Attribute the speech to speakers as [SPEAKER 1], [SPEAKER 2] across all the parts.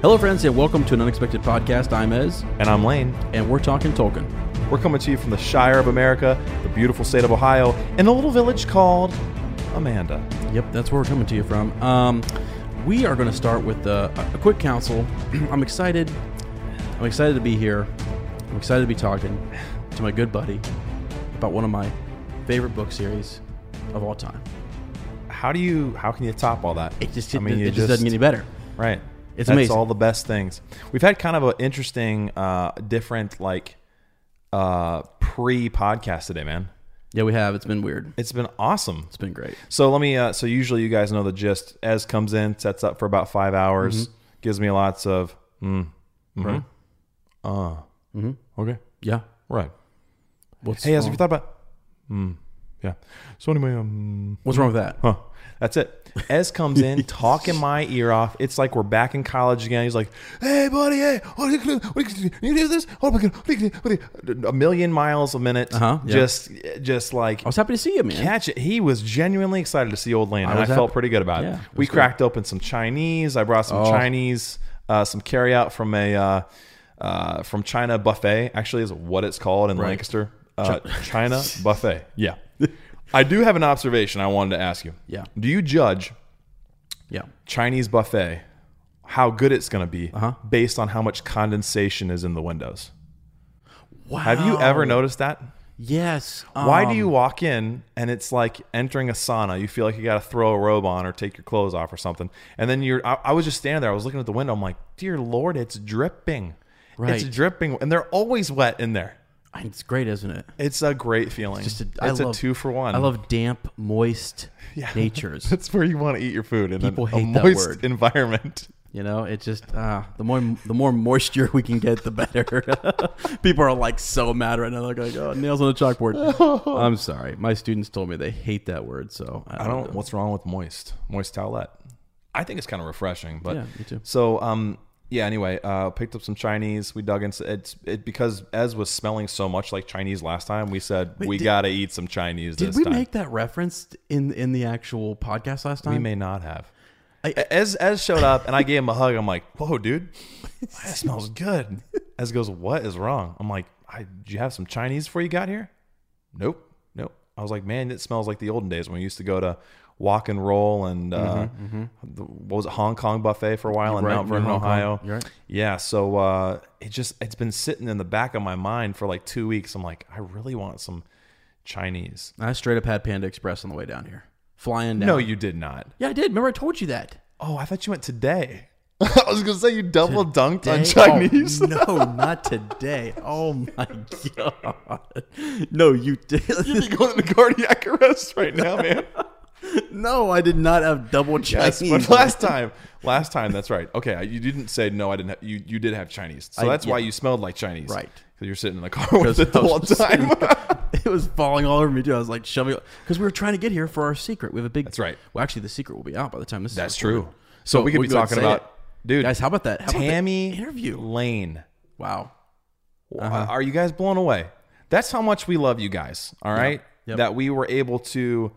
[SPEAKER 1] Hello, friends, and welcome to an unexpected podcast. I'm Ez,
[SPEAKER 2] And I'm Lane.
[SPEAKER 1] and we're talking Tolkien.
[SPEAKER 2] We're coming to you from the Shire of America, the beautiful state of Ohio, and a little village called Amanda.
[SPEAKER 1] Yep, that's where we're coming to you from. Um, we are going to start with uh, a quick counsel. I'm excited. I'm excited to be here. I'm excited to be talking to my good buddy about one of my favorite book series of all time.
[SPEAKER 2] How do you? How can you top all that?
[SPEAKER 1] It just,
[SPEAKER 2] I mean,
[SPEAKER 1] it,
[SPEAKER 2] you
[SPEAKER 1] just, doesn't get any better.
[SPEAKER 2] Right.
[SPEAKER 1] It's
[SPEAKER 2] That's
[SPEAKER 1] amazing.
[SPEAKER 2] all the best things. We've had kind of an interesting, uh, different like uh, pre-podcast today, man.
[SPEAKER 1] Yeah, we have. It's been weird.
[SPEAKER 2] It's been awesome.
[SPEAKER 1] It's been great.
[SPEAKER 2] So let me. Uh, so usually you guys know the gist. Ez comes in, sets up for about five hours,
[SPEAKER 1] Mm-hmm.
[SPEAKER 2] gives me lots of. Mm, mm
[SPEAKER 1] Right.
[SPEAKER 2] Uh. Okay.
[SPEAKER 1] Yeah.
[SPEAKER 2] Right.
[SPEAKER 1] What's
[SPEAKER 2] Hey, has
[SPEAKER 1] wrong?
[SPEAKER 2] you thought about? Hmm. Yeah. So anyway, um,
[SPEAKER 1] What's wrong with that?
[SPEAKER 2] huh. That's it. Ez comes in, talking my ear off. It's like we're back in college again. He's like, "Hey, buddy, hey, what are you gonna do? What are you gonna do? You do this? Oh my god, what are you gonna do? What are you-" a million miles a minute.
[SPEAKER 1] Uh-huh, yeah.
[SPEAKER 2] Just, just like
[SPEAKER 1] I was happy to see you, man.
[SPEAKER 2] catch it. He was genuinely excited to see old Lane, and I
[SPEAKER 1] was happy.
[SPEAKER 2] felt pretty good about
[SPEAKER 1] Yeah,
[SPEAKER 2] it.
[SPEAKER 1] it
[SPEAKER 2] We
[SPEAKER 1] was good.
[SPEAKER 2] cracked open some Chinese. I brought some
[SPEAKER 1] Oh.
[SPEAKER 2] Chinese, uh, some carryout from a uh, uh, from China buffet. Actually, is what it's called in Lancaster. Uh, China buffet. Yeah, I do have an observation I wanted to ask you.
[SPEAKER 1] Yeah.
[SPEAKER 2] do you judge
[SPEAKER 1] Yeah.
[SPEAKER 2] Chinese buffet how good it's going to be
[SPEAKER 1] Uh-huh.
[SPEAKER 2] based on how much condensation is in the windows?
[SPEAKER 1] Wow.
[SPEAKER 2] Have you ever noticed that?
[SPEAKER 1] Yes.
[SPEAKER 2] Why
[SPEAKER 1] um,
[SPEAKER 2] do you walk in and it's like entering a sauna? You feel like you got to throw a robe on or take your clothes off or something. And then you're, I, I was just standing there. I was looking at the window. I'm like, dear Lord, it's dripping.
[SPEAKER 1] Right.
[SPEAKER 2] It's dripping. And they're always wet in there.
[SPEAKER 1] Um, It's great, isn't it?
[SPEAKER 2] It's a great feeling.
[SPEAKER 1] Just a, I
[SPEAKER 2] it's a
[SPEAKER 1] love-
[SPEAKER 2] two for one.
[SPEAKER 1] I love damp, moist natures.
[SPEAKER 2] That's where you want to eat your food in
[SPEAKER 1] People
[SPEAKER 2] an,
[SPEAKER 1] hate
[SPEAKER 2] a
[SPEAKER 1] that
[SPEAKER 2] moist
[SPEAKER 1] word.
[SPEAKER 2] environment.
[SPEAKER 1] You know, it just uh, the more the more moisture we can get, the better. People are like so mad right now. They're like, "Oh, nails on a chalkboard." I'm sorry, my students told me they hate that word, so I don't.
[SPEAKER 2] I don't. What's wrong with moist? Moist towelette. I think it's kind of refreshing, but
[SPEAKER 1] Yeah, me too.
[SPEAKER 2] So, um, yeah. Anyway, uh, picked up some Chinese. We dug into it's it because Ez was smelling so much like Chinese last time. We said we
[SPEAKER 1] did-
[SPEAKER 2] gotta eat some Chinese.
[SPEAKER 1] Did
[SPEAKER 2] this
[SPEAKER 1] we
[SPEAKER 2] time.
[SPEAKER 1] make that reference in in the actual podcast last time?
[SPEAKER 2] We may not have.
[SPEAKER 1] I-
[SPEAKER 2] Ez Ez showed up and I gave him a hug. I'm like, whoa, dude, that smells good. Ez goes, what is wrong? I'm like, I, did you have some Chinese before you got here? Nope, nope. I was like, man, it smells like the olden days when we used to go to Walk and Roll and uh, the- what was it, Hong Kong buffet for a while in
[SPEAKER 1] Mm-hmm, Right,
[SPEAKER 2] Mount
[SPEAKER 1] near
[SPEAKER 2] Vernon,
[SPEAKER 1] Hong Kong.
[SPEAKER 2] Ohio.
[SPEAKER 1] You're right.
[SPEAKER 2] Yeah, so uh, it just it's been sitting in the back of my mind for like two weeks. I'm like, I really want some Chinese.
[SPEAKER 1] I straight up had Panda Express on the way down here, flying down.
[SPEAKER 2] No, you did not.
[SPEAKER 1] Yeah, I did. Remember, I told you that.
[SPEAKER 2] Oh, I thought you went today. I was gonna say you double dunked on
[SPEAKER 1] Today?
[SPEAKER 2] Chinese.
[SPEAKER 1] Oh, no, not today. Oh my god. No, you did.
[SPEAKER 2] You'd be going into cardiac arrest right now, man.
[SPEAKER 1] no, I did not have double
[SPEAKER 2] yes,
[SPEAKER 1] Chinese.
[SPEAKER 2] but last time, last time, that's right. Okay, I- you didn't say no. I didn't. Have, you you did have Chinese, so
[SPEAKER 1] I-
[SPEAKER 2] that's why
[SPEAKER 1] yeah.
[SPEAKER 2] you smelled like Chinese,
[SPEAKER 1] Right.
[SPEAKER 2] Because you're sitting in the car with it the
[SPEAKER 1] I was
[SPEAKER 2] whole
[SPEAKER 1] just-
[SPEAKER 2] time.
[SPEAKER 1] it was falling all over me too. I was like shoving because we were trying to get here for our secret. We have a big.
[SPEAKER 2] That's right.
[SPEAKER 1] Well, actually, the secret will be out by the time this.
[SPEAKER 2] that's
[SPEAKER 1] is
[SPEAKER 2] true.
[SPEAKER 1] recorded.
[SPEAKER 2] So we could
[SPEAKER 1] we
[SPEAKER 2] be
[SPEAKER 1] go and
[SPEAKER 2] talking
[SPEAKER 1] say
[SPEAKER 2] about,
[SPEAKER 1] it.
[SPEAKER 2] dude,
[SPEAKER 1] Guys, how about that? How about the
[SPEAKER 2] Tammy
[SPEAKER 1] interview?
[SPEAKER 2] Lane.
[SPEAKER 1] Wow. Uh-huh.
[SPEAKER 2] Are you guys blown away? That's how much we love you guys. All right,
[SPEAKER 1] Yep.
[SPEAKER 2] that we were able to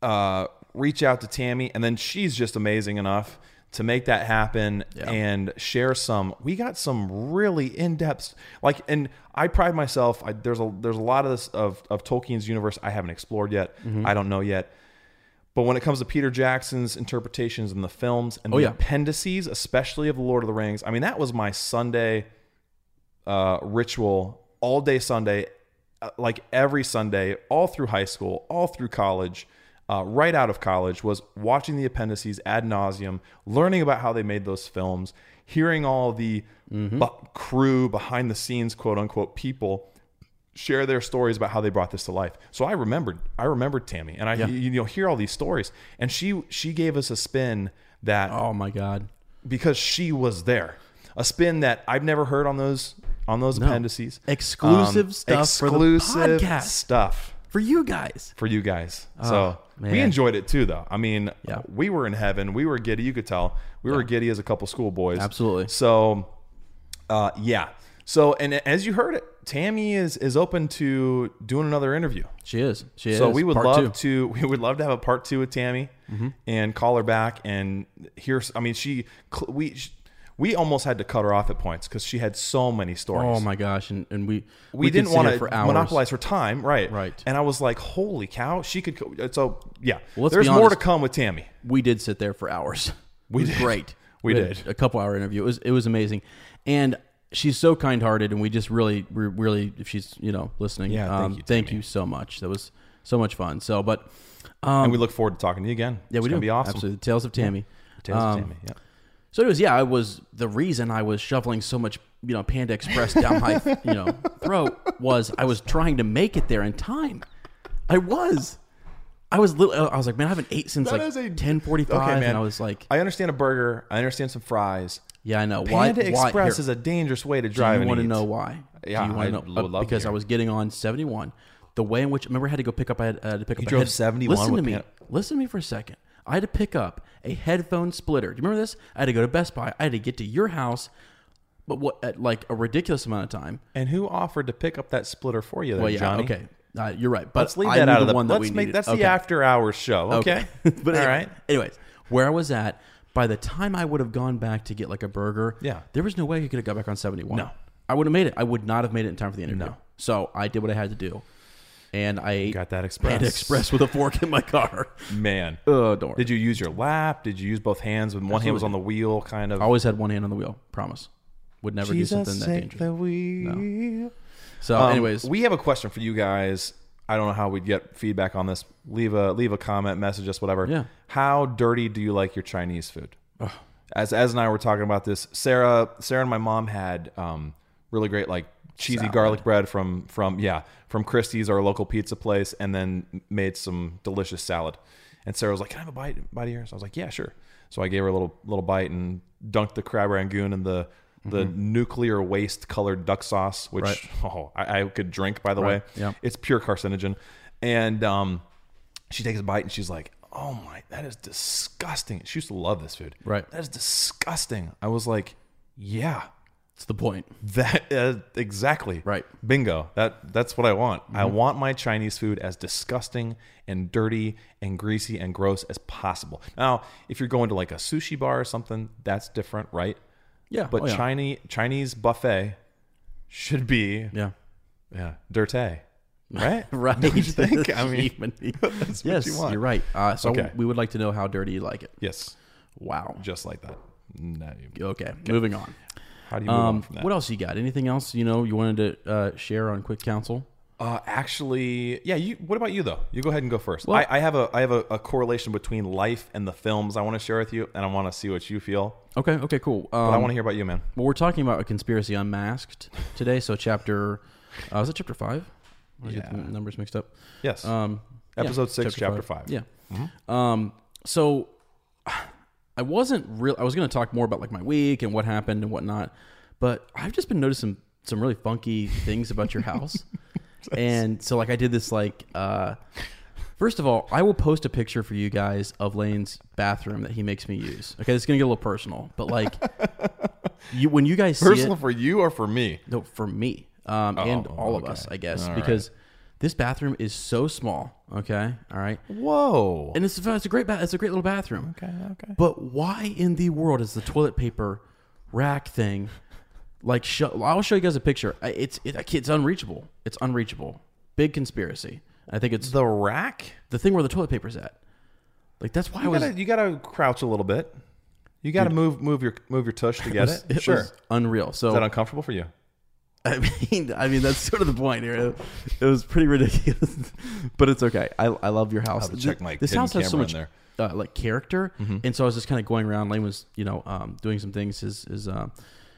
[SPEAKER 2] uh, reach out to Tammy, and then she's just amazing enough to make that happen
[SPEAKER 1] Yeah.
[SPEAKER 2] and share some. We got some really in depth, like, and I pride myself. I, there's a there's a lot of this of of Tolkien's universe I haven't explored yet.
[SPEAKER 1] Mm-hmm.
[SPEAKER 2] I don't know yet. But when it comes to Peter Jackson's interpretations in the films and
[SPEAKER 1] Oh,
[SPEAKER 2] the
[SPEAKER 1] yeah.
[SPEAKER 2] appendices, especially of the Lord of the Rings, I mean that was my Sunday uh, ritual all day Sunday, uh, like every Sunday, all through high school, all through college, uh, right out of college, was watching the appendices ad nauseum, learning about how they made those films, hearing all the
[SPEAKER 1] Mm-hmm.
[SPEAKER 2] bu- crew behind the scenes, quote unquote, people share their stories about how they brought this to life. So I remembered, I remembered Tammy, and I you, you know hear all these stories, and she she gave us a spin that
[SPEAKER 1] Oh my god.
[SPEAKER 2] because she was there. A spin that I've never heard on those on those appendices. Um,
[SPEAKER 1] Exclusive stuff for the
[SPEAKER 2] exclusive
[SPEAKER 1] podcast.
[SPEAKER 2] stuff
[SPEAKER 1] For you guys.
[SPEAKER 2] for you guys. so we
[SPEAKER 1] Oh, man.
[SPEAKER 2] enjoyed it too, though. I mean,
[SPEAKER 1] Yeah.
[SPEAKER 2] we were in heaven. We were giddy. You could tell we were giddy as a couple schoolboys.
[SPEAKER 1] Absolutely.
[SPEAKER 2] So, uh, yeah. So and as you heard it, Tammy is is open to doing another interview.
[SPEAKER 1] She is. She is.
[SPEAKER 2] So we would
[SPEAKER 1] Part
[SPEAKER 2] love
[SPEAKER 1] two. Mm-hmm.
[SPEAKER 2] to we would love to have a part two with Tammy and call her back and hear. I mean, she cl- we sh we almost had to cut her off at points because she had so many stories.
[SPEAKER 1] Oh my gosh, and, and we
[SPEAKER 2] We,
[SPEAKER 1] could
[SPEAKER 2] didn't
[SPEAKER 1] sit
[SPEAKER 2] want
[SPEAKER 1] here
[SPEAKER 2] to
[SPEAKER 1] for hours.
[SPEAKER 2] monopolize her time, right?
[SPEAKER 1] Right.
[SPEAKER 2] And I was like, "Holy cow, she could." co- So yeah,
[SPEAKER 1] Well, let's
[SPEAKER 2] there's
[SPEAKER 1] be
[SPEAKER 2] more to
[SPEAKER 1] honest.
[SPEAKER 2] come with Tammy.
[SPEAKER 1] we did sit there for hours.
[SPEAKER 2] We
[SPEAKER 1] it was
[SPEAKER 2] did.
[SPEAKER 1] great.
[SPEAKER 2] We
[SPEAKER 1] had
[SPEAKER 2] did.
[SPEAKER 1] a couple hour interview. It was it was amazing, and she's so kind hearted, and we just really we really if she's you know listening, um,
[SPEAKER 2] Yeah, thank you, Tammy.
[SPEAKER 1] so much. That was so much fun. So, but
[SPEAKER 2] and we look forward to talking to you again.
[SPEAKER 1] Um, yeah, we
[SPEAKER 2] it's
[SPEAKER 1] do
[SPEAKER 2] gonna be awesome.
[SPEAKER 1] Absolutely, tales of Tammy.
[SPEAKER 2] Tales of
[SPEAKER 1] Um,
[SPEAKER 2] Tammy, yeah.
[SPEAKER 1] So it was, yeah, I was the reason I was shoveling so much, you know, Panda Express down my, you know, throat was I was trying to make it there in time. I was. I was little, I was like, man, I haven't ate since
[SPEAKER 2] That
[SPEAKER 1] like
[SPEAKER 2] is a-
[SPEAKER 1] 1045
[SPEAKER 2] Okay, man.
[SPEAKER 1] and I was like,
[SPEAKER 2] I understand a burger. I understand some fries.
[SPEAKER 1] yeah, I know. Why
[SPEAKER 2] Panda
[SPEAKER 1] why,
[SPEAKER 2] Express
[SPEAKER 1] here,
[SPEAKER 2] is a dangerous way to
[SPEAKER 1] do
[SPEAKER 2] drive.
[SPEAKER 1] you
[SPEAKER 2] and
[SPEAKER 1] want to
[SPEAKER 2] eat.
[SPEAKER 1] know why?
[SPEAKER 2] Yeah,
[SPEAKER 1] do you
[SPEAKER 2] I
[SPEAKER 1] wanna know, uh,
[SPEAKER 2] would love to
[SPEAKER 1] because I
[SPEAKER 2] hear.
[SPEAKER 1] was getting on 71. The way in which remember I had to go pick up I had, I had to pick up a
[SPEAKER 2] drove
[SPEAKER 1] head-
[SPEAKER 2] 71
[SPEAKER 1] Listen to
[SPEAKER 2] with
[SPEAKER 1] me.
[SPEAKER 2] Panda-
[SPEAKER 1] Listen to me for a second. I had to pick up a headphone splitter. Do you remember this? I had to go to Best Buy. I had to get to your house but what at like a ridiculous amount of time.
[SPEAKER 2] And who offered to pick up that splitter for you, there,
[SPEAKER 1] Well, yeah,
[SPEAKER 2] Johnny?
[SPEAKER 1] okay. Uh, you're right. But
[SPEAKER 2] Let's leave
[SPEAKER 1] I
[SPEAKER 2] that
[SPEAKER 1] knew
[SPEAKER 2] out of
[SPEAKER 1] the
[SPEAKER 2] the.
[SPEAKER 1] one that
[SPEAKER 2] let's
[SPEAKER 1] we
[SPEAKER 2] make
[SPEAKER 1] needed.
[SPEAKER 2] that's
[SPEAKER 1] Okay.
[SPEAKER 2] the after hours show. Okay.
[SPEAKER 1] but
[SPEAKER 2] all
[SPEAKER 1] anyway-
[SPEAKER 2] right.
[SPEAKER 1] Anyways, where I was at, by the time I would have gone back to get like a burger,
[SPEAKER 2] Yeah.
[SPEAKER 1] there was no way you could have got back on 71.
[SPEAKER 2] No.
[SPEAKER 1] I would have made it. I would not have made it in time for the interview.
[SPEAKER 2] No.
[SPEAKER 1] So I did what I had to do. And I ate
[SPEAKER 2] Got that express.
[SPEAKER 1] Panda Express with a fork in my car.
[SPEAKER 2] Man.
[SPEAKER 1] Oh, don't worry.
[SPEAKER 2] Did you use your lap? Did you use both hands? When one hand was on the wheel, kind of.
[SPEAKER 1] I always had one hand on the wheel, promise. Would never do something that
[SPEAKER 2] take
[SPEAKER 1] dangerous.
[SPEAKER 2] the wheel.
[SPEAKER 1] so,
[SPEAKER 2] Um,
[SPEAKER 1] anyways,
[SPEAKER 2] we have a question for you guys. I don't know how we'd get feedback on this. Leave a leave a comment, message us, whatever.
[SPEAKER 1] Yeah.
[SPEAKER 2] How dirty do you like your Chinese food? As as and I were talking about this, Sarah Sarah and my mom had um, really great like cheesy garlic bread from from yeah from Christie's our local pizza place, and then made some delicious salad. And Sarah was like, "Can I have a bite bite of yours?" I was like, "Yeah, sure." So I gave her a little little bite and dunked the crab rangoon in the the nuclear waste colored duck sauce, which
[SPEAKER 1] Mm-hmm. Right.
[SPEAKER 2] oh I, I could drink by the way.
[SPEAKER 1] yeah.
[SPEAKER 2] It's pure carcinogen. And um, she takes a bite and she's like, "Oh my, that is disgusting." She used to love this food.
[SPEAKER 1] Right.
[SPEAKER 2] That is disgusting. I was like, "Yeah,
[SPEAKER 1] that's the point.
[SPEAKER 2] that uh, exactly.
[SPEAKER 1] Right. Mm-hmm.
[SPEAKER 2] Bingo. That that's what I want. I want my Chinese food as disgusting and dirty and greasy and gross as possible. Now, if you're going to like a sushi bar or something, that's different, right?
[SPEAKER 1] Yeah.
[SPEAKER 2] But
[SPEAKER 1] oh, yeah.
[SPEAKER 2] Chinese Chinese buffet should be
[SPEAKER 1] Yeah.
[SPEAKER 2] yeah, dirty. Right?
[SPEAKER 1] Right.
[SPEAKER 2] Don't you think? I mean,
[SPEAKER 1] Even-
[SPEAKER 2] that's what
[SPEAKER 1] yes,
[SPEAKER 2] you want.
[SPEAKER 1] are right. Uh, so
[SPEAKER 2] Okay.
[SPEAKER 1] we would like to know how dirty you like it.
[SPEAKER 2] Yes,
[SPEAKER 1] Wow.
[SPEAKER 2] just like that. No, you-
[SPEAKER 1] Okay, moving on.
[SPEAKER 2] how do you move on
[SPEAKER 1] Um,
[SPEAKER 2] from that?
[SPEAKER 1] what else you got? Anything else you know you wanted to uh, share on Quick Counsel?
[SPEAKER 2] Uh, actually, yeah. You. What about you though? You go ahead and go first. I, I have a I have a, a correlation between life and the films I want to share with you, and I want to see what you feel.
[SPEAKER 1] Okay, okay, cool. Um,
[SPEAKER 2] But I want to hear about you, man.
[SPEAKER 1] well, we're talking about a conspiracy unmasked today. So chapter, uh, is it chapter five? I always get the numbers mixed up.
[SPEAKER 2] Yes.
[SPEAKER 1] Um, yeah,
[SPEAKER 2] Episode six, chapter five.
[SPEAKER 1] Yeah. Um, so I wasn't real. I was going to talk more about like my week and what happened and whatnot, but I've just been noticing some really funky things about your house. and so like I did this like uh, first of all, I will post a picture for you guys of Lane's bathroom that he makes me use. Okay, it's gonna get a little personal, but like you when you guys see it,
[SPEAKER 2] Personal for you or for me?
[SPEAKER 1] no, for me um, and all of us, I guess, because This bathroom is so small. Okay, all right,
[SPEAKER 2] Whoa.
[SPEAKER 1] and it's it's a great ba- it's a great little bathroom.
[SPEAKER 2] okay, okay.
[SPEAKER 1] But why in the world is the toilet paper rack thing like? Show, I'll show you guys a picture. I- It's it, I can't- it's unreachable. It's unreachable. Big conspiracy. I think it's the,
[SPEAKER 2] The rack?
[SPEAKER 1] thing where the toilet paper's at. Like that's why I
[SPEAKER 2] You
[SPEAKER 1] was.
[SPEAKER 2] gotta, you gotta crouch a little bit. You gotta move move your move your tush to get it.
[SPEAKER 1] was-
[SPEAKER 2] sure.
[SPEAKER 1] was unreal. So
[SPEAKER 2] Is that uncomfortable for you?
[SPEAKER 1] I mean, I mean that's sort of the point here. It, was pretty ridiculous, but it's okay. I, I love your house.
[SPEAKER 2] I'll have to check my
[SPEAKER 1] this
[SPEAKER 2] hidden
[SPEAKER 1] house has so
[SPEAKER 2] camera
[SPEAKER 1] much
[SPEAKER 2] in Mm-hmm.
[SPEAKER 1] Uh, like character, and so I was just kind of going around. Lane was, you know, um, doing some things. His his uh,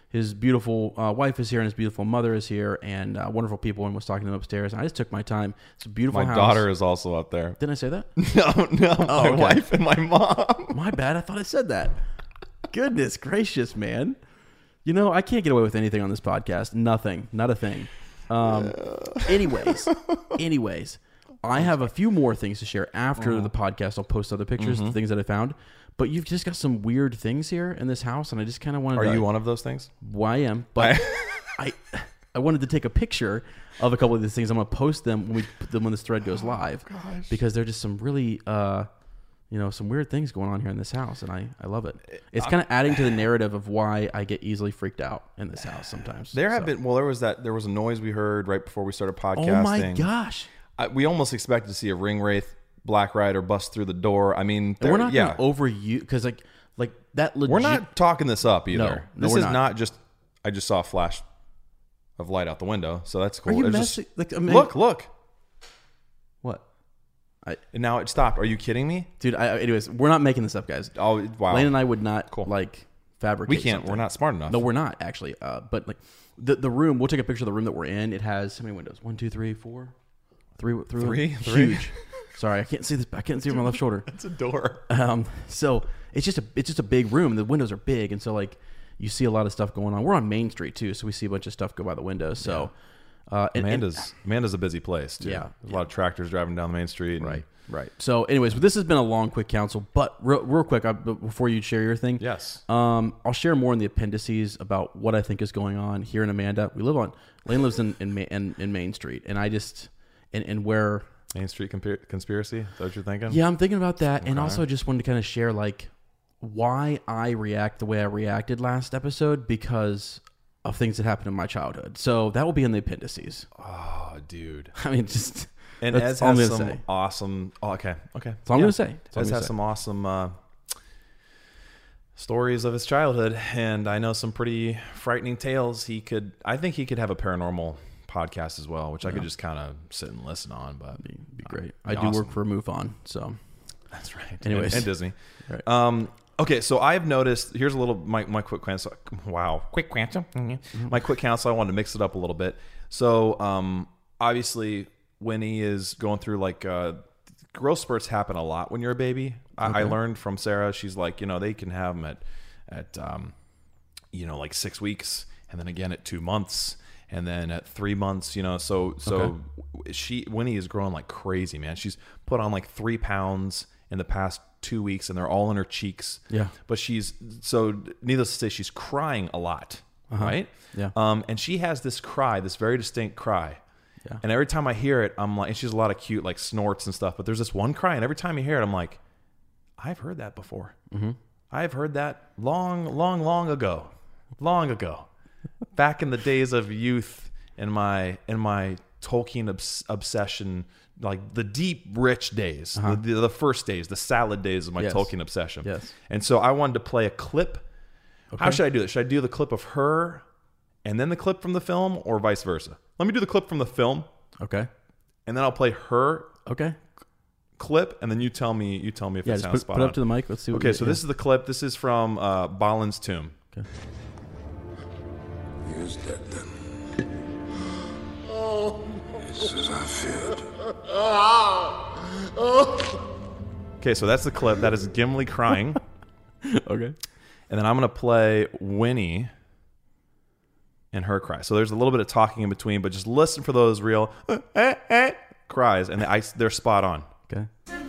[SPEAKER 1] his beautiful uh, wife is here, and his beautiful mother is here, and uh, wonderful people. And was talking to them upstairs. And I just took my time. It's a beautiful
[SPEAKER 2] My
[SPEAKER 1] house.
[SPEAKER 2] daughter is also up there.
[SPEAKER 1] Didn't I say that?
[SPEAKER 2] No, no, my
[SPEAKER 1] Oh, okay.
[SPEAKER 2] wife and my mom.
[SPEAKER 1] My bad. I thought I said that. Goodness gracious, man. You know, I can't get away with anything on this podcast. Nothing. Not a thing. Um, anyways, anyways, I have a few more things to share after the podcast. I'll post other pictures of the things that I found. But you've just got some weird things here in this house, and I just kind of wanted
[SPEAKER 2] Are
[SPEAKER 1] to.
[SPEAKER 2] you one of those things?
[SPEAKER 1] Well, I am, but I I wanted to take a picture of a couple of these things. I'm gonna post them when we put them when this thread
[SPEAKER 2] Oh,
[SPEAKER 1] goes live because they're just some really uh you know some weird things going on here in this house, and I I love it.
[SPEAKER 2] Eh, uh,
[SPEAKER 1] It's kind of adding to the narrative of why I get easily freaked out in this house sometimes.
[SPEAKER 2] There have
[SPEAKER 1] So-
[SPEAKER 2] been. Well, there was that. There was a noise we heard right before we started podcasting.
[SPEAKER 1] Oh my gosh!
[SPEAKER 2] I, we almost expected to see a ring wraith, black rider bust through the door. I mean,
[SPEAKER 1] And we're
[SPEAKER 2] there-
[SPEAKER 1] not
[SPEAKER 2] yeah,
[SPEAKER 1] gonna over you because like like that. Legit,
[SPEAKER 2] we're not talking this up either.
[SPEAKER 1] No, no,
[SPEAKER 2] this
[SPEAKER 1] we're
[SPEAKER 2] is
[SPEAKER 1] not.
[SPEAKER 2] not. just. I just saw a flash of light out the window, so that's cool.
[SPEAKER 1] Are you
[SPEAKER 2] It was just-
[SPEAKER 1] messing- like, I mean-
[SPEAKER 2] look, look,
[SPEAKER 1] what,
[SPEAKER 2] and now it stopped. Are you kidding me?
[SPEAKER 1] dude. I, anyways, we're not making this up, guys.
[SPEAKER 2] Oh wow,
[SPEAKER 1] Lane and I would not
[SPEAKER 2] Cool.
[SPEAKER 1] like fabricate.
[SPEAKER 2] we can't.
[SPEAKER 1] something.
[SPEAKER 2] We're not smart enough.
[SPEAKER 1] No, we're not actually. Uh, but like the the room, we'll take a picture of the room that we're in. It has how many windows? One, two, three, four, three, three,
[SPEAKER 2] Three?
[SPEAKER 1] Huge.
[SPEAKER 2] Three.
[SPEAKER 1] Sorry, I can't see this. I can't see over my left shoulder.
[SPEAKER 2] it's a door.
[SPEAKER 1] Um, so it's just a it's just a big room. The windows are big, and so like you see a lot of stuff going on. We're on Main Street too, so we see a bunch of stuff go by the windows. So uh, and- and-
[SPEAKER 2] Amanda's Amanda's a busy place too.
[SPEAKER 1] Yeah,
[SPEAKER 2] There's a lot of tractors driving down the main street. and-
[SPEAKER 1] Right, right. So, anyways, this has been a long, quick counsel, but real, real quick I, b- before you share your thing,
[SPEAKER 2] Yes.
[SPEAKER 1] um, I'll share more in the appendices about what I think is going on here in Amanda. We live on Lane lives in in, Ma- in, in Main Street, and I just and and where
[SPEAKER 2] Main Street compar- conspiracy. Is that what you're thinking?
[SPEAKER 1] yeah, I'm thinking about that, and also just wanted to kind of share like why I react the way I reacted last episode because of things that happened in my childhood. So that will be in the appendices.
[SPEAKER 2] Oh, dude.
[SPEAKER 1] I mean, just
[SPEAKER 2] And Ez
[SPEAKER 1] that's all I'm
[SPEAKER 2] has
[SPEAKER 1] gonna
[SPEAKER 2] some
[SPEAKER 1] say.
[SPEAKER 2] awesome. Oh, okay, okay.
[SPEAKER 1] That's all I'm gonna say. That's all I'm
[SPEAKER 2] Ez
[SPEAKER 1] gonna
[SPEAKER 2] has
[SPEAKER 1] say.
[SPEAKER 2] some awesome uh, stories of his childhood, and I know some pretty frightening tales. He could, I think, he could have a paranormal podcast as well, which I could just kind of sit and listen on. But
[SPEAKER 1] be great. I do work for MoveOn, so
[SPEAKER 2] that's right.
[SPEAKER 1] Anyways.
[SPEAKER 2] and, and Disney.
[SPEAKER 1] Right.
[SPEAKER 2] Um. Okay, so I've noticed. Here's a little my my quick counsel. Wow, quick counsel. My quick counsel. I wanted to mix it up a little bit. So, um, obviously, when he is going through like uh, growth spurts happen a lot when you're a baby. I, I learned from Sarah. She's like, you know, they can have them at at um, you know, like six weeks, and then again at two months, and then at three months. You know, so so w- she Winnie is growing like crazy, man. She's put on like three pounds in the past two weeks, and they're all in her cheeks.
[SPEAKER 1] Yeah.
[SPEAKER 2] but she's so needless to say, she's crying a lot, right?
[SPEAKER 1] Uh-huh. Yeah.
[SPEAKER 2] um, and she has this cry, this very distinct cry.
[SPEAKER 1] Yeah.
[SPEAKER 2] And every time I hear it, I'm like, and she's a lot of cute like snorts and stuff, but there's this one cry, and every time you hear it, I'm like, I've heard that before. I've heard that long, long, long ago, long ago, back in the days of youth and my and my Tolkien obs- obsession, like the deep, rich days, the, the, the first days, the salad days of my
[SPEAKER 1] Uh-huh. Yes.
[SPEAKER 2] Tolkien obsession.
[SPEAKER 1] Yes.
[SPEAKER 2] And so I wanted to play a clip. How should I do it? Should I do the clip of her and then the clip from the film, or vice versa? Let me do the clip from the film,
[SPEAKER 1] okay,
[SPEAKER 2] and then I'll play her
[SPEAKER 1] okay.
[SPEAKER 2] clip, and then you tell me you tell me if
[SPEAKER 1] Yeah,
[SPEAKER 2] it
[SPEAKER 1] just
[SPEAKER 2] sounds
[SPEAKER 1] put,
[SPEAKER 2] spot
[SPEAKER 1] put it
[SPEAKER 2] on.
[SPEAKER 1] up to the mic. Let's see. What
[SPEAKER 2] Okay,
[SPEAKER 1] we-
[SPEAKER 2] so
[SPEAKER 1] yeah.
[SPEAKER 2] this is the clip. This is from uh, Balin's tomb.
[SPEAKER 3] He is dead then. It's as I feared.
[SPEAKER 2] Okay, so that's the clip. That is Gimli crying,
[SPEAKER 1] okay.
[SPEAKER 2] and then I'm gonna play Winnie and her cry. So there's a little bit of talking in between, but just listen for those real uh, cries, and I, they're spot on.
[SPEAKER 1] Okay.
[SPEAKER 4] There's no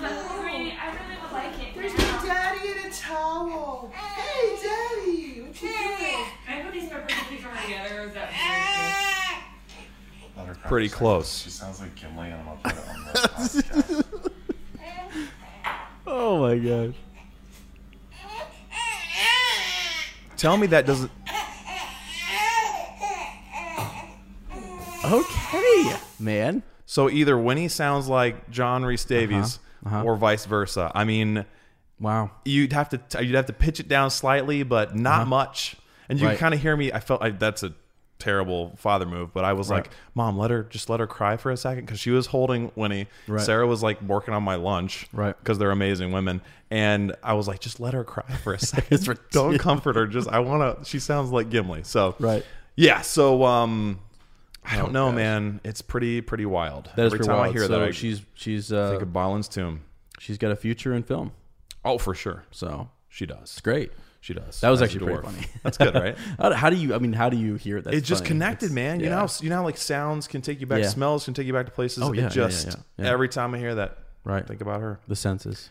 [SPEAKER 4] daddy in a towel. Hey, daddy, what you doing?
[SPEAKER 5] I put these peppers and peas on together. Is that
[SPEAKER 2] pretty
[SPEAKER 5] She
[SPEAKER 2] close.
[SPEAKER 5] sounds like Gimli, and I'm gonna put it on the podcast.
[SPEAKER 1] Oh my gosh.
[SPEAKER 2] Tell me that doesn't.
[SPEAKER 1] Okay, man.
[SPEAKER 2] So either Winnie sounds like John Reese Davies,
[SPEAKER 1] Uh-huh, uh-huh.
[SPEAKER 2] or vice versa. I mean,
[SPEAKER 1] Wow.
[SPEAKER 2] you'd have to t- you'd have to pitch it down slightly, but not much. And you
[SPEAKER 1] Uh-huh. Right.
[SPEAKER 2] can kind of hear me. I felt like that's a terrible father move, but I was
[SPEAKER 1] Right.
[SPEAKER 2] like, "Mom, let her just let her cry for a second because she was holding Winnie.
[SPEAKER 1] Right.
[SPEAKER 2] Sarah was like working on my lunch,
[SPEAKER 1] Right.
[SPEAKER 2] Because they're amazing women, and I was like, just let her cry for a second.
[SPEAKER 1] It's ridiculous.
[SPEAKER 2] Don't comfort her. Just I want to. She sounds like Gimli, so
[SPEAKER 1] Right.
[SPEAKER 2] Yeah, so um, I don't
[SPEAKER 1] Oh,
[SPEAKER 2] know,
[SPEAKER 1] gosh.
[SPEAKER 2] man. It's pretty pretty wild.
[SPEAKER 1] That is
[SPEAKER 2] Every
[SPEAKER 1] pretty
[SPEAKER 2] time
[SPEAKER 1] wild.
[SPEAKER 2] I hear
[SPEAKER 1] so
[SPEAKER 2] that, I
[SPEAKER 1] she's she's
[SPEAKER 2] think
[SPEAKER 1] uh,
[SPEAKER 2] of Balin's tomb.
[SPEAKER 1] she's got a future in film.
[SPEAKER 2] Oh, for sure,
[SPEAKER 1] So
[SPEAKER 2] she does.
[SPEAKER 1] it's great.
[SPEAKER 2] She does.
[SPEAKER 1] That was
[SPEAKER 2] As a
[SPEAKER 1] actually pretty
[SPEAKER 2] dwarf.
[SPEAKER 1] funny.
[SPEAKER 2] That's good, right?
[SPEAKER 1] How, how do you? I mean, how do you hear that?
[SPEAKER 2] it just connected, man. You know, how, you know, how, like sounds can take you back,
[SPEAKER 1] Yeah.
[SPEAKER 2] smells can take you back to places.
[SPEAKER 1] Oh,
[SPEAKER 2] It
[SPEAKER 1] yeah, yeah, yeah,
[SPEAKER 2] just
[SPEAKER 1] yeah, yeah.
[SPEAKER 2] every time I hear that,
[SPEAKER 1] Right.
[SPEAKER 2] Think about her.
[SPEAKER 1] the senses.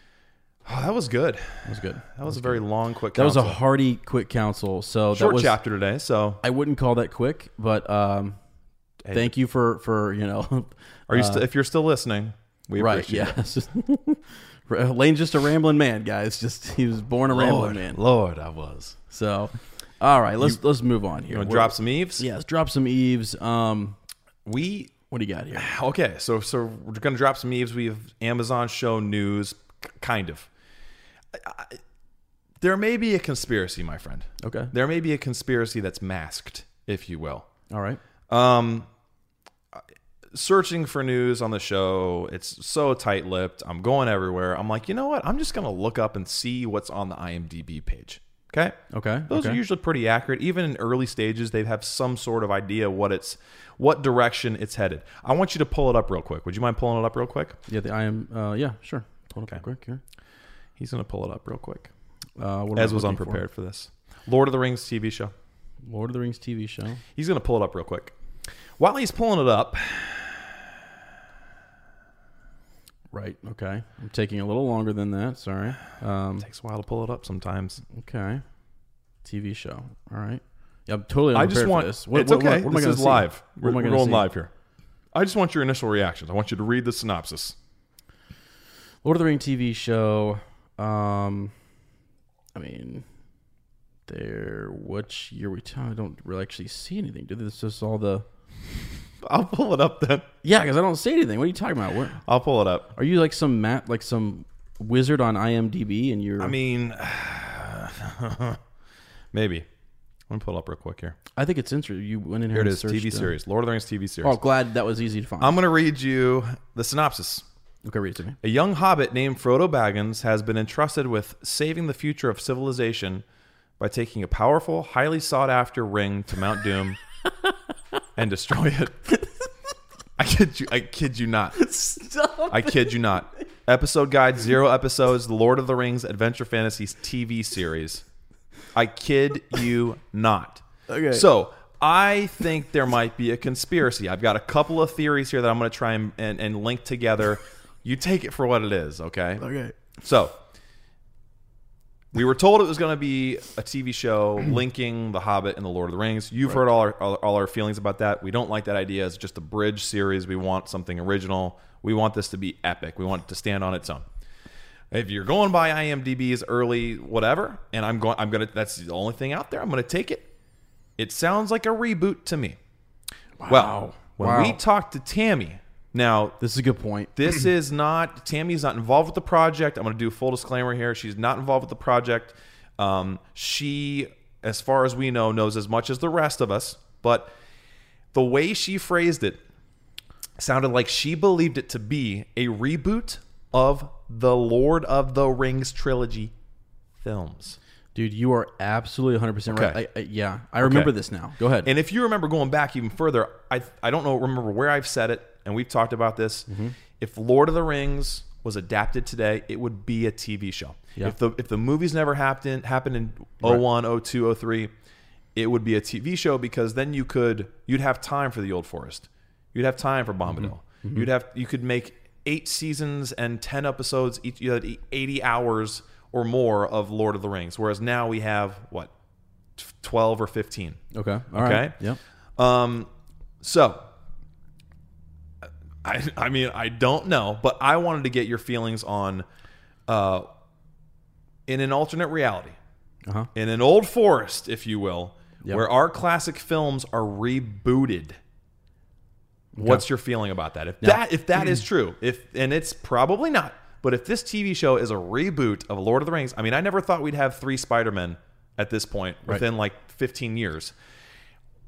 [SPEAKER 2] Oh, that was good.
[SPEAKER 1] That was good.
[SPEAKER 2] That was a very long, quick.
[SPEAKER 1] That was a
[SPEAKER 2] counsel.
[SPEAKER 1] hearty, quick counsel. So that
[SPEAKER 2] short
[SPEAKER 1] was.
[SPEAKER 2] chapter today. So,
[SPEAKER 1] I wouldn't call that quick, but um, thank you for for you know.
[SPEAKER 2] are you still? If you're still listening, we
[SPEAKER 1] Uh, right?
[SPEAKER 2] appreciate it.
[SPEAKER 1] Yes. Lane's just a rambling man, guys. Just he was born a rambling man.
[SPEAKER 2] Lord, I was.
[SPEAKER 1] So, all right, let's let's move on here.
[SPEAKER 2] You want to
[SPEAKER 1] We're-
[SPEAKER 2] drop some eaves?
[SPEAKER 1] Yeah, let's drop some eaves. Um,
[SPEAKER 2] We
[SPEAKER 1] what do you got here?
[SPEAKER 2] okay. So, so we're gonna drop some eaves. We have Amazon show news, k- kind of. I- I- there may be a conspiracy, my friend.
[SPEAKER 1] Okay.
[SPEAKER 2] There may be a conspiracy that's masked, if you will.
[SPEAKER 1] All right.
[SPEAKER 2] Um, searching for news on the show, it's so tight-lipped. I'm going everywhere. I'm like, you know what? I'm just gonna look up and see what's on the IMDb page. Okay.
[SPEAKER 1] Okay,
[SPEAKER 2] Those
[SPEAKER 1] okay.
[SPEAKER 2] are usually pretty accurate. Even in early stages, they have some sort of idea what it's, what direction it's headed. I want you to pull it up real quick. Would you mind pulling it up real quick?
[SPEAKER 1] Yeah, the I am. Uh, yeah, sure. Hold up quick here.
[SPEAKER 2] He's gonna pull it up real quick.
[SPEAKER 1] Uh, what am
[SPEAKER 2] As
[SPEAKER 1] I
[SPEAKER 2] was
[SPEAKER 1] looking for?
[SPEAKER 2] unprepared for this. Lord of the Rings TV show.
[SPEAKER 1] Lord of the Rings TV show.
[SPEAKER 2] He's going to pull it up real quick. While he's pulling it up,
[SPEAKER 1] Right. Okay. I'm taking a little longer than that. Sorry. Um,
[SPEAKER 2] takes a while to pull it up sometimes.
[SPEAKER 1] okay. TV show. All right. Yeah, I'm totally.
[SPEAKER 2] I just
[SPEAKER 1] unprepared for
[SPEAKER 2] want
[SPEAKER 1] this.
[SPEAKER 2] it's okay.
[SPEAKER 1] am I
[SPEAKER 2] this
[SPEAKER 1] gonna
[SPEAKER 2] is
[SPEAKER 1] see?
[SPEAKER 2] live.
[SPEAKER 1] What
[SPEAKER 2] We're,
[SPEAKER 1] am I
[SPEAKER 2] we're
[SPEAKER 1] gonna
[SPEAKER 2] going
[SPEAKER 1] see?
[SPEAKER 2] live here. I just want your initial reactions. I want you to read the synopsis.
[SPEAKER 1] Lord of the Ring TV show. Um, I mean, there. Which year we? T- I don't really actually see anything. Do this just all the?
[SPEAKER 2] I'll pull it up then.
[SPEAKER 1] Yeah, because I don't see anything. What are you talking about? Where,
[SPEAKER 2] I'll pull it up.
[SPEAKER 1] are you like some mat like some wizard on IMDb? And you're.
[SPEAKER 2] I mean, maybe. Let me pull it up real quick here.
[SPEAKER 1] I think it's interesting. You went in here.
[SPEAKER 2] Here it
[SPEAKER 1] and
[SPEAKER 2] is. TV
[SPEAKER 1] searched, uh,
[SPEAKER 2] series. Lord of the Rings TV series.
[SPEAKER 1] Oh, glad that was easy to find.
[SPEAKER 2] I'm going to read you the synopsis.
[SPEAKER 1] okay, read it to me.
[SPEAKER 2] A young hobbit named Frodo Baggins has been entrusted with saving the future of civilization by taking a powerful, highly sought after ring to Mount Doom and destroy it. I kid you I kid you not. I kid you not. Episode guide, zero episodes, The Lord of the Rings Adventure Fantasies TV series. I kid you not. Okay. So I think there might be a conspiracy. I've got a couple of theories here that I'm going to try and, and, and link together. You take it for what it is, okay?
[SPEAKER 1] Okay.
[SPEAKER 2] So we were told it was going to be a TV show linking The Hobbit and The Lord of the Rings. You've heard all our, all, all our feelings about that. We don't like that idea as just a bridge series. We want something original. We want this to be epic. We want it to stand on its own. If you're going by IMDb's early whatever, and I'm going, I'm gonna. That's the only thing out there. I'm gonna take it. It sounds like a reboot to me. Well, when
[SPEAKER 1] Wow.
[SPEAKER 2] we talked to Tammy, now
[SPEAKER 1] This is a good point.
[SPEAKER 2] this is not Tammy's not involved with the project. I'm going to do a full disclaimer here. She's not involved with the project. Um, she, as far as we know, knows as much as the rest of us. But the way she phrased it sounded like she believed it to be a reboot of the Lord of the Rings trilogy films.
[SPEAKER 1] Dude, you are absolutely 100% right.
[SPEAKER 2] Okay.
[SPEAKER 1] I, I, yeah, I remember
[SPEAKER 2] Okay.
[SPEAKER 1] this now. Go ahead.
[SPEAKER 2] And if you remember going back even further, I I don't know remember where I've said it, and we've talked about this. If Lord of the Rings was adapted today, it would be a TV show.
[SPEAKER 1] Yeah.
[SPEAKER 2] If the if the movies never happened happened in 01, 02, 03, it would be a TV show because then you could you'd have time for the Old Forest. You'd have time for Bombadil. You'd have you could make eight seasons and ten episodes each. You had e, eighty hours or more of Lord of the Rings, whereas now we have what twelve or fifteen.
[SPEAKER 1] okay. All right.
[SPEAKER 2] Okay.
[SPEAKER 1] Yep.
[SPEAKER 2] Um, so I, I mean, I don't know, but I wanted to get your feelings on, uh, in an alternate reality,
[SPEAKER 1] Uh-huh.
[SPEAKER 2] in an old forest, if you will,
[SPEAKER 1] Yep.
[SPEAKER 2] where our classic films are rebooted. What's your feeling about that? If that if that is true, if and it's probably not, but if this TV show is a reboot of Lord of the Rings, I mean, I never thought we'd have three Spider Men at this point
[SPEAKER 1] Right.
[SPEAKER 2] within like 15 years.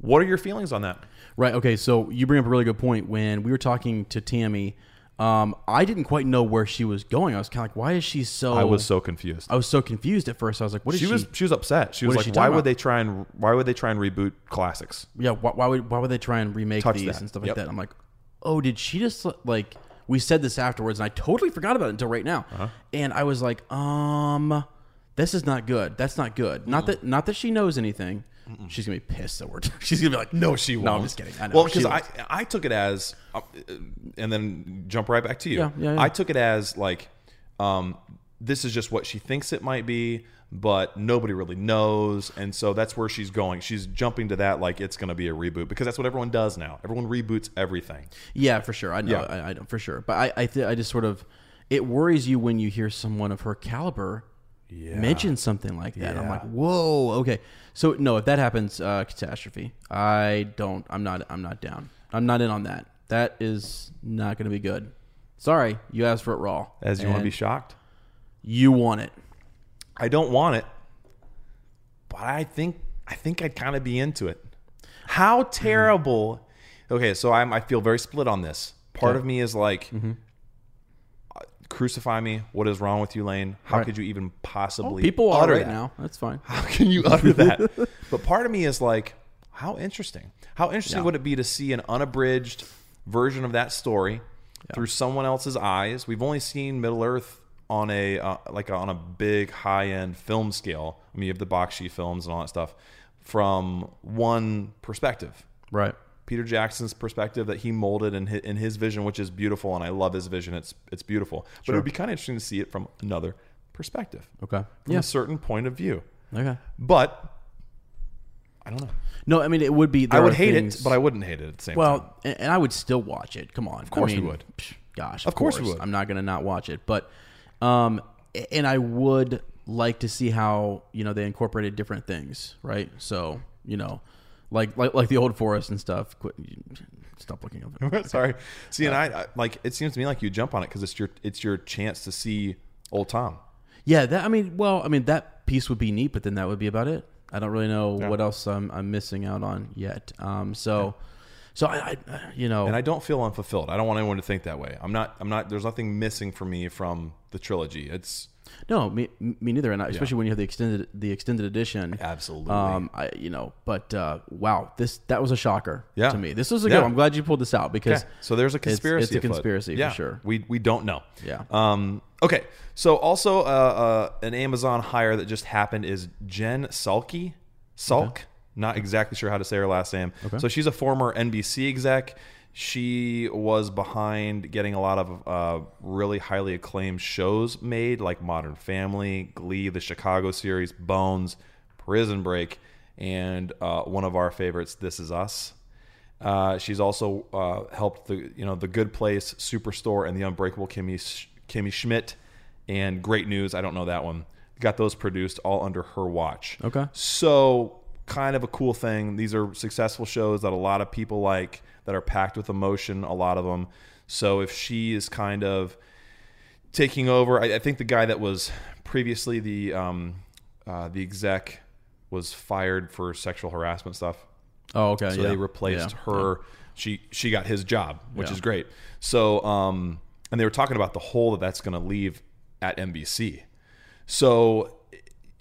[SPEAKER 2] What are your feelings on that?
[SPEAKER 1] Right. Okay. So you bring up a really good point. When we were talking to Tammy, um, I didn't quite know where she was going. I was kind of like, why is she so?
[SPEAKER 2] I was so confused.
[SPEAKER 1] I was Oh. so confused at first. I was like, what is
[SPEAKER 2] she, was she was upset. She was
[SPEAKER 1] What is
[SPEAKER 2] like,
[SPEAKER 1] she
[SPEAKER 2] "Why
[SPEAKER 1] talking
[SPEAKER 2] would
[SPEAKER 1] about?
[SPEAKER 2] they try and why would they try and reboot classics?"
[SPEAKER 1] yeah, why, why would why would they try and remake
[SPEAKER 2] Touch
[SPEAKER 1] these
[SPEAKER 2] that.
[SPEAKER 1] and stuff like
[SPEAKER 2] Yep.
[SPEAKER 1] that? I'm like, oh, did she just like we said this afterwards, and I totally forgot about it until right now.
[SPEAKER 2] Uh-huh.
[SPEAKER 1] And I was like, um, this is not good. That's not good. Not that not that she knows anything. She's gonna be pissed that we're. She's gonna be like,
[SPEAKER 2] No, she won't.
[SPEAKER 1] No, I'm just kidding. I know.
[SPEAKER 2] Well,
[SPEAKER 1] She
[SPEAKER 2] because I
[SPEAKER 1] won't.
[SPEAKER 2] I took it as, uh, and then jump right back to you.
[SPEAKER 1] Yeah, yeah, yeah.
[SPEAKER 2] I took it as like, um, this is just what she thinks it might be, but nobody really knows, and so that's where she's going. She's jumping to that like it's going to be a reboot because that's what everyone does now. Everyone reboots everything.
[SPEAKER 1] Yeah, for sure. I know.
[SPEAKER 2] Yeah.
[SPEAKER 1] I, I know for sure. But I, I, th- I just sort of, it worries you when you hear someone of her caliber mention something like that. I'm like, whoa, okay. So no, if that happens, uh, catastrophe. I don't. I'm not. I'm not down. I'm not in on that. That is not going to be good. Sorry, you asked for it raw.
[SPEAKER 2] As you want to
[SPEAKER 1] And
[SPEAKER 2] be shocked,
[SPEAKER 1] you want it.
[SPEAKER 2] I don't want it, but I think I think I'd kind of be into it. How
[SPEAKER 1] Mm-hmm.
[SPEAKER 2] terrible! Okay, so I'm I feel very split on this. Part of me is like,
[SPEAKER 1] Mm-hmm.
[SPEAKER 2] uh, crucify me. What is wrong with you, Lane? How
[SPEAKER 1] Right.
[SPEAKER 2] could you even possibly
[SPEAKER 1] People are
[SPEAKER 2] utter
[SPEAKER 1] right
[SPEAKER 2] that?
[SPEAKER 1] now. That's fine.
[SPEAKER 2] How can you utter that? but part of me is like, how interesting. How interesting
[SPEAKER 1] Yeah.
[SPEAKER 2] would it be to see an unabridged version of that story through someone else's eyes? We've only seen Middle Earth on a uh, like on a big high end film scale. I mean, you have the Bakshi films and all that stuff from one perspective.
[SPEAKER 1] Right.
[SPEAKER 2] Peter Jackson's perspective that he molded in his, in his vision, which is beautiful, and I love his vision. It's it's beautiful, but it would be kind of interesting to see it from another perspective,
[SPEAKER 1] Okay.
[SPEAKER 2] from a certain point of view.
[SPEAKER 1] Yeah. Okay.
[SPEAKER 2] But I don't know.
[SPEAKER 1] No, I mean it would be.
[SPEAKER 2] I
[SPEAKER 1] there
[SPEAKER 2] would
[SPEAKER 1] are
[SPEAKER 2] hate
[SPEAKER 1] things,
[SPEAKER 2] it, but I wouldn't hate it at the same time.
[SPEAKER 1] Well, and, and I would still watch it. Come on, of
[SPEAKER 2] course
[SPEAKER 1] I
[SPEAKER 2] you
[SPEAKER 1] mean,
[SPEAKER 2] would.
[SPEAKER 1] psh, gosh,
[SPEAKER 2] Of course you would.
[SPEAKER 1] I'm not gonna not watch it, but um, a- and I would like to see how you know they incorporated different things, right? So you know, like like like the old forest and stuff. Quit, stop looking up.
[SPEAKER 2] Sorry. See, and I, I like it seems to me like you jump on it because it's your it's your chance to see old Tom.
[SPEAKER 1] Yeah, that I mean, well, I mean that piece would be neat, but then that would be about it. I don't really know what else I'm, I'm missing out on yet. Um, so, so I, I you know,
[SPEAKER 2] And I don't feel unfulfilled. I don't want anyone to think that way. I'm not. I'm not. There's nothing missing for me from the trilogy. It's
[SPEAKER 1] No, me, me neither. And I, especially when you have the extended the extended edition.
[SPEAKER 2] Absolutely.
[SPEAKER 1] Um, I you know, but uh, wow, this that was a shocker
[SPEAKER 2] Yeah.
[SPEAKER 1] to me. This was a
[SPEAKER 2] Yeah.
[SPEAKER 1] good. one. I'm glad you pulled this out because
[SPEAKER 2] So there's a
[SPEAKER 1] it's-
[SPEAKER 2] conspiracy.
[SPEAKER 1] It's, a
[SPEAKER 2] afoot.
[SPEAKER 1] conspiracy
[SPEAKER 2] Yeah,
[SPEAKER 1] for sure.
[SPEAKER 2] We we don't know.
[SPEAKER 1] Yeah.
[SPEAKER 2] Um. Okay. So also, uh, uh an Amazon hire that just happened is Jen Salke. Salk. Not exactly sure how to say her last name. So she's a former NBC exec. She was behind getting a lot of uh, really highly acclaimed shows made, like Modern Family, Glee, the Chicago series, Bones, Prison Break, and uh, one of our favorites, This Is Us. Uh, she's also uh, helped the you know the Good Place, Superstore, and the Unbreakable Kimmy Sch- Kimmy Schmidt, and Great News. I don't know that one. Got those produced all under her watch.
[SPEAKER 1] Okay.
[SPEAKER 2] So kind of a cool thing. These are successful shows that a lot of people like that are packed with emotion. A lot of them. So if she is kind of taking over. I, I think the guy that was previously the um, uh, the exec was fired for sexual harassment stuff.
[SPEAKER 1] Oh, okay.
[SPEAKER 2] So
[SPEAKER 1] yeah.
[SPEAKER 2] they replaced
[SPEAKER 1] Yeah.
[SPEAKER 2] her. She she got his job, which
[SPEAKER 1] Yeah.
[SPEAKER 2] is great. So um, and they were talking about the hole that that's going to leave at NBC. So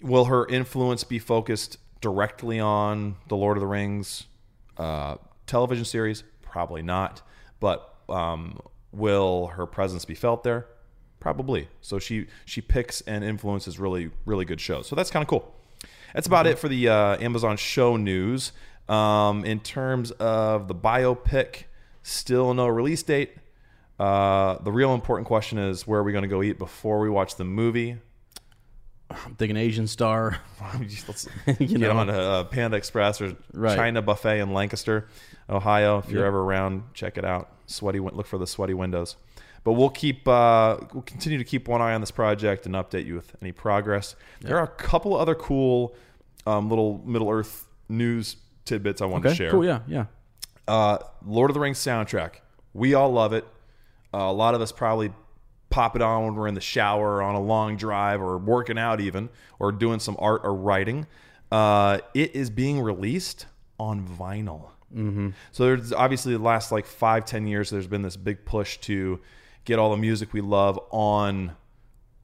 [SPEAKER 2] will her influence be focused directly on the Lord of the Rings uh, television series? Probably not. But um, will her presence be felt there? Probably. So she she picks and influences really really good shows. So that's kind of cool. That's about it for the uh, Amazon show news. Um, in terms of the biopic, still no release date. Uh, the real important question is where are we going to go eat before we watch the movie?
[SPEAKER 1] I'm thinking Asian star.
[SPEAKER 2] Let's get
[SPEAKER 1] know.
[SPEAKER 2] on a, a Panda Express or
[SPEAKER 1] Right.
[SPEAKER 2] China Buffet in Lancaster, Ohio. If you're ever around, check it out. Sweaty win- look for the sweaty windows. But we'll keep uh, we'll continue to keep one eye on this project and update you with any progress. There are a couple other cool um, little Middle Earth news tidbits I want
[SPEAKER 1] Okay.
[SPEAKER 2] to share
[SPEAKER 1] Cool. Yeah. Yeah.
[SPEAKER 2] uh, Lord of the Rings soundtrack. We all love it. Uh, a lot of us probably pop it on when we're in the shower, or on a long drive, or working out, even, or doing some art or writing. Uh, it is being released on vinyl. Mm-hmm. So there's obviously the last like five, ten years, there's been this big push to get all the music we love on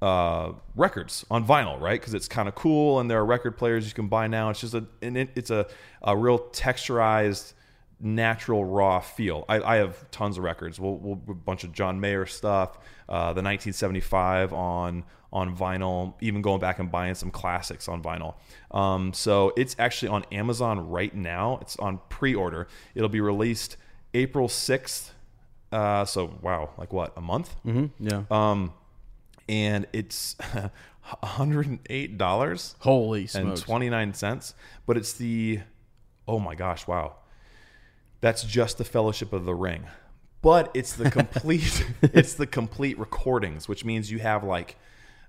[SPEAKER 2] uh, records on vinyl, right? Because it's kind of cool, and there are record players you can buy now. It's just a, and it, it's a, a real texturized, natural, raw feel. I, I have tons of records. We'll, we'll a bunch of John Mayer stuff, uh, the 1975 on on vinyl. Even going back and buying some classics on vinyl. Um, so it's actually on Amazon right now. It's on pre-order. It'll be released April 6th. Uh, so wow, like what a month? Mm-hmm
[SPEAKER 1] Yeah.
[SPEAKER 2] and it's $108
[SPEAKER 1] Holy
[SPEAKER 2] and
[SPEAKER 1] smokes.
[SPEAKER 2] 29 cents but it's the oh my gosh wow that's just the fellowship of the ring but it's the complete it's the complete recordings which means you have like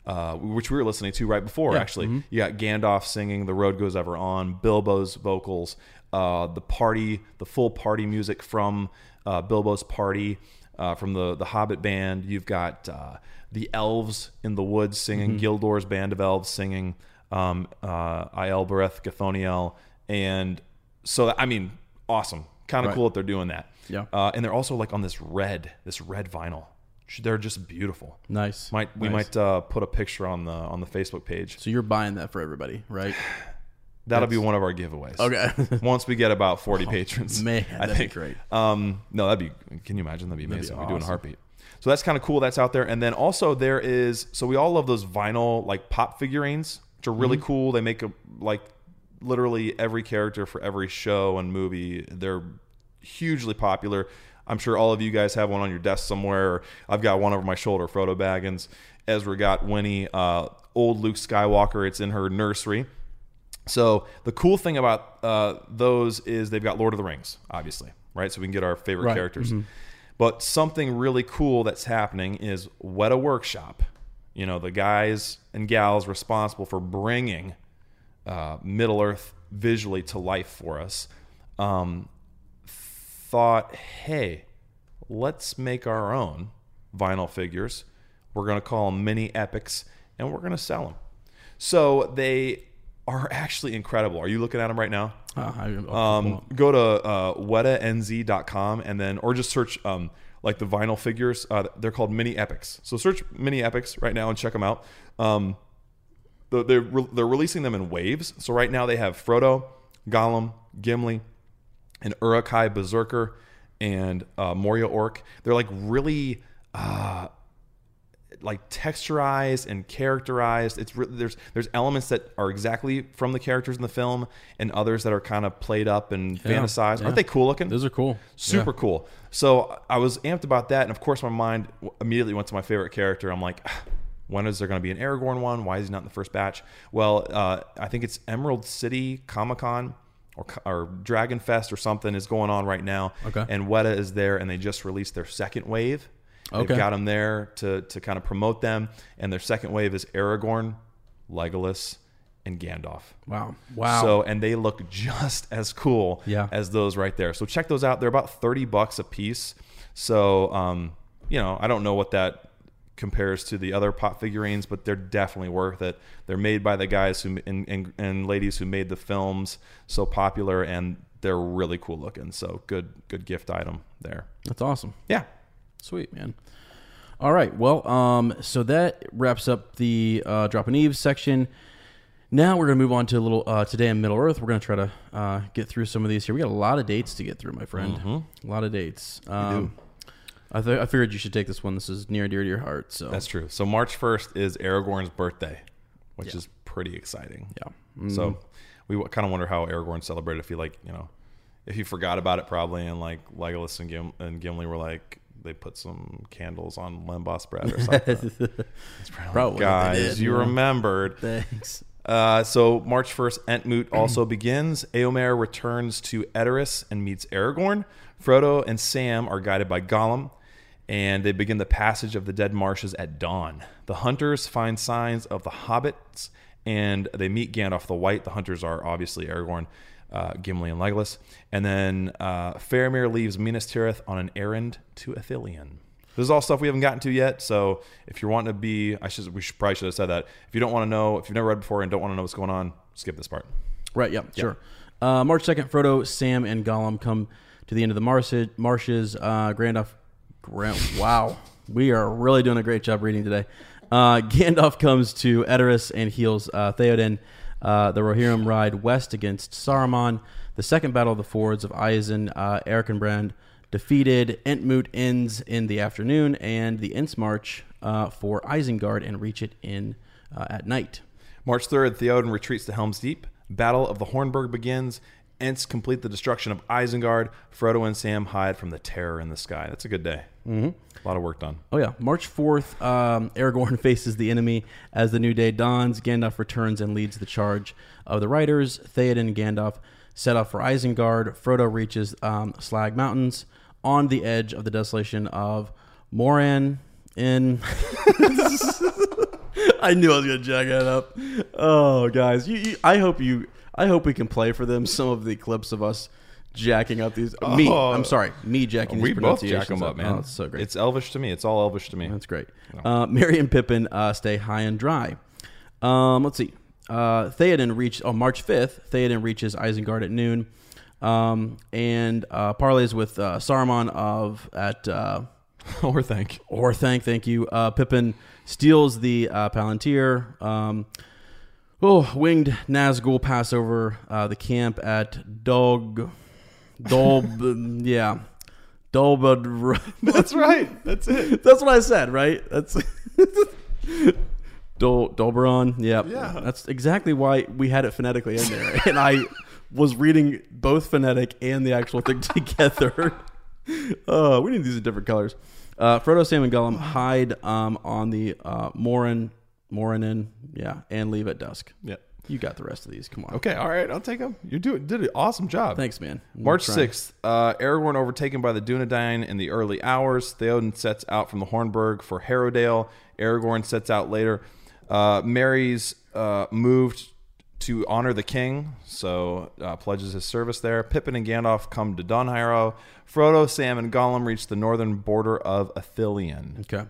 [SPEAKER 2] uh, which we were listening to right before actually you got gandalf singing the road goes ever on bilbo's vocals uh, the party the full party music from uh, bilbo's party uh, from the the hobbit band you've got uh, the elves in the woods singing gildor's band of elves singing um, uh, Ielbereth, Gathoniel, and so I mean, awesome, kind of cool that they're doing that.
[SPEAKER 1] Yeah.
[SPEAKER 2] uh, and they're also like on this red, this red vinyl. They're just beautiful.
[SPEAKER 1] nice.
[SPEAKER 2] Might we
[SPEAKER 1] Nice.
[SPEAKER 2] might uh, put a picture on the on the Facebook page?
[SPEAKER 1] So you're buying that for everybody, right?
[SPEAKER 2] That'll be one of our giveaways.
[SPEAKER 1] Okay.
[SPEAKER 2] Once we get about forty patrons,
[SPEAKER 1] Oh, Man,
[SPEAKER 2] I
[SPEAKER 1] that'd be
[SPEAKER 2] think.
[SPEAKER 1] great.
[SPEAKER 2] Um, no, that'd be. Can you imagine? That'd be
[SPEAKER 1] be
[SPEAKER 2] amazing. We do it in a
[SPEAKER 1] awesome.
[SPEAKER 2] heartbeat. So that's kind of cool. That's out there. And then also there is. So we all love those vinyl like pop figurines, which are really
[SPEAKER 1] Mm-hmm.
[SPEAKER 2] cool. They make a, like literally every character for every show and movie. They're hugely popular. I'm sure all of you guys have one on your desk somewhere. Or I've got one over my shoulder. Frodo Baggins, Ezra got Winnie, uh, old Luke Skywalker. It's in her nursery. So the cool thing about uh, those is they've got Lord of the Rings, obviously, right? So we can get our favorite
[SPEAKER 1] Right.
[SPEAKER 2] characters. But something really cool that's happening is Weta Workshop. You know, the guys and gals responsible for bringing uh, Middle Earth visually to life for us um, thought, hey, let's make our own vinyl figures. We're going to call them mini epics and we're going to sell them. So they are actually incredible. Are you looking at them right now?
[SPEAKER 1] Uh, I,
[SPEAKER 2] Um, go to uh, wetanz.com and then, or just search um, like the vinyl figures. Uh, they're called mini epics. So search mini epics right now and check them out. Um, the- they're, re- they're releasing them in waves. So right now they have Frodo, Gollum, Gimli, an Urukai Berserker, and uh, Moria Orc. They're like really uh, like texturized and characterized. It's re- there's there's elements that are exactly from the characters in the film, and others that are kind of played up and fantasized.
[SPEAKER 1] yeah.
[SPEAKER 2] Aren't they cool looking?
[SPEAKER 1] those are cool.
[SPEAKER 2] super cool. So I was amped about that, and of course my mind w- immediately went to my favorite character. I'm like. "Ah, When is there going to be an Aragorn one? Why is he not in the first batch? Well, uh, I think it's Emerald City Comic Con or, co- or Dragon Fest or something is going on right now.
[SPEAKER 1] Okay.
[SPEAKER 2] And Weta is there, and they just released their second wave.
[SPEAKER 1] Okay.
[SPEAKER 2] They've got them there to, to kind of promote them. And their second wave is Aragorn, Legolas, and Gandalf.
[SPEAKER 1] Wow. Wow.
[SPEAKER 2] So and they look just as cool
[SPEAKER 1] Yeah.
[SPEAKER 2] as those right there. So check those out. They're about thirty bucks a piece. So um, you know, I don't know what that compares to the other pop figurines, but they're definitely worth it. They're made by the guys who and, and, and ladies who made the films so popular, and they're really cool looking. So good good gift item there.
[SPEAKER 1] that's awesome.
[SPEAKER 2] Yeah.
[SPEAKER 1] Sweet man. All right. Well, um, so that wraps up the uh, drop and Eve section. Now we're gonna move on to a little uh, today in Middle Earth. We're gonna try to uh, get through some of these here. We got a lot of dates to get through, my friend. A lot of dates. Um, I, th- I figured you should take this one. This is near and dear to your heart. So
[SPEAKER 2] That's true. So March first is Aragorn's birthday, which is pretty exciting.
[SPEAKER 1] yeah. Mm-hmm.
[SPEAKER 2] So we kind of wonder how Aragorn celebrated. If he like, you know, if he forgot about it probably, and like Legolas and, Gim- and Gimli were like, they put some candles on Lembas bread or something.
[SPEAKER 1] Probably what they
[SPEAKER 2] Guys,
[SPEAKER 1] did.
[SPEAKER 2] you remembered.
[SPEAKER 1] Thanks.
[SPEAKER 2] Uh, so March 1st, Entmoot also begins. Eomer returns to Edoras and meets Aragorn. Frodo and Sam are guided by Gollum, and they begin the passage of the dead marshes at dawn. The hunters find signs of the hobbits, and they meet Gandalf the White. The hunters are obviously Aragorn, uh, Gimli, and Legolas. And then uh, Faramir leaves Minas Tirith on an errand to Athelion. This is all stuff we haven't gotten to yet. So if you're wanting to be, I should, we should, probably should have said that. If you don't want to know, if you've never read before and don't want to know what's going on, skip this part.
[SPEAKER 1] Right. Yeah. Sure. Uh, March second, Frodo, Sam, and Gollum come to the end of the marsh- marshes. Uh, Gandalf. Grand, wow, we are really doing a great job reading today. Uh, Gandalf comes to Edoras and heals uh, Theoden. Uh, the Rohirrim ride west against Saruman. The second battle of the Fords of Isen, uh, Erkenbrand defeated. Entmoot ends in the afternoon, and the Ents march uh, for Isengard and reach it in uh, at night.
[SPEAKER 2] March 3rd, Theoden retreats to Helm's Deep. Battle of the Hornburg begins. Ents complete the destruction of Isengard. Frodo and Sam hide from the terror in the sky. That's a good day. Mm-hmm. A lot of work done.
[SPEAKER 1] Oh yeah, March fourth. Um, Aragorn faces the enemy as the new day dawns. Gandalf returns and leads the charge of the riders. Theoden and Gandalf set off for Isengard. Frodo reaches um, Slag Mountains on the edge of the desolation of Moran. In I knew I was gonna jack that up. Oh guys, you, you, I hope you. I hope we can play for them some of the clips of us jacking up these. me,
[SPEAKER 2] Oh.
[SPEAKER 1] I'm sorry, me jacking.
[SPEAKER 2] We
[SPEAKER 1] these
[SPEAKER 2] both jack
[SPEAKER 1] pronunciations
[SPEAKER 2] them up, man.
[SPEAKER 1] Oh, it's so great.
[SPEAKER 2] It's elvish to me. It's all elvish to me.
[SPEAKER 1] That's great. Uh, Mary and Pippin uh, stay high and dry. Um, let's see. Uh, Theoden reached on March 5th. Theoden reaches Isengard at noon, um, and uh, parleys with uh, Saruman of at uh,
[SPEAKER 2] or thank.
[SPEAKER 1] Orthanc. Thank you. Uh, Pippin steals the uh, Palantir. Um, oh, winged Nazgul pass over uh, the camp at Dog. Dolb, yeah, Dolbad.
[SPEAKER 2] That's right. That's it.
[SPEAKER 1] That's what I said, right? That's Dol Dolberon. Yeah.
[SPEAKER 2] Yeah.
[SPEAKER 1] That's exactly why we had it phonetically in there. and I was reading both phonetic and the actual thing together. uh, we need these in different colors. Uh, Frodo, Sam, and Gollum hide um, on the uh, Morin, Morinin, yeah, and leave at dusk.
[SPEAKER 2] Yeah.
[SPEAKER 1] You got the rest of these. Come on.
[SPEAKER 2] Okay. All right. I'll take them. You do did an awesome job.
[SPEAKER 1] Thanks, man. I'm
[SPEAKER 2] March
[SPEAKER 1] trying.
[SPEAKER 2] 6th, uh, Aragorn overtaken by the Dunedain in the early hours. Theoden sets out from the Hornburg for Harrowdale. Aragorn sets out later. Uh, Mary's uh, moved to honor the king, so uh, pledges his service there. Pippin and Gandalf come to Dunharrow. Frodo, Sam, and Gollum reach the northern border of Athelion.
[SPEAKER 1] Okay.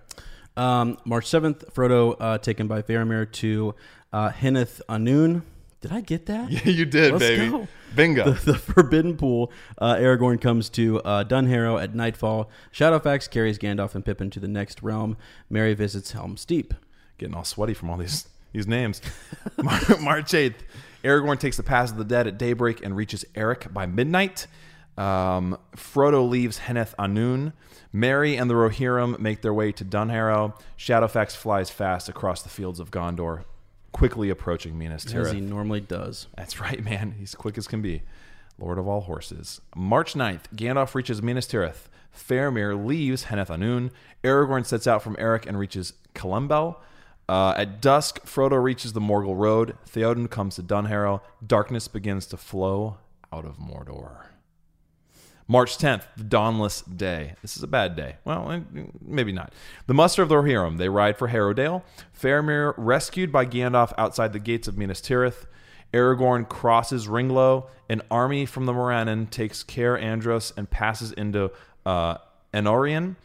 [SPEAKER 1] Um, March 7th, Frodo uh, taken by Faramir to uh, Henneth Anun. Did I get that?
[SPEAKER 2] you did,
[SPEAKER 1] Let's
[SPEAKER 2] baby.
[SPEAKER 1] go.
[SPEAKER 2] Bingo.
[SPEAKER 1] The, the Forbidden Pool. Uh, Aragorn comes to uh, Dunharrow at nightfall. Shadowfax carries Gandalf and Pippin to the next realm. Mary visits Helm's Deep.
[SPEAKER 2] getting all sweaty from all these these names. Mar- March eighth, Aragorn takes the paths of the dead at daybreak and reaches Eric by midnight. Um, Frodo leaves Henneth Anun. Mary and the Rohirrim make their way to Dunharrow. Shadowfax flies fast across the fields of Gondor, quickly approaching Minas
[SPEAKER 1] As he
[SPEAKER 2] Tirith.
[SPEAKER 1] normally does.
[SPEAKER 2] That's right, man. He's quick as can be. Lord of all horses. March 9th, Gandalf reaches Minas Tirith. Faramir leaves Henneth Anun. Aragorn sets out from Eric and reaches Columbel. Uh, at dusk, Frodo reaches the Morgul Road. Theoden comes to Dunharrow. Darkness begins to flow out of Mordor. March 10th, the dawnless day. This is a bad day. Well, eh, maybe not. The muster of the Rohirrim. They ride for Harrowdale. Faramir rescued by Gandalf outside the gates of Minas Tirith. Aragorn crosses Ringlow. An army from the Morannon takes Care Andros and passes into uh, Anorion.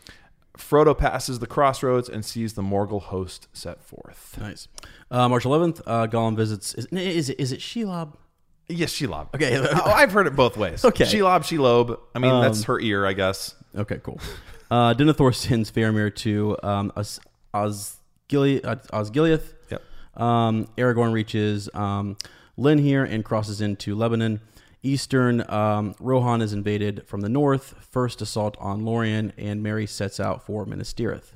[SPEAKER 2] Frodo passes the crossroads and sees the Morgul host set forth.
[SPEAKER 1] Nice. Uh, March 11th, uh, Gollum visits. Is, is, it, is it Shelob?
[SPEAKER 2] Yes, Shelob.
[SPEAKER 1] Okay.
[SPEAKER 2] Oh, I've heard it both ways.
[SPEAKER 1] Okay. Um,
[SPEAKER 2] Shelob, Shelob. I mean, that's her ear, I guess.
[SPEAKER 1] Okay, cool. Uh, Denethor sends Faramir to um, Os- Osgiliath. Osgiliath.
[SPEAKER 2] Yep.
[SPEAKER 1] Um, Aragorn reaches um, Lynn here and crosses into Lebanon. Eastern um, Rohan is invaded from the north. First assault on Lorien, and Mary sets out for Minas Tirith.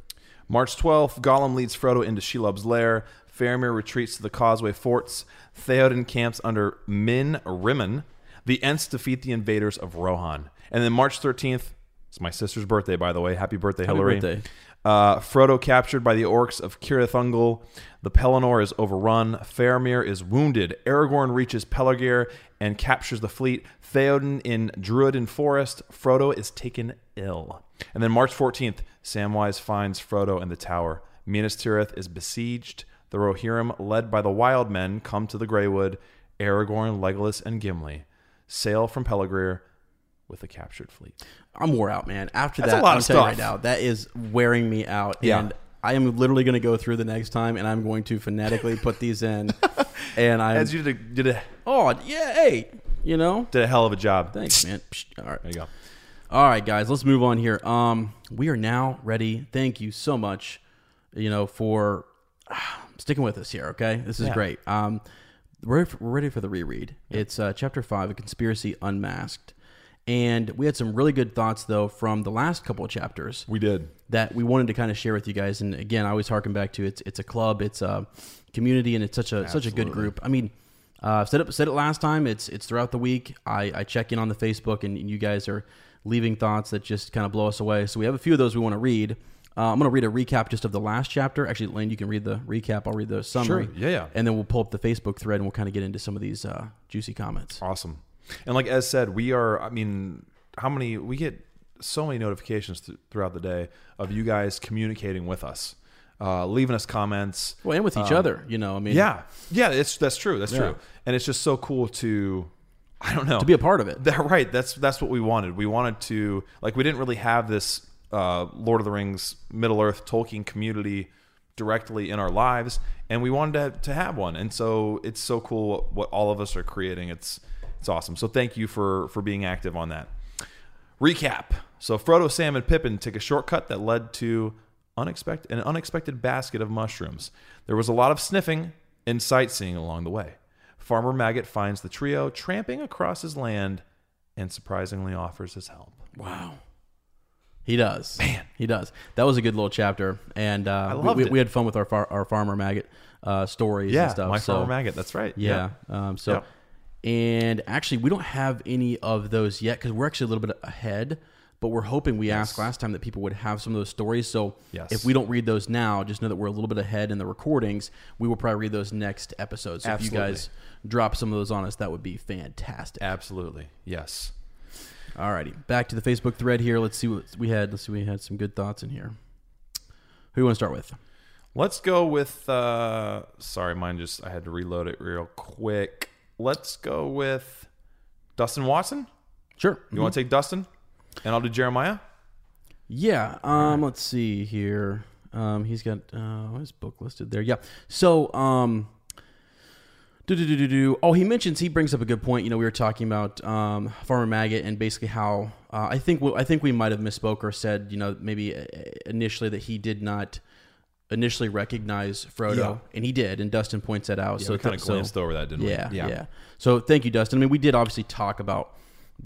[SPEAKER 2] March 12th, Gollum leads Frodo into Shelob's lair. Faramir retreats to the Causeway Forts. Theoden camps under Min Rimmon. The Ents defeat the invaders of Rohan. And then March 13th, It's my sister's birthday, by the way. Happy birthday,
[SPEAKER 1] Happy
[SPEAKER 2] Hillary.
[SPEAKER 1] birthday.
[SPEAKER 2] Uh, Frodo captured by the orcs of Kirithungal. The Pelennor is overrun. Faramir is wounded. Aragorn reaches Pelargir and captures the fleet. Theoden in Druiden Forest. Frodo is taken ill. And then March 14th, Samwise finds Frodo in the tower. Minas Tirith is besieged. The Rohirrim, led by the Wild Men, come to the Greywood. Aragorn, Legolas, and Gimli sail from Pelargir with the captured fleet.
[SPEAKER 1] I'm wore out, man. After
[SPEAKER 2] That's a
[SPEAKER 1] that,
[SPEAKER 2] lot
[SPEAKER 1] I'm
[SPEAKER 2] of
[SPEAKER 1] telling you
[SPEAKER 2] stuff.
[SPEAKER 1] right now, that is wearing me out.
[SPEAKER 2] Yeah.
[SPEAKER 1] And I am literally going to go through the next time, and I'm going to phonetically put these in. and I,
[SPEAKER 2] As you did a, did a
[SPEAKER 1] oh yeah, hey, you know,
[SPEAKER 2] did a hell of a job.
[SPEAKER 1] thanks, man. Psh, All right,
[SPEAKER 2] There you go.
[SPEAKER 1] All right, guys, let's move on here. Um, we are now ready. Thank you so much, you know, for ah, sticking with us here. Okay, this is great. Um, we're, we're ready for the reread. It's uh, chapter five, a conspiracy unmasked, and we had some really good thoughts though from the last couple of chapters
[SPEAKER 2] We did.
[SPEAKER 1] that we wanted to kind of share with you guys. And again, I always harken back to it's it's a club, it's a community, and it's such a such a good group. I mean, uh, I've said it said it last time. It's it's throughout the week. I, I check in on the Facebook, and you guys are leaving thoughts that just kind of blow us away. So we have a few of those we want to read. Uh, I'm going to read a recap just of the last chapter. Actually, Lane, you can read the recap. I'll read the summary.
[SPEAKER 2] Yeah, yeah.
[SPEAKER 1] And then we'll pull up the Facebook thread and we'll kind of get into some of these uh, juicy comments.
[SPEAKER 2] Awesome. And like Ez said, we are, I mean, how many, we get so many notifications th- throughout the day of you guys communicating with us, uh, leaving us comments.
[SPEAKER 1] Well, and with each other, you know. I mean,
[SPEAKER 2] Uh, yeah. Yeah, it's, that's true. That's true. And it's just so cool to, I don't know.
[SPEAKER 1] to be a part of it.
[SPEAKER 2] That, right. That's that's what we wanted. We wanted to like we didn't really have this uh, Lord of the Rings, Middle Earth, Tolkien community directly in our lives, and we wanted to, to have one. And so it's so cool what, what all of us are creating. It's it's awesome. So thank you for for being active on that. Recap. So Frodo, Sam, and Pippin take a shortcut that led to unexpected an unexpected basket of mushrooms. There was a lot of sniffing and sightseeing along the way. Farmer Maggot finds the trio tramping across his land and surprisingly offers his help.
[SPEAKER 1] Wow. He does. Man. He does. That was a good little chapter. And uh, we-
[SPEAKER 2] loved
[SPEAKER 1] we,
[SPEAKER 2] it.
[SPEAKER 1] we had fun with our far, our farmer maggot uh, stories
[SPEAKER 2] Yeah,
[SPEAKER 1] and stuff.
[SPEAKER 2] my
[SPEAKER 1] so,
[SPEAKER 2] Farmer Maggot. That's right.
[SPEAKER 1] Yeah. Um, so, and actually, we don't have any of those yet because we're actually a little bit ahead. But we're hoping we asked last time that people would have some of those stories. So
[SPEAKER 2] Yes.
[SPEAKER 1] if we don't read those now, just know that we're a little bit ahead in the recordings. We will probably read those next episode. So
[SPEAKER 2] Absolutely.
[SPEAKER 1] if you guys drop some of those on us, that would be fantastic.
[SPEAKER 2] Absolutely. Yes.
[SPEAKER 1] Alrighty, back to the Facebook thread here. Let's see what we had. Let's see, we had some good thoughts in here. Who you want to start with?
[SPEAKER 2] Let's go with. Uh, sorry, mine just. I had to reload it real quick. Let's go with Dustin Watson.
[SPEAKER 1] Sure.
[SPEAKER 2] You want to take Dustin, and I'll do Jeremiah.
[SPEAKER 1] Yeah. Um. Let's see here. Um. He's got uh his book listed there. Yeah. So um. Do, do, do, do, do. Oh, he mentions he brings up a good point. You know, we were talking about um, Farmer Maggot and basically how uh, I think we, I think we might have misspoke or said you know maybe uh, initially that he did not initially recognize Frodo
[SPEAKER 2] Yeah.
[SPEAKER 1] and he did and Dustin points that out. so
[SPEAKER 2] we kind of
[SPEAKER 1] so-
[SPEAKER 2] glanced over that, didn't
[SPEAKER 1] yeah,
[SPEAKER 2] we?
[SPEAKER 1] yeah, So thank you, Dustin. I mean, we did obviously talk about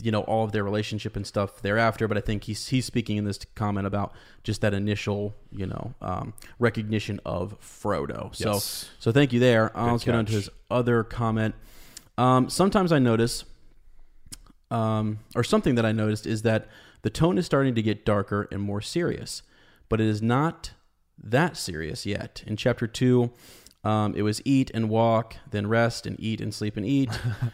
[SPEAKER 1] you know all of their relationship and stuff thereafter, but I think he's he's speaking in this comment about just that initial you know um, recognition of Frodo. So
[SPEAKER 2] Yes.
[SPEAKER 1] so thank you there. Uh, let's get on to
[SPEAKER 2] catch.
[SPEAKER 1] his other comment. Um, sometimes I notice, um, or something that I noticed is that the tone is starting to get darker and more serious, but it is not that serious yet. In chapter two, um, it was eat and walk, then rest and eat and sleep and eat. Uh,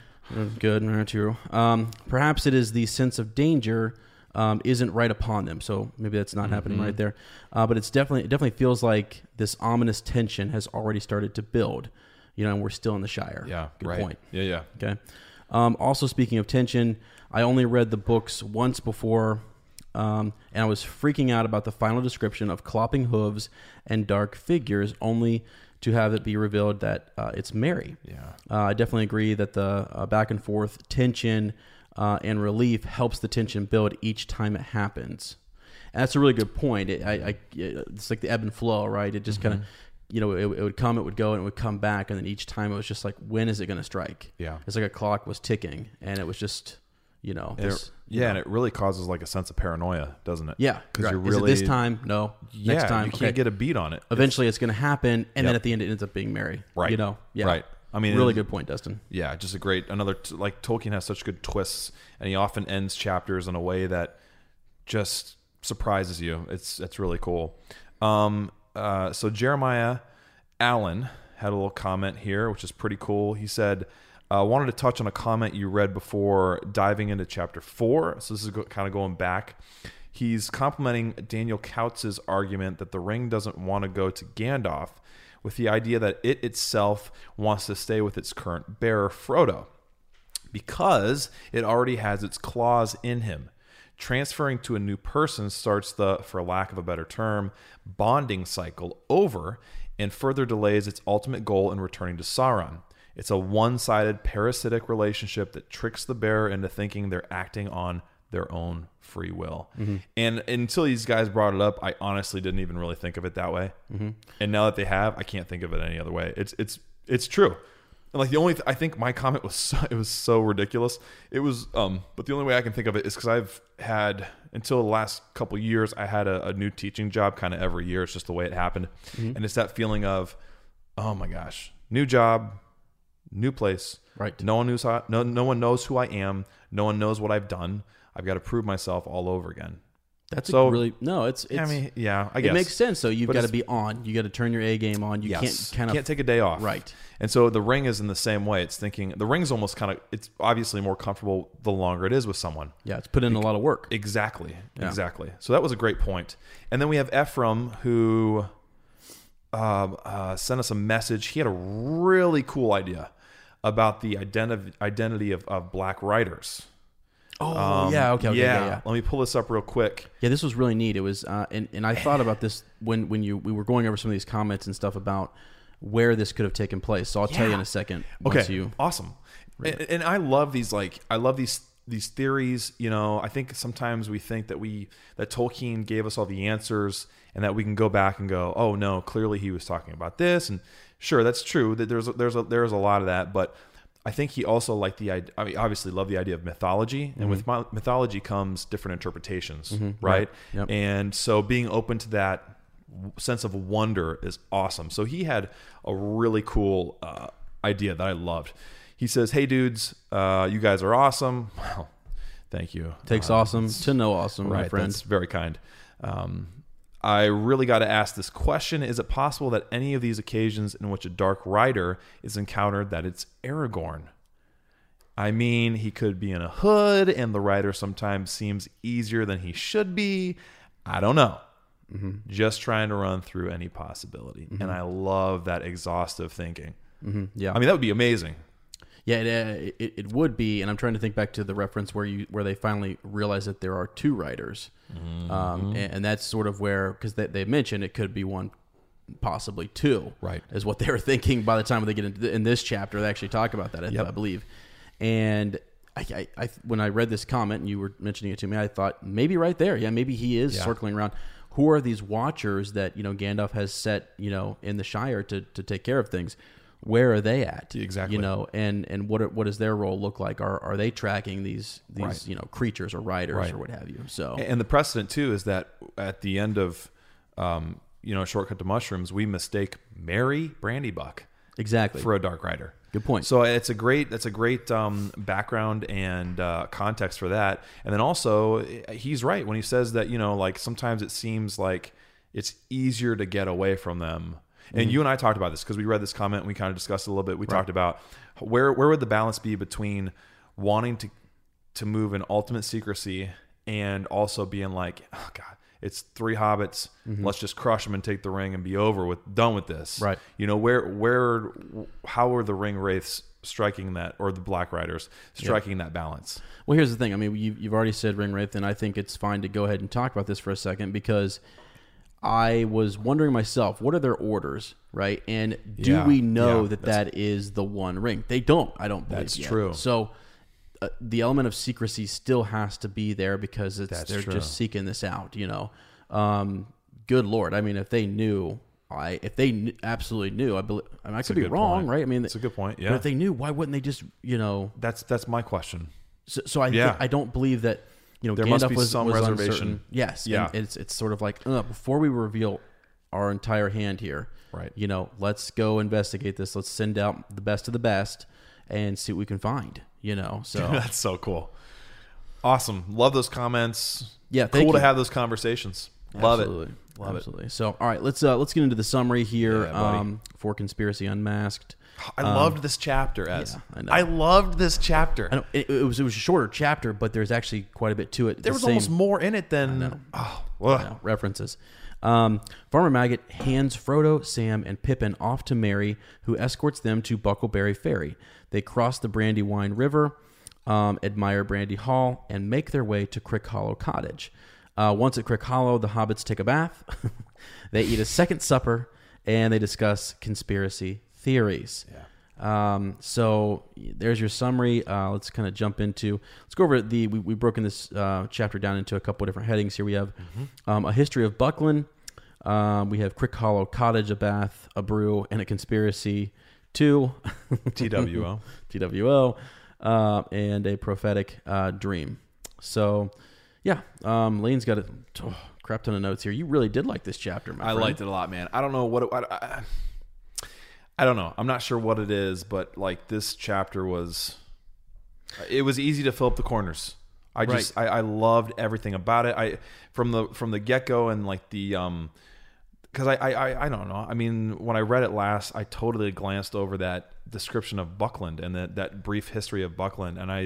[SPEAKER 1] Good, number two. Um, perhaps it is the sense of danger um, isn't right upon them, so maybe that's not happening
[SPEAKER 2] Mm-hmm.
[SPEAKER 1] right there. Uh, but it's definitely it definitely feels like this ominous tension has already started to build. You know, and we're still in the Shire.
[SPEAKER 2] Yeah.
[SPEAKER 1] good
[SPEAKER 2] right.
[SPEAKER 1] point.
[SPEAKER 2] Yeah, yeah.
[SPEAKER 1] Okay. Um, also, speaking of tension, I only read the books once before, um, and I was freaking out about the final description of clopping hooves and dark figures, only to have it be revealed that uh, it's Mary. Yeah. Uh, I definitely agree that the uh, back and forth tension uh, and relief helps the tension build each time it happens. And that's a really good point. It, I, I, it's like the ebb and flow, right? It just kind of, you know, it, it would come, it would go, and it would come back, and then each time it was just like, when is it going to strike?
[SPEAKER 2] Yeah.
[SPEAKER 1] it's like a clock was ticking, and it was just, you know,
[SPEAKER 2] And it-
[SPEAKER 1] this-
[SPEAKER 2] yeah, and it really causes like a sense of paranoia, doesn't it?
[SPEAKER 1] yeah,
[SPEAKER 2] because
[SPEAKER 1] right.
[SPEAKER 2] you're
[SPEAKER 1] Is it
[SPEAKER 2] really
[SPEAKER 1] this time? No,
[SPEAKER 2] Yeah,
[SPEAKER 1] next time.
[SPEAKER 2] you can't
[SPEAKER 1] okay.
[SPEAKER 2] get a beat on it.
[SPEAKER 1] Eventually, it's going to happen, and then
[SPEAKER 2] Yep.
[SPEAKER 1] at the end, it ends up being Mary.
[SPEAKER 2] Right.
[SPEAKER 1] You know. Yeah.
[SPEAKER 2] Right. I mean,
[SPEAKER 1] really
[SPEAKER 2] it-
[SPEAKER 1] good point, Dustin.
[SPEAKER 2] yeah, just a great another t- like Tolkien has such good twists, and he often ends chapters in a way that just surprises you. It's it's really cool. Um, uh, so Jeremiah Allen had a little comment here, which is pretty cool. He said, "I wanted to touch on a comment you read before diving into chapter four. So this is go- kind of going back." He's complimenting Daniel Kautz's argument that the ring doesn't want to go to Gandalf, with the idea that it itself wants to stay with its current bearer, Frodo because it already has its claws in him. Transferring to a new person starts the, for lack of a better term, bonding cycle over and further delays its ultimate goal in returning to Sauron. It's a one sided parasitic relationship that tricks the bearer into thinking they're acting on their own free will. And until these guys brought it up, I honestly didn't even really think of it that way. And now that they have, I can't think of it any other way. It's it's it's true. And like the only, th- I think my comment was so, it was so ridiculous. It was, um, but the only way I can think of it is because I've had until the last couple years, I had a, a new teaching job kind of every year. It's just the way it happened,
[SPEAKER 1] Mm-hmm.
[SPEAKER 2] and it's that feeling of, oh my gosh, new job, new place.
[SPEAKER 1] Right.
[SPEAKER 2] No one knows how, no no one knows who I am. No one knows what I've done. I've got to prove myself all over again.
[SPEAKER 1] That's
[SPEAKER 2] So-
[SPEAKER 1] a really no. It's, it's
[SPEAKER 2] I mean, yeah, I
[SPEAKER 1] it
[SPEAKER 2] guess
[SPEAKER 1] makes sense. So you've
[SPEAKER 2] But
[SPEAKER 1] got to
[SPEAKER 2] it's-
[SPEAKER 1] be on. You got to turn your A game on. You
[SPEAKER 2] Yes.
[SPEAKER 1] can't kind of
[SPEAKER 2] take a day off.
[SPEAKER 1] Right.
[SPEAKER 2] And so the ring is in the same way. It's thinking the ring's almost kind of it's obviously more comfortable the longer it is with someone.
[SPEAKER 1] yeah. It's put in a lot of work.
[SPEAKER 2] Exactly. Exactly. So that was a great point. And then we have Ephraim who um, uh, sent us a message. He had a really cool idea about the identi- identity of, of black writers.
[SPEAKER 1] oh yeah. Okay. okay yeah. yeah.
[SPEAKER 2] Let me pull this up real quick.
[SPEAKER 1] Yeah, this was really neat. It was, uh, and and I thought about this when when you we were going over some of these comments and stuff about where this could have taken place. So I'll tell you in a second. Once you,
[SPEAKER 2] awesome and, and i love these like i love these these theories you know i think sometimes we think that we that tolkien gave us all the answers and that we can go back and go oh no clearly he was talking about this and sure that's true that there's a, there's a there's a lot of that but i think he also liked the id- i mean, obviously loved the idea of mythology
[SPEAKER 1] Mm-hmm.
[SPEAKER 2] and with my, mythology comes different interpretations right
[SPEAKER 1] Yep.
[SPEAKER 2] and so being open to that w- sense of wonder is awesome. So he had a really cool uh, idea that I loved. He says, "Hey dudes, uh, you guys are awesome." Well, thank you.
[SPEAKER 1] takes awesome to know awesome, my friend.
[SPEAKER 2] That's very kind. Um, I really got to ask this question: Is it possible that any of these occasions in which a dark rider is encountered that it's Aragorn? I mean, he could be in a hood, and the rider sometimes seems easier than he should be. I don't know. Just trying to run through any possibility, and I love that exhaustive thinking.
[SPEAKER 1] yeah.
[SPEAKER 2] I mean, that would be amazing.
[SPEAKER 1] Yeah, it, uh, it, it would be, and I'm trying to think back to the reference where you where they finally realize that there are two writers, um,
[SPEAKER 2] Mm-hmm.
[SPEAKER 1] and, and that's sort of where because they, they mentioned it could be one, possibly two,
[SPEAKER 2] Right.
[SPEAKER 1] Is what they were thinking by the time they get into th- in this chapter. They actually talk about that, I, I believe. And I, I, I, when I read this comment and you were mentioning it to me, I thought maybe right there, yeah, maybe he is circling around. Who are these watchers that you know Gandalf has set you know in the Shire to to take care of things? Where are they at?
[SPEAKER 2] Exactly.
[SPEAKER 1] You know, know, and and what are- what does their role look like? Are are they tracking these these
[SPEAKER 2] Right.
[SPEAKER 1] you know creatures or riders
[SPEAKER 2] Right.
[SPEAKER 1] or what have you? So
[SPEAKER 2] And the precedent too is that at the end of, um, you know, shortcut to mushrooms, we mistake Mary Brandybuck
[SPEAKER 1] exactly,
[SPEAKER 2] for a Dark Rider.
[SPEAKER 1] Good point.
[SPEAKER 2] So it's a great that's a great um, background and uh, context for that. And then also eh, he's right when he says that you know like sometimes it seems like it's easier to get away from them. And
[SPEAKER 1] Mm-hmm.
[SPEAKER 2] you and I talked about this because we read this comment and we kind of discussed it a little bit. We talked about where where would the balance be between wanting to to move in ultimate secrecy and also being like, oh god, it's three hobbits. Let's just crush them and take the ring and be over with, done with this.
[SPEAKER 1] Mm-hmm. Right.
[SPEAKER 2] You know where where how are the ring wraiths striking that or the black riders striking that balance?
[SPEAKER 1] Well, here's the thing. I mean, you, you've already said ring wraith, and I think it's fine to go ahead and talk about this for a second because I was wondering myself, what are their orders, right? And do
[SPEAKER 2] Yeah,
[SPEAKER 1] we know
[SPEAKER 2] yeah,
[SPEAKER 1] that that is the one ring? They don't. I don't believe
[SPEAKER 2] That's
[SPEAKER 1] yet.
[SPEAKER 2] true.
[SPEAKER 1] So. Uh, the element of secrecy still has to be there because it's
[SPEAKER 2] That's
[SPEAKER 1] they're
[SPEAKER 2] true.
[SPEAKER 1] just seeking this out, you know. Um, good lord! I mean, if they knew, I if they kn- absolutely knew, I believe I, mean, I could be
[SPEAKER 2] good
[SPEAKER 1] wrong,
[SPEAKER 2] point.
[SPEAKER 1] right? I mean,
[SPEAKER 2] That's a good point,
[SPEAKER 1] but
[SPEAKER 2] yeah.
[SPEAKER 1] if they knew, why wouldn't they just you know
[SPEAKER 2] That's that's my question.
[SPEAKER 1] so, so I
[SPEAKER 2] Yeah.
[SPEAKER 1] think, I don't believe that you know
[SPEAKER 2] There
[SPEAKER 1] Gandalf
[SPEAKER 2] must be
[SPEAKER 1] was,
[SPEAKER 2] some
[SPEAKER 1] was
[SPEAKER 2] reservation.
[SPEAKER 1] uncertain. Yes,
[SPEAKER 2] Yeah.
[SPEAKER 1] And it's it's sort of like uh, before we reveal our entire hand here,
[SPEAKER 2] Right.
[SPEAKER 1] You know, let's go investigate this. Let's send out the best of the best and see what we can find. You know, so
[SPEAKER 2] That's so cool. Awesome. Love those comments.
[SPEAKER 1] Yeah,
[SPEAKER 2] cool
[SPEAKER 1] thank
[SPEAKER 2] to
[SPEAKER 1] you.
[SPEAKER 2] have those conversations. Love
[SPEAKER 1] Absolutely.
[SPEAKER 2] it. Love
[SPEAKER 1] Absolutely. So, all right, let's uh, let's get into the summary here
[SPEAKER 2] Yeah, buddy.
[SPEAKER 1] um, for conspiracy unmasked.
[SPEAKER 2] it. I loved this chapter, as
[SPEAKER 1] Um, I
[SPEAKER 2] I,
[SPEAKER 1] know.
[SPEAKER 2] loved this chapter.
[SPEAKER 1] I don't, it, it was it was a shorter chapter, but there's actually quite a bit to it.
[SPEAKER 2] there was almost more in it than oh, ugh.
[SPEAKER 1] know, references. Um, Farmer Maggot hands Frodo, Sam, and Pippin off to Mary, who escorts them to Buckleberry Ferry. They cross the Brandywine River, um, admire Brandy Hall, and make their way to Crick Hollow Cottage. Uh, once at Crick Hollow, the hobbits take a bath. they eat a second supper, and they discuss conspiracy theories. Um, so there's your summary. Uh, let's kind of jump into. Let's go over the. We, we've broken this uh, chapter down into a couple different headings. Here we have
[SPEAKER 2] Mm-hmm.
[SPEAKER 1] um, a history of Buckland. Um, we have Crick Hollow Cottage, a bath, a brew, and a conspiracy. Two,
[SPEAKER 2] TWO.
[SPEAKER 1] TWO, uh, and a prophetic uh, dream. So, yeah, um, Lane's got a oh, crap ton of notes here. You really did like this chapter, my
[SPEAKER 2] I
[SPEAKER 1] friend.
[SPEAKER 2] liked it a lot, man. I don't know what it, I, I, I don't know. I'm not sure what it is, but like this chapter was, it was easy to fill up the corners. I just I, I loved everything about it. I from the from the get go and like the um, because I, I I I don't know. I mean, when I read it last, I totally glanced over that description of Buckland and that that brief history of Buckland, and I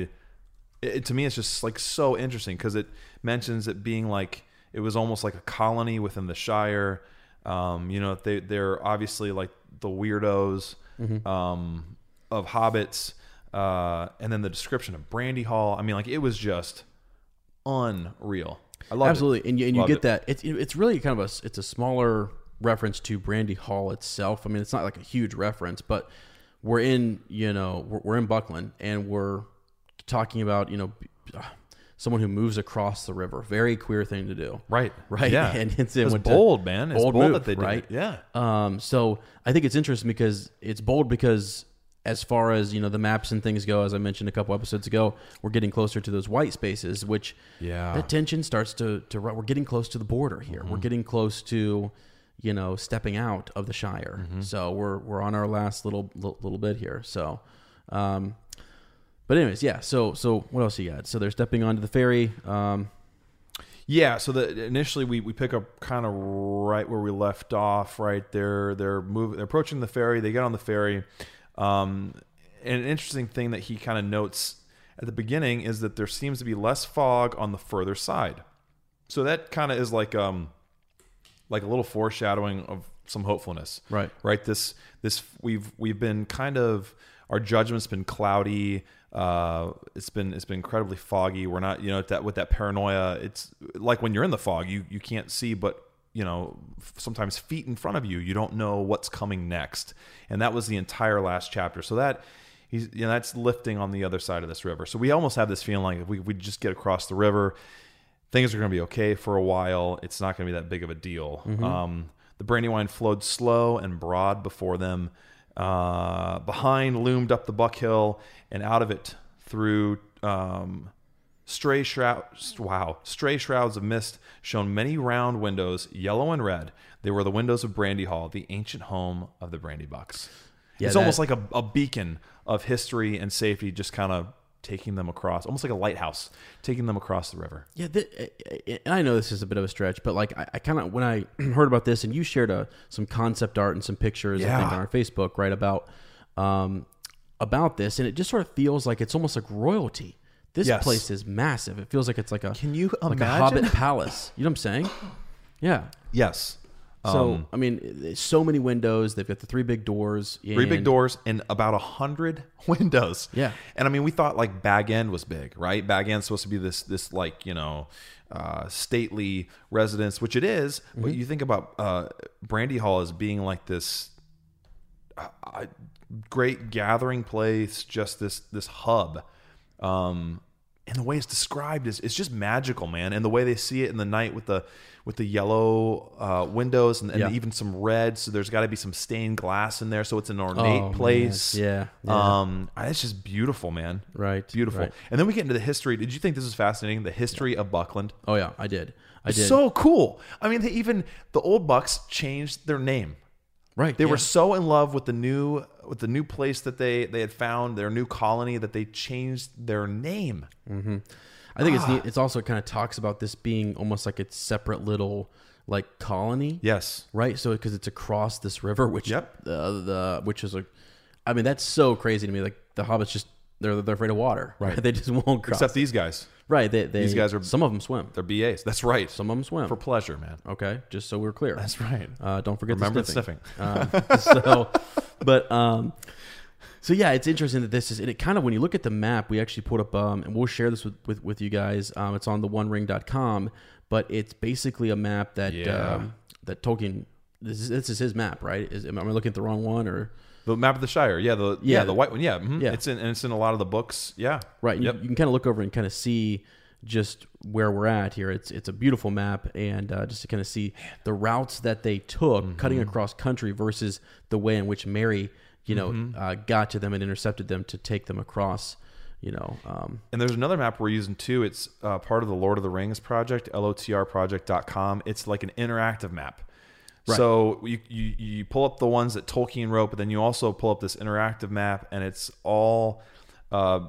[SPEAKER 2] it, it- to me it's just like so interesting because it mentions it being like it was almost like a colony within the Shire. Um, you know, they they're obviously like the weirdos
[SPEAKER 1] Mm-hmm.
[SPEAKER 2] um, of hobbits, uh, and then the description of Brandy Hall. I mean, like it was just unreal. I love
[SPEAKER 1] Absolutely, and you, and you
[SPEAKER 2] Loved
[SPEAKER 1] get
[SPEAKER 2] it.
[SPEAKER 1] that. It's it's really kind of a s- it's a smaller reference to Brandy Hall itself. I mean, it's not like a huge reference, but we're in you know we're, we're in Buckland and we're talking about you know b- ah, someone who moves across the river. Very queer thing to do,
[SPEAKER 2] Right.
[SPEAKER 1] Right,
[SPEAKER 2] Yeah.
[SPEAKER 1] and it's,
[SPEAKER 2] It's
[SPEAKER 1] went to-
[SPEAKER 2] bold, man. It's bold
[SPEAKER 1] move,
[SPEAKER 2] that they did it.
[SPEAKER 1] right.
[SPEAKER 2] Yeah.
[SPEAKER 1] Um, so I think it's interesting because it's bold because as far as you know the maps and things go, as I mentioned a couple episodes ago, we're getting closer to those white spaces, which
[SPEAKER 2] Yeah.
[SPEAKER 1] that tension starts to to ru- we're getting close to the border here. We're getting close to you know stepping out of the Shire. So we're we're on our last little little, little bit here. So. Um, but anyways, yeah. So so what else you got? So they're stepping onto the ferry. Um,
[SPEAKER 2] Yeah, so the, initially we, we pick up kind of right where we left off. Right, they're they're moving, they're approaching the ferry. They get on the ferry. Um, and an interesting thing that he kind of notes at the beginning is that there seems to be less fog on the further side. So that kind of is like um, like a little foreshadowing of some hopefulness.
[SPEAKER 1] Right.
[SPEAKER 2] Right. This this we've we've been kind of our judgment's been cloudy. Uh, it's been it's been incredibly foggy. We're not you know that with that paranoia. It's like when you're in the fog, you you can't see, but you know f- sometimes feet in front of you, you don't know what's coming next. And that was the entire last chapter. So that. He's, you know, that's lifting on the other side of this river. So we almost have this feeling like if we, we just get across the river, things are going to be okay for a while. It's not going to be that big of a deal. Um, the Brandywine flowed slow and broad before them. Uh, behind loomed up the Buck Hill, and out of it through um, stray shrouds. Wow, stray shrouds of mist shone many round windows, yellow and red. They were the windows of Brandy Hall, the ancient home of the Brandy Bucks. it's
[SPEAKER 1] that-
[SPEAKER 2] almost like a, a beacon of history and safety, just kind of taking them across, almost like a lighthouse, taking them across the river.
[SPEAKER 1] Yeah, th- and I know this is a bit of a stretch, but like I, I kind of when I heard about this, and you shared a, some concept art and some pictures, I think,
[SPEAKER 2] Yeah.
[SPEAKER 1] on our Facebook, right about um, about this, and it just sort of feels like it's almost like royalty. This
[SPEAKER 2] Yes.
[SPEAKER 1] place is massive. It feels like it's like a
[SPEAKER 2] Can you
[SPEAKER 1] like a
[SPEAKER 2] imagine?
[SPEAKER 1] Hobbit palace. You know what I'm saying? Yeah.
[SPEAKER 2] Yes.
[SPEAKER 1] So
[SPEAKER 2] Um,
[SPEAKER 1] I mean, there's so many windows. They've got the three big doors.
[SPEAKER 2] Three big
[SPEAKER 1] and-
[SPEAKER 2] doors and about a hundred windows.
[SPEAKER 1] Yeah.
[SPEAKER 2] and I mean, we thought like Bag End was big, right? Bag End's supposed to be this this like you know uh, stately residence, which it is, But
[SPEAKER 1] Mm-hmm.
[SPEAKER 2] you think about uh, Brandy Hall as being like this uh, great gathering place, just this this hub. Um, and the way it's described is it's just magical, man. And the way they see it in the night with the with the yellow uh, windows and, and
[SPEAKER 1] Yeah.
[SPEAKER 2] even some red, so there's got to be some stained glass in there, so it's an ornate
[SPEAKER 1] Oh,
[SPEAKER 2] place.
[SPEAKER 1] man. Yeah, yeah.
[SPEAKER 2] Um, I- it's just beautiful, man.
[SPEAKER 1] Right,
[SPEAKER 2] Beautiful.
[SPEAKER 1] right.
[SPEAKER 2] And then we get into the history. Did you think this is fascinating? The history of Buckland.
[SPEAKER 1] Oh yeah, I did. I did.
[SPEAKER 2] So cool. I mean, they even the old Bucks changed their name.
[SPEAKER 1] right.
[SPEAKER 2] They
[SPEAKER 1] yeah.
[SPEAKER 2] were so in love with the new with the new place that they they had found, their new colony that they changed their name.
[SPEAKER 1] I think it's neat. It's also kind of talks about this being almost like its separate little like colony.
[SPEAKER 2] Yes.
[SPEAKER 1] Right. So because it's across this river, which
[SPEAKER 2] Yep.
[SPEAKER 1] the the which is like, I mean that's so crazy to me. Like the hobbits just they're they're afraid of water. Right. they just won't cross.
[SPEAKER 2] Except these guys.
[SPEAKER 1] right. They, they
[SPEAKER 2] these guys are-
[SPEAKER 1] some of them swim.
[SPEAKER 2] They're BAs. That's right.
[SPEAKER 1] Some of them swim
[SPEAKER 2] for pleasure, man.
[SPEAKER 1] Okay, just so we're clear.
[SPEAKER 2] Oh, That's right.
[SPEAKER 1] Uh, don't forget
[SPEAKER 2] Remember
[SPEAKER 1] the
[SPEAKER 2] the
[SPEAKER 1] sniffing. Um, so, but um, so yeah, it's interesting that this is, and it kind of when you look at the map, we actually put up, um, and we'll share this with with, with you guys. Um, it's on the OneRing.com, but it's basically a map that
[SPEAKER 2] Yeah.
[SPEAKER 1] um, that Tolkien. This is, this is his map, right? Is, am I looking at the wrong one or
[SPEAKER 2] The map of the Shire. Yeah. The yeah,
[SPEAKER 1] Yeah.
[SPEAKER 2] the white one. Yeah. mhm.
[SPEAKER 1] Yeah.
[SPEAKER 2] It's in and it's in a lot of the books. Yeah.
[SPEAKER 1] right?
[SPEAKER 2] Yep.
[SPEAKER 1] You, you can kind of look over and kind of see just where we're at here. It's it's a beautiful map, and uh, just to kind of see the routes that they took, cutting across country versus the way in which Mary, you know, uh, got to them and intercepted them to take them across. You know, um,
[SPEAKER 2] And there's another map we're using too. It's uh, part of the Lord of the Rings project, lotrproject.com. It's like an interactive map. So you, you you pull up the ones that Tolkien wrote, but then you also pull up this interactive map, and it's all uh,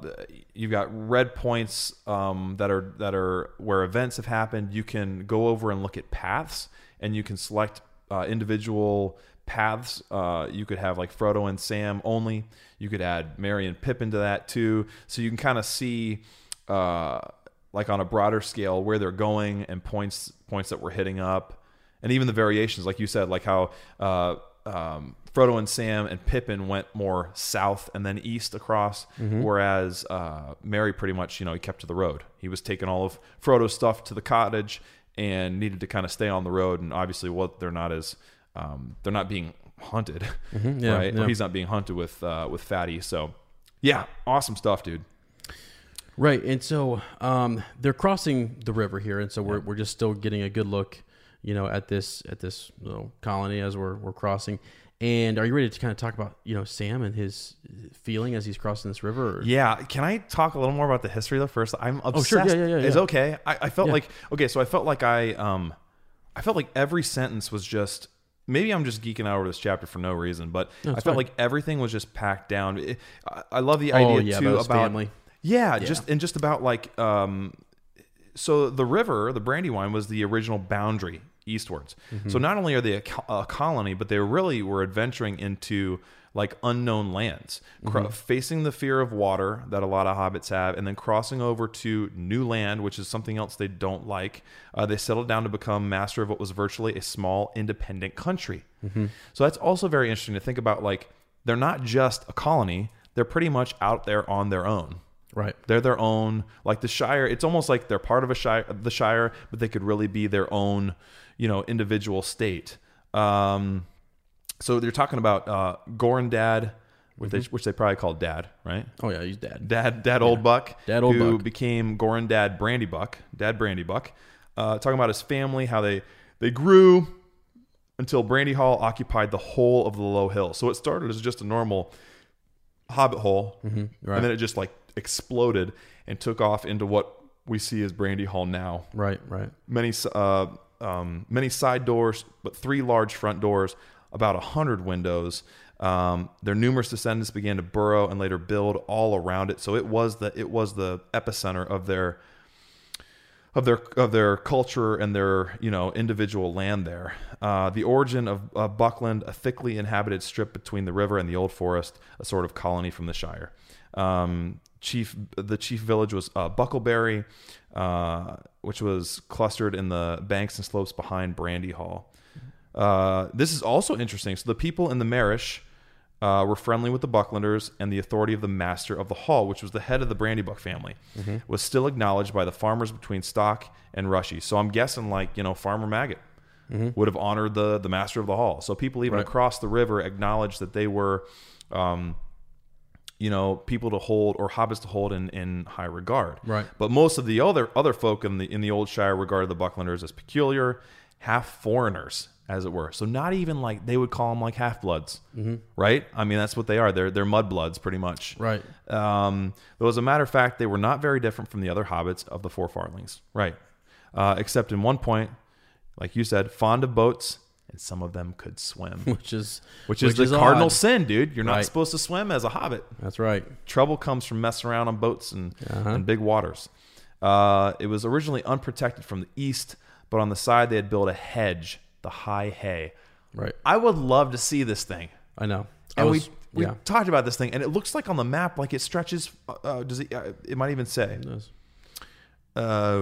[SPEAKER 2] you've got red points um, that are that are where events have happened. You can go over and look at paths, and you can select uh, individual paths. Uh, you could have like Frodo and Sam only. You could add Mary and Pippin to that too. So you can kind of see, uh, like on a broader scale, where they're going and points points that we're hitting up, and even the variations, like you said, like how. Uh, um, Frodo and Sam and Pippin went more south and then east across,
[SPEAKER 1] Mm-hmm.
[SPEAKER 2] whereas uh, Mary pretty much, you know, he kept to the road. He was taking all of Frodo's stuff to the cottage and needed to kind of stay on the road. And obviously, what they're not as um, they're not being hunted,
[SPEAKER 1] Mm-hmm. yeah,
[SPEAKER 2] right?
[SPEAKER 1] yeah.
[SPEAKER 2] Or he's not being hunted with uh, with Fatty. So, yeah, awesome stuff, dude.
[SPEAKER 1] Right, and so um, they're crossing the river here, and so we're, we're just still getting a good look, you know, at this at this little colony as we're we're crossing. And are you ready to kind of talk about you know Sam and his feeling as he's crossing this river? Or?
[SPEAKER 2] Yeah, can I talk a little more about the history though first? I'm obsessed.
[SPEAKER 1] Oh, sure. Yeah, yeah, yeah,
[SPEAKER 2] It's
[SPEAKER 1] yeah.
[SPEAKER 2] okay. I, I felt like okay, so I felt like I um, I felt like every sentence was just maybe I'm just geeking out over this chapter for no reason, but I felt like everything was just packed down. It- I, I love the
[SPEAKER 1] Oh,
[SPEAKER 2] idea
[SPEAKER 1] yeah,
[SPEAKER 2] too
[SPEAKER 1] about
[SPEAKER 2] about,
[SPEAKER 1] his family.
[SPEAKER 2] Yeah, just and just about like um, so the river, the Brandywine, was the original boundary eastwards. So not only are they a, co- a colony, but they really were adventuring into like unknown lands, cro- facing the fear of water that a lot of hobbits have, and then crossing over to new land, which is something else they don't like. Uh, they settled down to become master of what was virtually a small independent country. So that's also very interesting to think about. Like they're not just a colony; they're pretty much out there on their own.
[SPEAKER 1] right.
[SPEAKER 2] They're their own, like the Shire. It's almost like they're part of a Shire, the Shire, but they could really be their own, you know, individual state. Um, so they're talking about uh, Gorondad, which, they, which they probably called Dad, right?
[SPEAKER 1] Oh yeah, he's dead.
[SPEAKER 2] Dad, Dad, old buck,
[SPEAKER 1] Dad Old
[SPEAKER 2] who
[SPEAKER 1] Buck.
[SPEAKER 2] became Gorondad Brandy Buck, Dad Brandy Buck. Uh, talking about his family, how they they grew until Brandy Hall occupied the whole of the Low Hill. So it started as just a normal hobbit hole,
[SPEAKER 1] Mm-hmm.
[SPEAKER 2] and then it just like exploded and took off into what we see as Brandy Hall now
[SPEAKER 1] Right, right.
[SPEAKER 2] many uh, um, many side doors, but three large front doors, about a hundred windows. Um, their numerous descendants began to burrow and later build all around it. So it was the it was the epicenter of their of their of their culture and their you know individual land there. Uh, the origin of uh, Buckland, a thickly inhabited strip between the river and the old forest, a sort of colony from the Shire. Um, chief the chief village was uh, Buckleberry, uh, which was clustered in the banks and slopes behind Brandy Hall. Uh, this is also interesting. So the people in the Marish uh, were friendly with the Bucklanders, and the authority of the master of the hall, which was the head of the Brandybuck family, was still acknowledged by the farmers between Stock and Rushy. So I'm guessing, like you know, Farmer Maggot would have honored the the master of the hall. So people even across the river acknowledged that they were. Um, you know, people to hold or hobbits to hold in, in high regard.
[SPEAKER 1] Right.
[SPEAKER 2] But most of the other other folk in the in the old shire regarded the Bucklanders as peculiar, half foreigners, as it were. So not even like they would call them like half bloods, right? I mean, that's what they are. They're they're mudbloods, pretty much.
[SPEAKER 1] Right.
[SPEAKER 2] Um, though, as a matter of fact, they were not very different from the other hobbits of the four farthings, right? Uh, except in one point, like you said, fond of boats, and some of them could swim,
[SPEAKER 1] Which is
[SPEAKER 2] which, is, the cardinal
[SPEAKER 1] odd.
[SPEAKER 2] sin, dude. You're not
[SPEAKER 1] Right.
[SPEAKER 2] supposed to swim as a hobbit
[SPEAKER 1] That's right.
[SPEAKER 2] trouble comes from messing around on boats and, and big waters. Uh, it was originally unprotected from the east, but on the side they had built a hedge, the high hay.
[SPEAKER 1] Right.
[SPEAKER 2] I would love to see this thing.
[SPEAKER 1] I know. I
[SPEAKER 2] And
[SPEAKER 1] was-
[SPEAKER 2] we we
[SPEAKER 1] yeah.
[SPEAKER 2] talked about this thing, and it looks like on the map, like it stretches. uh, Uh, does it? Uh, it might even say.
[SPEAKER 1] does.
[SPEAKER 2] Uh,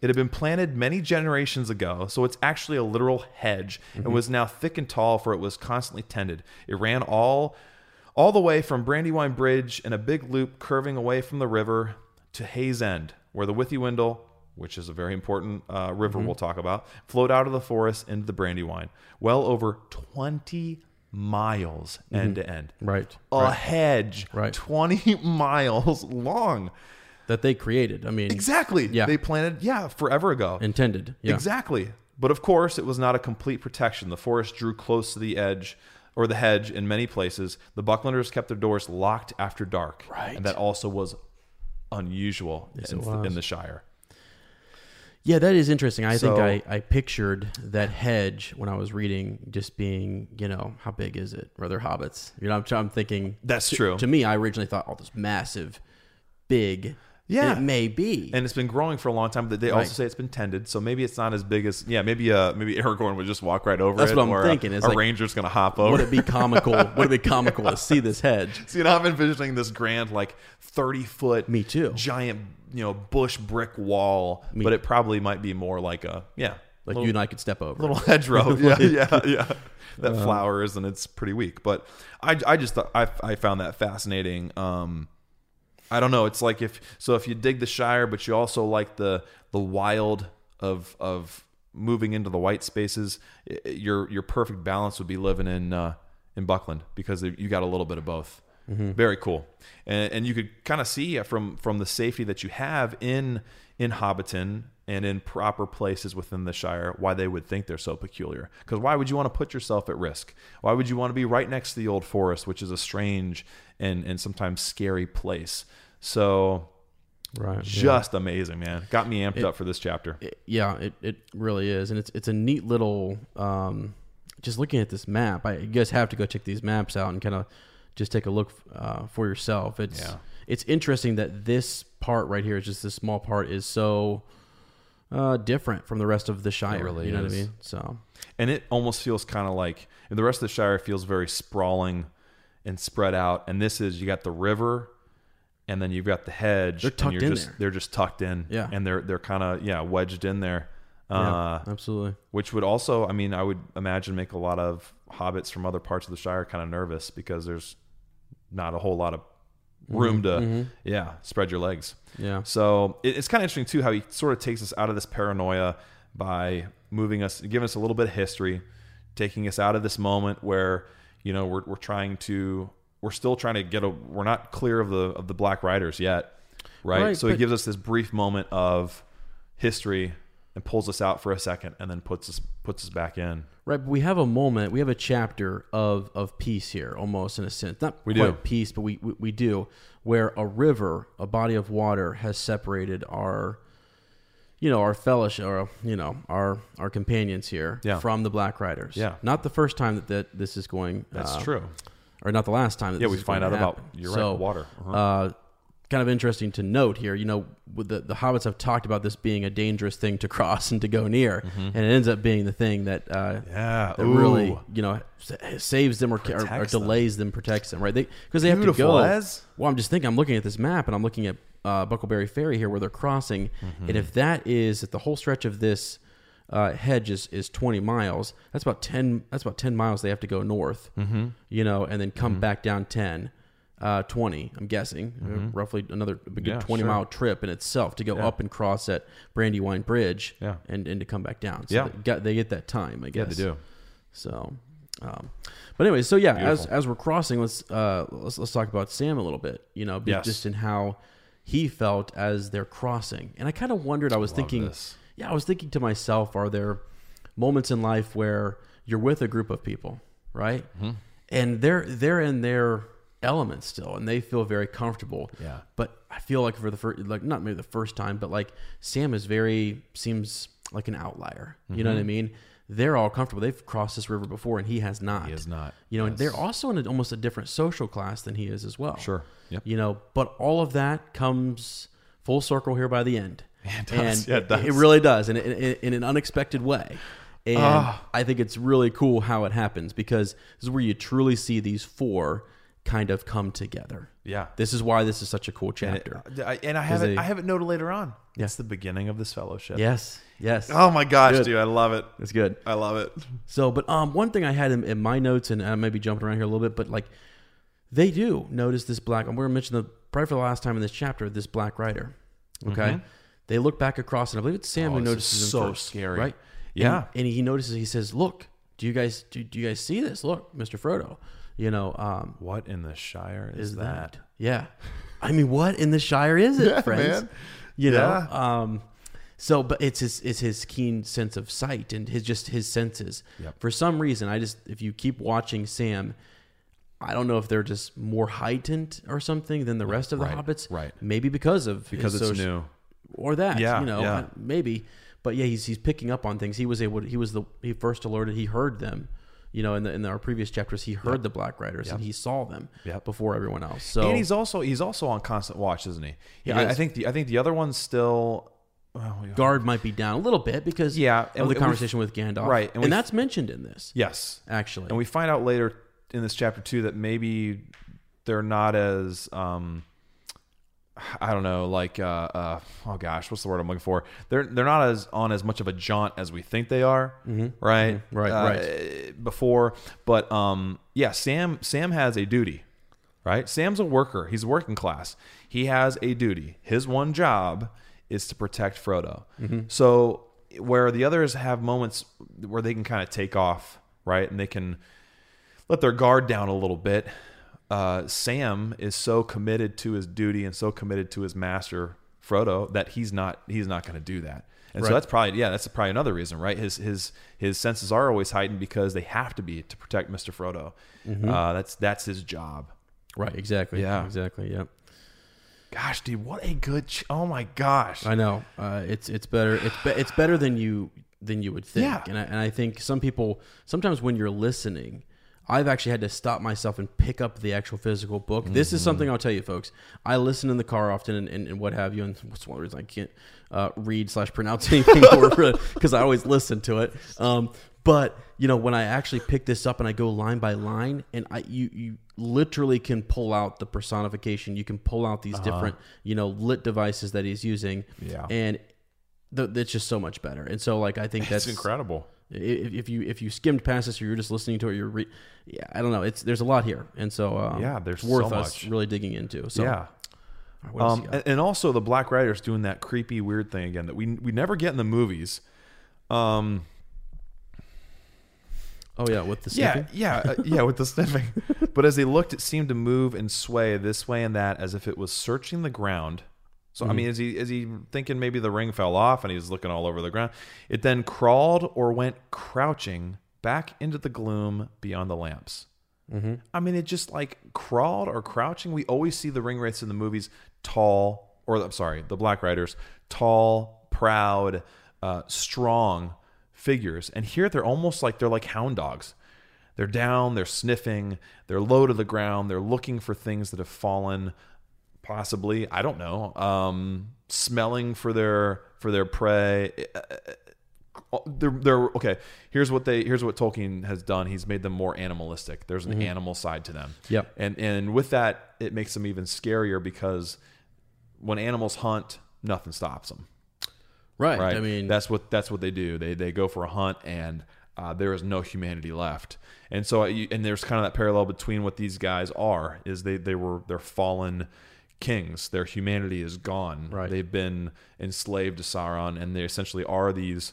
[SPEAKER 2] it had been planted many generations ago, so it's actually a literal hedge,
[SPEAKER 1] Mm-hmm.
[SPEAKER 2] and was now thick and tall, for it was constantly tended. It ran all, all the way from Brandywine Bridge in a big loop curving away from the river to Hayes End, where the Withywindle, which is a very important uh, river
[SPEAKER 1] Mm-hmm.
[SPEAKER 2] we'll talk about, flowed out of the forest into the Brandywine. Well over twenty miles end to end.
[SPEAKER 1] Mm-hmm. Right,
[SPEAKER 2] A hedge,
[SPEAKER 1] Right.
[SPEAKER 2] twenty miles long.
[SPEAKER 1] that they created. I mean,
[SPEAKER 2] Exactly.
[SPEAKER 1] Yeah.
[SPEAKER 2] They planted, yeah, forever ago.
[SPEAKER 1] intended. Yeah.
[SPEAKER 2] Exactly. But of course, it was not a complete protection. The forest drew close to the edge or the hedge in many places. The Bucklanders kept their doors locked after dark.
[SPEAKER 1] Right.
[SPEAKER 2] And that also was unusual in,
[SPEAKER 1] it was.
[SPEAKER 2] in the Shire.
[SPEAKER 1] Yeah, that is interesting. I
[SPEAKER 2] So-
[SPEAKER 1] think I, I pictured that hedge when I was reading just being, you know, how big is it? Or they're hobbits. You know, I'm, I'm thinking.
[SPEAKER 2] That's
[SPEAKER 1] to-
[SPEAKER 2] true.
[SPEAKER 1] To me, I originally thought, oh, this massive, big.
[SPEAKER 2] Yeah.
[SPEAKER 1] It may be.
[SPEAKER 2] And it's been growing for a long time, but they
[SPEAKER 1] Right.
[SPEAKER 2] also say it's been tended, so maybe it's not as big as yeah. Maybe uh maybe Aragorn would just walk right over
[SPEAKER 1] That's
[SPEAKER 2] it,
[SPEAKER 1] what I'm
[SPEAKER 2] or a-
[SPEAKER 1] thinking,
[SPEAKER 2] A,
[SPEAKER 1] is like-
[SPEAKER 2] ranger's gonna hop over.
[SPEAKER 1] would it be comical? would it be comical to see this hedge?
[SPEAKER 2] See, and I'm envisioning this grand, like thirty foot,
[SPEAKER 1] Me too.
[SPEAKER 2] giant, you know, bush brick wall.
[SPEAKER 1] Me-
[SPEAKER 2] But it probably might be more like a yeah,
[SPEAKER 1] Like
[SPEAKER 2] little,
[SPEAKER 1] you and I could step over.
[SPEAKER 2] little hedgerow. yeah, yeah, yeah. That flowers and it's pretty weak. But I, I just thought I, I found that fascinating. Um, I don't know. It's like if so if you dig the Shire, but you also like the the wild of of moving into the white spaces, i- i- your your perfect balance would be living in uh, in Buckland because you got a little bit of both. Very cool, and, and you could kind of see from from the safety that you have in in Hobbiton and in proper places within the Shire why they would think they're so peculiar. Because why would you want to put yourself at risk? Why would you want to be right next to the old forest, which is a strange and and sometimes scary place? So
[SPEAKER 1] Right.
[SPEAKER 2] just amazing, man. Got me amped up for this chapter.
[SPEAKER 1] yeah, it, it really is, and it's it's a neat little. Um, just looking at this map, I you guys have to go check these maps out and kind of just take a look uh, for yourself. It's
[SPEAKER 2] Yeah.
[SPEAKER 1] it's interesting that this part right here is just this small part is so uh, different from the rest of the Shire.
[SPEAKER 2] really
[SPEAKER 1] you know what I
[SPEAKER 2] is.
[SPEAKER 1] mean? So
[SPEAKER 2] and it almost feels kind of like and the rest of the Shire feels very sprawling and spread out. And this is you got the river, and then you've got the hedge.
[SPEAKER 1] They're tucked
[SPEAKER 2] and you're
[SPEAKER 1] in
[SPEAKER 2] just,
[SPEAKER 1] there.
[SPEAKER 2] They're just tucked in.
[SPEAKER 1] Yeah.
[SPEAKER 2] and they're they're kind of yeah wedged in there.
[SPEAKER 1] yeah,
[SPEAKER 2] Uh,
[SPEAKER 1] absolutely.
[SPEAKER 2] which would also, I mean, I would imagine make a lot of hobbits from other parts of the Shire kind of nervous because there's not a whole lot of room to, yeah, spread your legs.
[SPEAKER 1] Yeah.
[SPEAKER 2] So it, it's kind of interesting too how he sort of takes us out of this paranoia by moving us, giving us a little bit of history, taking us out of this moment where you know we're we're trying to, we're still trying to get a, we're not clear of the of the Black Riders yet, right?
[SPEAKER 1] Right,
[SPEAKER 2] so he
[SPEAKER 1] but-
[SPEAKER 2] gives us this brief moment of history and pulls us out for a second and then puts us puts us back in.
[SPEAKER 1] Right, but we have a moment, we have a chapter of of peace here, almost in a sense. Not
[SPEAKER 2] We
[SPEAKER 1] quite
[SPEAKER 2] do.
[SPEAKER 1] peace, but we, we we do, where a river, a body of water, has separated our, you know, our fellowship, or you know, our our companions here
[SPEAKER 2] Yeah.
[SPEAKER 1] from the Black Riders.
[SPEAKER 2] Yeah.
[SPEAKER 1] not the first time that, that this is going. uh,
[SPEAKER 2] true.
[SPEAKER 1] or not the last time. That
[SPEAKER 2] Yeah,
[SPEAKER 1] this
[SPEAKER 2] we
[SPEAKER 1] is
[SPEAKER 2] find
[SPEAKER 1] going to
[SPEAKER 2] out about-
[SPEAKER 1] happen.
[SPEAKER 2] you're right, water. Uh-huh.
[SPEAKER 1] uh, kind of interesting to note here. You know, with the the hobbits have talked about this being a dangerous thing to cross and to go near, and it ends up being the thing that uh,
[SPEAKER 2] Mm-hmm. Yeah,
[SPEAKER 1] that really
[SPEAKER 2] ooh.
[SPEAKER 1] you know sa- saves them or, ca- or, or
[SPEAKER 2] Protects them.
[SPEAKER 1] delays them. protects them, right? They because they have to
[SPEAKER 2] Beautiful,
[SPEAKER 1] go.
[SPEAKER 2] Ez.
[SPEAKER 1] Well, I'm just thinking. I'm looking at this map and I'm looking at uh, Buckleberry Ferry here where they're crossing,
[SPEAKER 2] Mm-hmm.
[SPEAKER 1] and if that is if the whole stretch of this. Uh, hedge is, is 20 miles. That's about 10. That's about 10 miles. They have to go north, mm-hmm. you know, and then
[SPEAKER 2] Mm-hmm.
[SPEAKER 1] come back down 10, uh, 20. I'm guessing Uh, roughly another a good
[SPEAKER 2] Mm-hmm. Yeah,
[SPEAKER 1] 20
[SPEAKER 2] sure.
[SPEAKER 1] mile trip in itself to go up and cross at Brandywine Bridge,
[SPEAKER 2] Yeah.
[SPEAKER 1] and, and to come back down. So
[SPEAKER 2] Yeah.
[SPEAKER 1] they, got, they get that time. I guess
[SPEAKER 2] Yeah, they do.
[SPEAKER 1] so, um, but anyway, so yeah, as
[SPEAKER 2] Beautiful.
[SPEAKER 1] as we're crossing, let's uh, let's let's talk about Sam a little bit. You know, be-
[SPEAKER 2] Yes.
[SPEAKER 1] just in how he felt as they're crossing, and I kind of wondered. I was thinking,
[SPEAKER 2] this.
[SPEAKER 1] yeah, I was thinking to myself, are there moments in life where you're with a group of people, right,
[SPEAKER 2] Mm-hmm.
[SPEAKER 1] and they're they're in their element still, and they feel very comfortable.
[SPEAKER 2] Yeah.
[SPEAKER 1] But I feel like for the first, like not maybe the first time, but like Sam is very seems like an outlier. You know what I mean? They're all comfortable. They've crossed this river before, and he has not. He
[SPEAKER 2] has not.
[SPEAKER 1] You know, and they're also in a, almost a different social class than he is as well.
[SPEAKER 2] Sure. Yep.
[SPEAKER 1] You know, but all of that comes full circle here by the end. It
[SPEAKER 2] does.
[SPEAKER 1] And
[SPEAKER 2] Yeah, it does.
[SPEAKER 1] really does, in, in, in an unexpected way. And
[SPEAKER 2] Ah.
[SPEAKER 1] I think it's really cool how it happens because this is where you truly see these four kind of come together.
[SPEAKER 2] Yeah.
[SPEAKER 1] This is why this is such a cool
[SPEAKER 2] And, uh,
[SPEAKER 1] chapter.
[SPEAKER 2] I- I- and I have it.
[SPEAKER 1] they-
[SPEAKER 2] I have it noted later on.
[SPEAKER 1] Yeah.
[SPEAKER 2] It's the beginning of this fellowship.
[SPEAKER 1] yes. Yes.
[SPEAKER 2] Oh my gosh,
[SPEAKER 1] Good.
[SPEAKER 2] dude! I love it.
[SPEAKER 1] That's good.
[SPEAKER 2] I love it.
[SPEAKER 1] So, but um, one thing I had in, in my notes, and I may be jumping around here a little bit, but like they do notice this black. I'm going to mention the probably for the last time in this chapter this black rider. Okay, they look back across, and I believe it's Sam
[SPEAKER 2] Mm-hmm. Oh,
[SPEAKER 1] who
[SPEAKER 2] this is
[SPEAKER 1] notices
[SPEAKER 2] so
[SPEAKER 1] him first,
[SPEAKER 2] scary.
[SPEAKER 1] right?
[SPEAKER 2] Yeah.
[SPEAKER 1] and, and he notices. He says, "Look, do you guys do, do you guys see this? Look, Mister Frodo, you know, um,
[SPEAKER 2] What in the Shire is,
[SPEAKER 1] is
[SPEAKER 2] that?
[SPEAKER 1] that? Yeah, I mean, what in the Shire is it, friends?
[SPEAKER 2] man.
[SPEAKER 1] You know,
[SPEAKER 2] Yeah.
[SPEAKER 1] um, so but it's his it's his keen sense of sight and his just his senses.
[SPEAKER 2] Yep.
[SPEAKER 1] For some reason, I just if you keep watching Sam, I don't know if they're just more heightened or something than the rest of the
[SPEAKER 2] Right,
[SPEAKER 1] hobbits.
[SPEAKER 2] right.
[SPEAKER 1] Maybe because of
[SPEAKER 2] Because
[SPEAKER 1] his
[SPEAKER 2] it's
[SPEAKER 1] soci-
[SPEAKER 2] new.
[SPEAKER 1] or that.
[SPEAKER 2] Yeah,
[SPEAKER 1] you know,
[SPEAKER 2] yeah.
[SPEAKER 1] uh, maybe. But yeah, he's he's picking up on things. He was able. To, he was the he first alerted. He heard them. You know, in the in our previous chapters, he heard the Black Riders and he saw them
[SPEAKER 2] Yep.
[SPEAKER 1] before everyone else. So
[SPEAKER 2] And he's also he's also on constant watch, isn't he? Yeah, I,
[SPEAKER 1] is.
[SPEAKER 2] I think the I think the other one's still. Oh, yeah.
[SPEAKER 1] guard might be down a little bit because
[SPEAKER 2] Yeah, and
[SPEAKER 1] of
[SPEAKER 2] we-
[SPEAKER 1] the
[SPEAKER 2] we-
[SPEAKER 1] conversation with Gandalf.
[SPEAKER 2] Right, and
[SPEAKER 1] And,
[SPEAKER 2] we-
[SPEAKER 1] that's mentioned in this.
[SPEAKER 2] yes,
[SPEAKER 1] Actually.
[SPEAKER 2] and we find out later in this chapter too that maybe they're not as um i don't know like uh, uh oh gosh what's the word i'm looking for they're they're not as on as much of a jaunt as we think they are right
[SPEAKER 1] Right,
[SPEAKER 2] Uh,
[SPEAKER 1] right.
[SPEAKER 2] before but um yeah sam sam has a duty right sam's a worker he's working class he has a duty his one job is to protect frodo so where the others have moments where they can kind of take off right and they can let their guard down a little bit. Uh, Sam is so committed to his duty and so committed to his master Frodo that he's not he's not going to do that. And so
[SPEAKER 1] Right.
[SPEAKER 2] that's probably yeah that's probably another reason right his his his senses are always heightened because they have to be to protect Mister Frodo. Uh, that's that's his job.
[SPEAKER 1] right, exactly.
[SPEAKER 2] Yeah.
[SPEAKER 1] Exactly. Yep.
[SPEAKER 2] Gosh, dude, what a good ch- oh my gosh.
[SPEAKER 1] I know. Uh, it's it's better it's be, it's better than you than you would think.
[SPEAKER 2] Yeah.
[SPEAKER 1] And I, and I think some people sometimes when you're listening, I've actually had to stop myself and pick up the actual physical book. This is something I'll tell you, folks. I listen in the car often and, and, and what have you, and that's one reason I can't uh, read slash pronounce anything because I always listen to it. Um, but you know, when I actually pick this up and I go line by line, and I you you literally can pull out the personification, you can pull out these different you know lit devices that he's using,
[SPEAKER 2] Yeah.
[SPEAKER 1] and th- it's just so much better. And so, like, I think that's
[SPEAKER 2] It's incredible.
[SPEAKER 1] i- If, if you if you skimmed past this or you're just listening to it, you're re- yeah, I don't know. It's there's a lot here, and so um,
[SPEAKER 2] Yeah, there's
[SPEAKER 1] it's worth
[SPEAKER 2] so
[SPEAKER 1] us
[SPEAKER 2] much.
[SPEAKER 1] really digging into. So
[SPEAKER 2] yeah.
[SPEAKER 1] what else
[SPEAKER 2] Um,
[SPEAKER 1] you got?
[SPEAKER 2] and, and also the Black Rider's doing that creepy, weird thing again that we we never get in the movies. Um,
[SPEAKER 1] oh yeah, with the
[SPEAKER 2] Yeah,
[SPEAKER 1] sniffing?
[SPEAKER 2] yeah, uh, yeah, with the sniffing. but as they looked, it seemed to move and sway this way and that, as if it was searching the ground. So I mean, is he is he thinking maybe the ring fell off and he was looking all over the ground? It then crawled or went crouching back into the gloom beyond the lamps. I mean, it just like crawled or crouching. We always see the ring wraiths in the movies tall, or I'm sorry, the Black Riders, tall, proud, uh, strong figures. And here they're almost like they're like hound dogs. They're down, they're sniffing, they're low to the ground, they're looking for things that have fallen, possibly, I don't know, um, smelling for their for their prey Uh, they're they're okay. Here's what they here's what Tolkien has done. He's made them more animalistic. There's an animal side to them.
[SPEAKER 1] Yep.
[SPEAKER 2] And and with that, it makes them even scarier because when animals hunt, nothing stops them.
[SPEAKER 1] right.
[SPEAKER 2] Right.
[SPEAKER 1] I mean,
[SPEAKER 2] that's what that's what they do. They they go for a hunt and. Uh, there is no humanity left, and so you, and there's kind of that parallel between what these guys are is they they were they're fallen kings. Their humanity is gone.
[SPEAKER 1] Right.
[SPEAKER 2] They've been enslaved to Sauron, and they essentially are these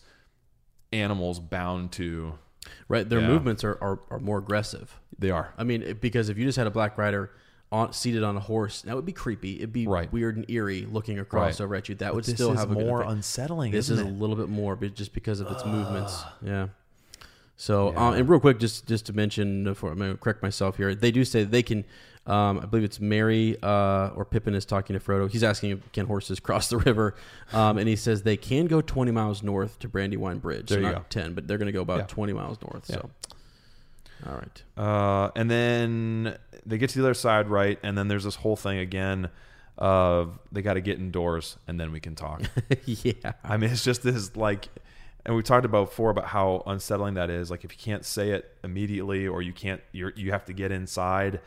[SPEAKER 2] animals bound to
[SPEAKER 1] right. Their
[SPEAKER 2] yeah.
[SPEAKER 1] movements are, are are more aggressive.
[SPEAKER 2] they are
[SPEAKER 1] I mean, it- because if you just had a black rider on seated on a horse, that would be creepy. It'd be
[SPEAKER 2] Right.
[SPEAKER 1] weird and eerie looking across
[SPEAKER 2] Right.
[SPEAKER 1] over at you. That
[SPEAKER 2] But
[SPEAKER 1] would
[SPEAKER 2] this
[SPEAKER 1] still
[SPEAKER 2] is
[SPEAKER 1] have a good
[SPEAKER 2] more
[SPEAKER 1] effect.
[SPEAKER 2] unsettling,
[SPEAKER 1] This
[SPEAKER 2] isn't
[SPEAKER 1] is a
[SPEAKER 2] it? Ah.
[SPEAKER 1] little bit more, but just because of its movements. Yeah. So, Um, and real quick, just just to mention, before I'm going to correct myself here, they do say they can. Um, I believe it's Mary uh, or Pippin is talking to Frodo. He's asking, if, "Can horses cross the river?" Um, and he says they can go 20 miles north to Brandywine Bridge.
[SPEAKER 2] There
[SPEAKER 1] so
[SPEAKER 2] you
[SPEAKER 1] not
[SPEAKER 2] go.
[SPEAKER 1] 10, but they're going to go about 20 miles north. So, all right.
[SPEAKER 2] uh, and then they get to the other side right and then there's this whole thing again of they got to get indoors and then we can talk.
[SPEAKER 1] yeah.
[SPEAKER 2] I mean, it's just this like, and we talked about before about how unsettling that is. Like, if you can't say it immediately, or you can't, you're, you have to get inside.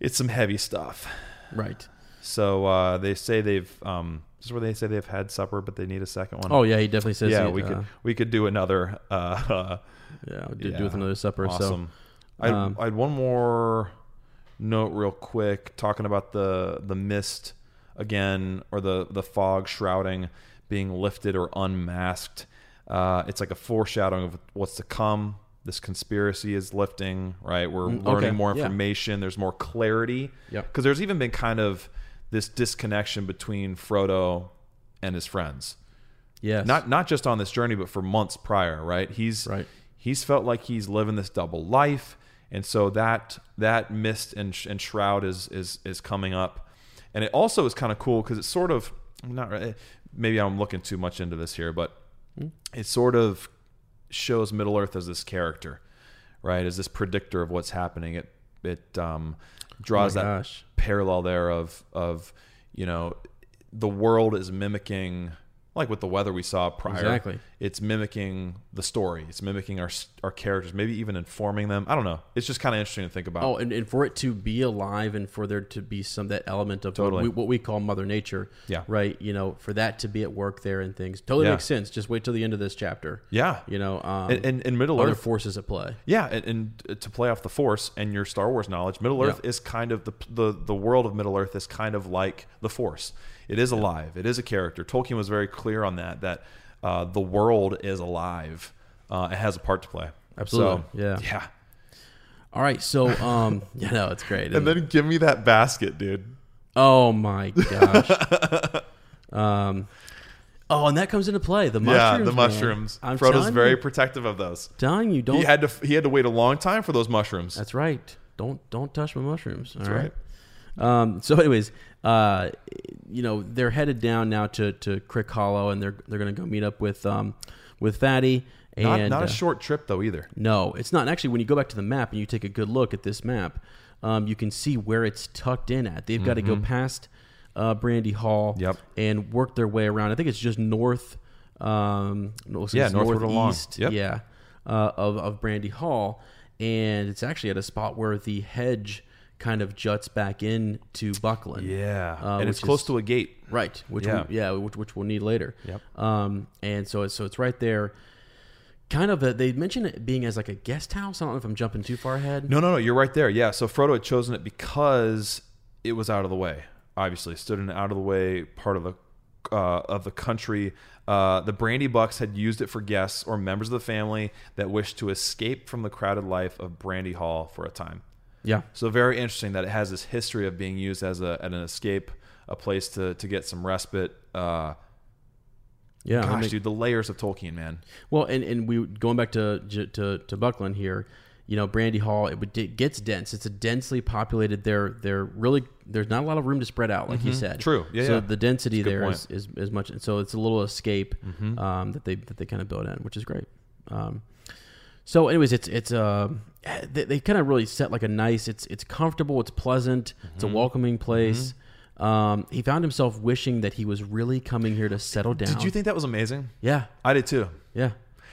[SPEAKER 2] It's some heavy stuff.
[SPEAKER 1] Right.
[SPEAKER 2] So uh, they say they've. Um, this is where they say they've had supper, but they need a second one.
[SPEAKER 1] Oh yeah, he definitely says.
[SPEAKER 2] yeah.
[SPEAKER 1] he,
[SPEAKER 2] we
[SPEAKER 1] uh,
[SPEAKER 2] could we could do another. Uh,
[SPEAKER 1] Yeah, we did
[SPEAKER 2] yeah.
[SPEAKER 1] do with another supper.
[SPEAKER 2] awesome.
[SPEAKER 1] So um,
[SPEAKER 2] I I had one more note real quick talking about the the mist again or the the fog shrouding being lifted or unmasked. Uh, it's like a foreshadowing of what's to come. This conspiracy is lifting, right? We're learning more
[SPEAKER 1] Mm, yeah.
[SPEAKER 2] information. There's more clarity.
[SPEAKER 1] Yep.
[SPEAKER 2] Because there's even been kind of this disconnection between Frodo and his friends
[SPEAKER 1] yes,
[SPEAKER 2] not not just on this journey, but for months prior, right? He's
[SPEAKER 1] Right.
[SPEAKER 2] he's felt like he's living this double life, and so that that mist and, sh- and shroud is is is coming up, and it also is kind of cool because it's sort of I'm not re- maybe I'm looking too much into this here, but
[SPEAKER 1] Hmm?
[SPEAKER 2] it sort of shows Middle Earth as this character, right? As this predictor of what's happening. It it um, draws that
[SPEAKER 1] Oh gosh.
[SPEAKER 2] parallel there of of you know the world is mimicking like with the weather we saw prior.
[SPEAKER 1] Exactly.
[SPEAKER 2] It's mimicking the story. It's mimicking our s- our characters. Maybe even informing them. I don't know. It's just kind of interesting to think about.
[SPEAKER 1] Oh, and, and for it to be alive and for there to be some that element of
[SPEAKER 2] Totally.
[SPEAKER 1] what, we, what we call Mother Nature,
[SPEAKER 2] Yeah.
[SPEAKER 1] right? You know, for that to be at work there and things totally
[SPEAKER 2] Yeah.
[SPEAKER 1] makes sense. Just wait till the end of this chapter.
[SPEAKER 2] Yeah.
[SPEAKER 1] you know, um,
[SPEAKER 2] And- and- and Middle
[SPEAKER 1] other
[SPEAKER 2] Earth-
[SPEAKER 1] forces at play.
[SPEAKER 2] Yeah, and, and uh, to play off the Force and your Star Wars knowledge, Middle Earth
[SPEAKER 1] Yeah.
[SPEAKER 2] is kind of the, the the world of Middle Earth is kind of like the Force. It is alive. It is a character. Tolkien was very clear on that. That uh, the world is alive. Uh, it has a part to play.
[SPEAKER 1] Absolutely.
[SPEAKER 2] So,
[SPEAKER 1] Yeah.
[SPEAKER 2] Yeah.
[SPEAKER 1] All right, so um, you know, it's great.
[SPEAKER 2] And
[SPEAKER 1] isn't it?
[SPEAKER 2] then give me that basket, dude.
[SPEAKER 1] oh my gosh. um, oh, and that comes into play. The mushrooms.
[SPEAKER 2] yeah, the
[SPEAKER 1] man.
[SPEAKER 2] mushrooms.
[SPEAKER 1] I'm
[SPEAKER 2] Frodo's
[SPEAKER 1] telling
[SPEAKER 2] very
[SPEAKER 1] you,
[SPEAKER 2] protective of those.
[SPEAKER 1] telling you, don't
[SPEAKER 2] He had to he had to wait a long time for those mushrooms.
[SPEAKER 1] That's right. Don't don't touch my mushrooms. All
[SPEAKER 2] right.
[SPEAKER 1] right. Um, so, anyways, uh, you know they're headed down now to to Crick Hollow, and they're they're going to go meet up with um, with Fatty. And
[SPEAKER 2] not not
[SPEAKER 1] uh,
[SPEAKER 2] a short trip though either.
[SPEAKER 1] no, it's not. And actually, when you go back to the map and you take a good look at this map, um, you can see where it's tucked in at. They've got to go past uh, Brandy Hall
[SPEAKER 2] Mm-hmm. Yep.
[SPEAKER 1] and work their way around. I think it's just north. Um, it looks like
[SPEAKER 2] Yeah,
[SPEAKER 1] it's
[SPEAKER 2] northward along.
[SPEAKER 1] northeast.
[SPEAKER 2] Yep.
[SPEAKER 1] Yeah, uh, of of Brandy Hall, and it's actually at a spot where the hedge kind of juts back in to Buckland. uh,
[SPEAKER 2] and it's
[SPEAKER 1] which
[SPEAKER 2] close
[SPEAKER 1] is-
[SPEAKER 2] to a gate.
[SPEAKER 1] Right. Which
[SPEAKER 2] Yeah.
[SPEAKER 1] yeah, we, yeah which, which we'll need later.
[SPEAKER 2] Yep.
[SPEAKER 1] Um, and so it's, so it's right there. Kind of a, they mentioned it being as like a guest house. I don't know if I'm jumping too far ahead.
[SPEAKER 2] No, no, no. You're right there. Yeah. So Frodo had chosen it because it was out of the way. Obviously, stood in an out of the way part of the uh, of the country. Uh, the Brandy Bucks had used it for guests or members of the family that wished to escape from the crowded life of Brandy Hall for a time.
[SPEAKER 1] Yeah.
[SPEAKER 2] So very interesting that it has this history of being used as a at an escape, a place to to get some respite. Uh,
[SPEAKER 1] Yeah. I
[SPEAKER 2] gosh,
[SPEAKER 1] mean-
[SPEAKER 2] dude, the layers of Tolkien, man.
[SPEAKER 1] Well, and and we going back to J- to to Buckland here. You know, Brandy Hall it, would- it gets dense. It's a densely populated. There, there really there's not a lot of room to spread out, like you said.
[SPEAKER 2] Mm-hmm. True. Yeah,
[SPEAKER 1] So
[SPEAKER 2] yeah.
[SPEAKER 1] the density
[SPEAKER 2] That's a good Mm-hmm.
[SPEAKER 1] there is, is is much. And so it's a little escape um, that they that they kind of built in, which is great. Um, so, anyways, it's it's uh, they, they kind of really set like a nice. It's it's comfortable. It's pleasant. It's
[SPEAKER 2] Mm-hmm.
[SPEAKER 1] a welcoming place. Um, he found himself wishing that he was really coming here to settle down.
[SPEAKER 2] Did you think that was amazing?
[SPEAKER 1] Yeah.
[SPEAKER 2] I did too.
[SPEAKER 1] Yeah.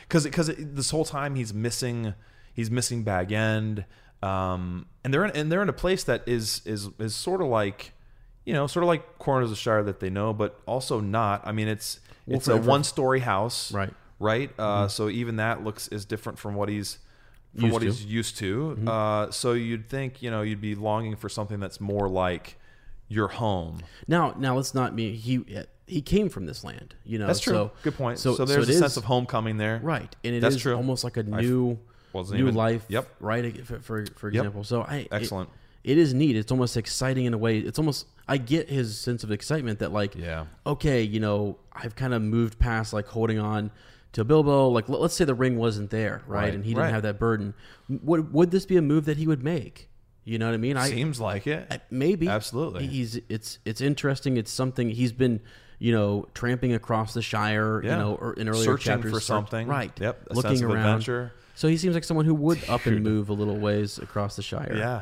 [SPEAKER 2] because because this whole time he's missing he's missing bag end um and they're in and they're in a place that is is is sort of like you know sort of like corners of shire that they know but also not i mean it's it's a
[SPEAKER 1] forever.
[SPEAKER 2] one story house
[SPEAKER 1] Right. Mm-hmm.
[SPEAKER 2] right uh so even that looks is different from what he's from
[SPEAKER 1] Used
[SPEAKER 2] what
[SPEAKER 1] to. Mm-hmm.
[SPEAKER 2] he's used to uh so you'd think you know you'd be longing for something that's more like your home
[SPEAKER 1] Now, now let's not be he. He came from this land, you know.
[SPEAKER 2] that's true
[SPEAKER 1] So,
[SPEAKER 2] good point so, there's
[SPEAKER 1] it
[SPEAKER 2] a
[SPEAKER 1] is-
[SPEAKER 2] sense of homecoming there
[SPEAKER 1] right, and it is
[SPEAKER 2] That's true.
[SPEAKER 1] almost like a new,
[SPEAKER 2] wasn't
[SPEAKER 1] new
[SPEAKER 2] even-
[SPEAKER 1] life.
[SPEAKER 2] Yep.
[SPEAKER 1] Right. For for, for example, so I it-
[SPEAKER 2] Excellent.
[SPEAKER 1] it is neat. It's almost exciting in a way. It's almost I get his sense of excitement that like
[SPEAKER 2] Yeah.
[SPEAKER 1] okay, you know, I've kind of moved past like holding on to Bilbo. Like let- let's say the ring wasn't there, right,
[SPEAKER 2] Right,
[SPEAKER 1] and he didn't
[SPEAKER 2] right.
[SPEAKER 1] have that burden. Would would this be a move that he would make? You know what I mean? I,
[SPEAKER 2] seems like it
[SPEAKER 1] maybe
[SPEAKER 2] Absolutely.
[SPEAKER 1] he's it's it's interesting it's something he's been you know tramping across the shire
[SPEAKER 2] Yeah.
[SPEAKER 1] you know or in earlier
[SPEAKER 2] Searching
[SPEAKER 1] chapters,
[SPEAKER 2] for
[SPEAKER 1] search-
[SPEAKER 2] something.
[SPEAKER 1] right
[SPEAKER 2] Yep, a
[SPEAKER 1] looking
[SPEAKER 2] sense of
[SPEAKER 1] around
[SPEAKER 2] adventure.
[SPEAKER 1] so he seems like someone who would up and move a little ways across the shire
[SPEAKER 2] Yeah.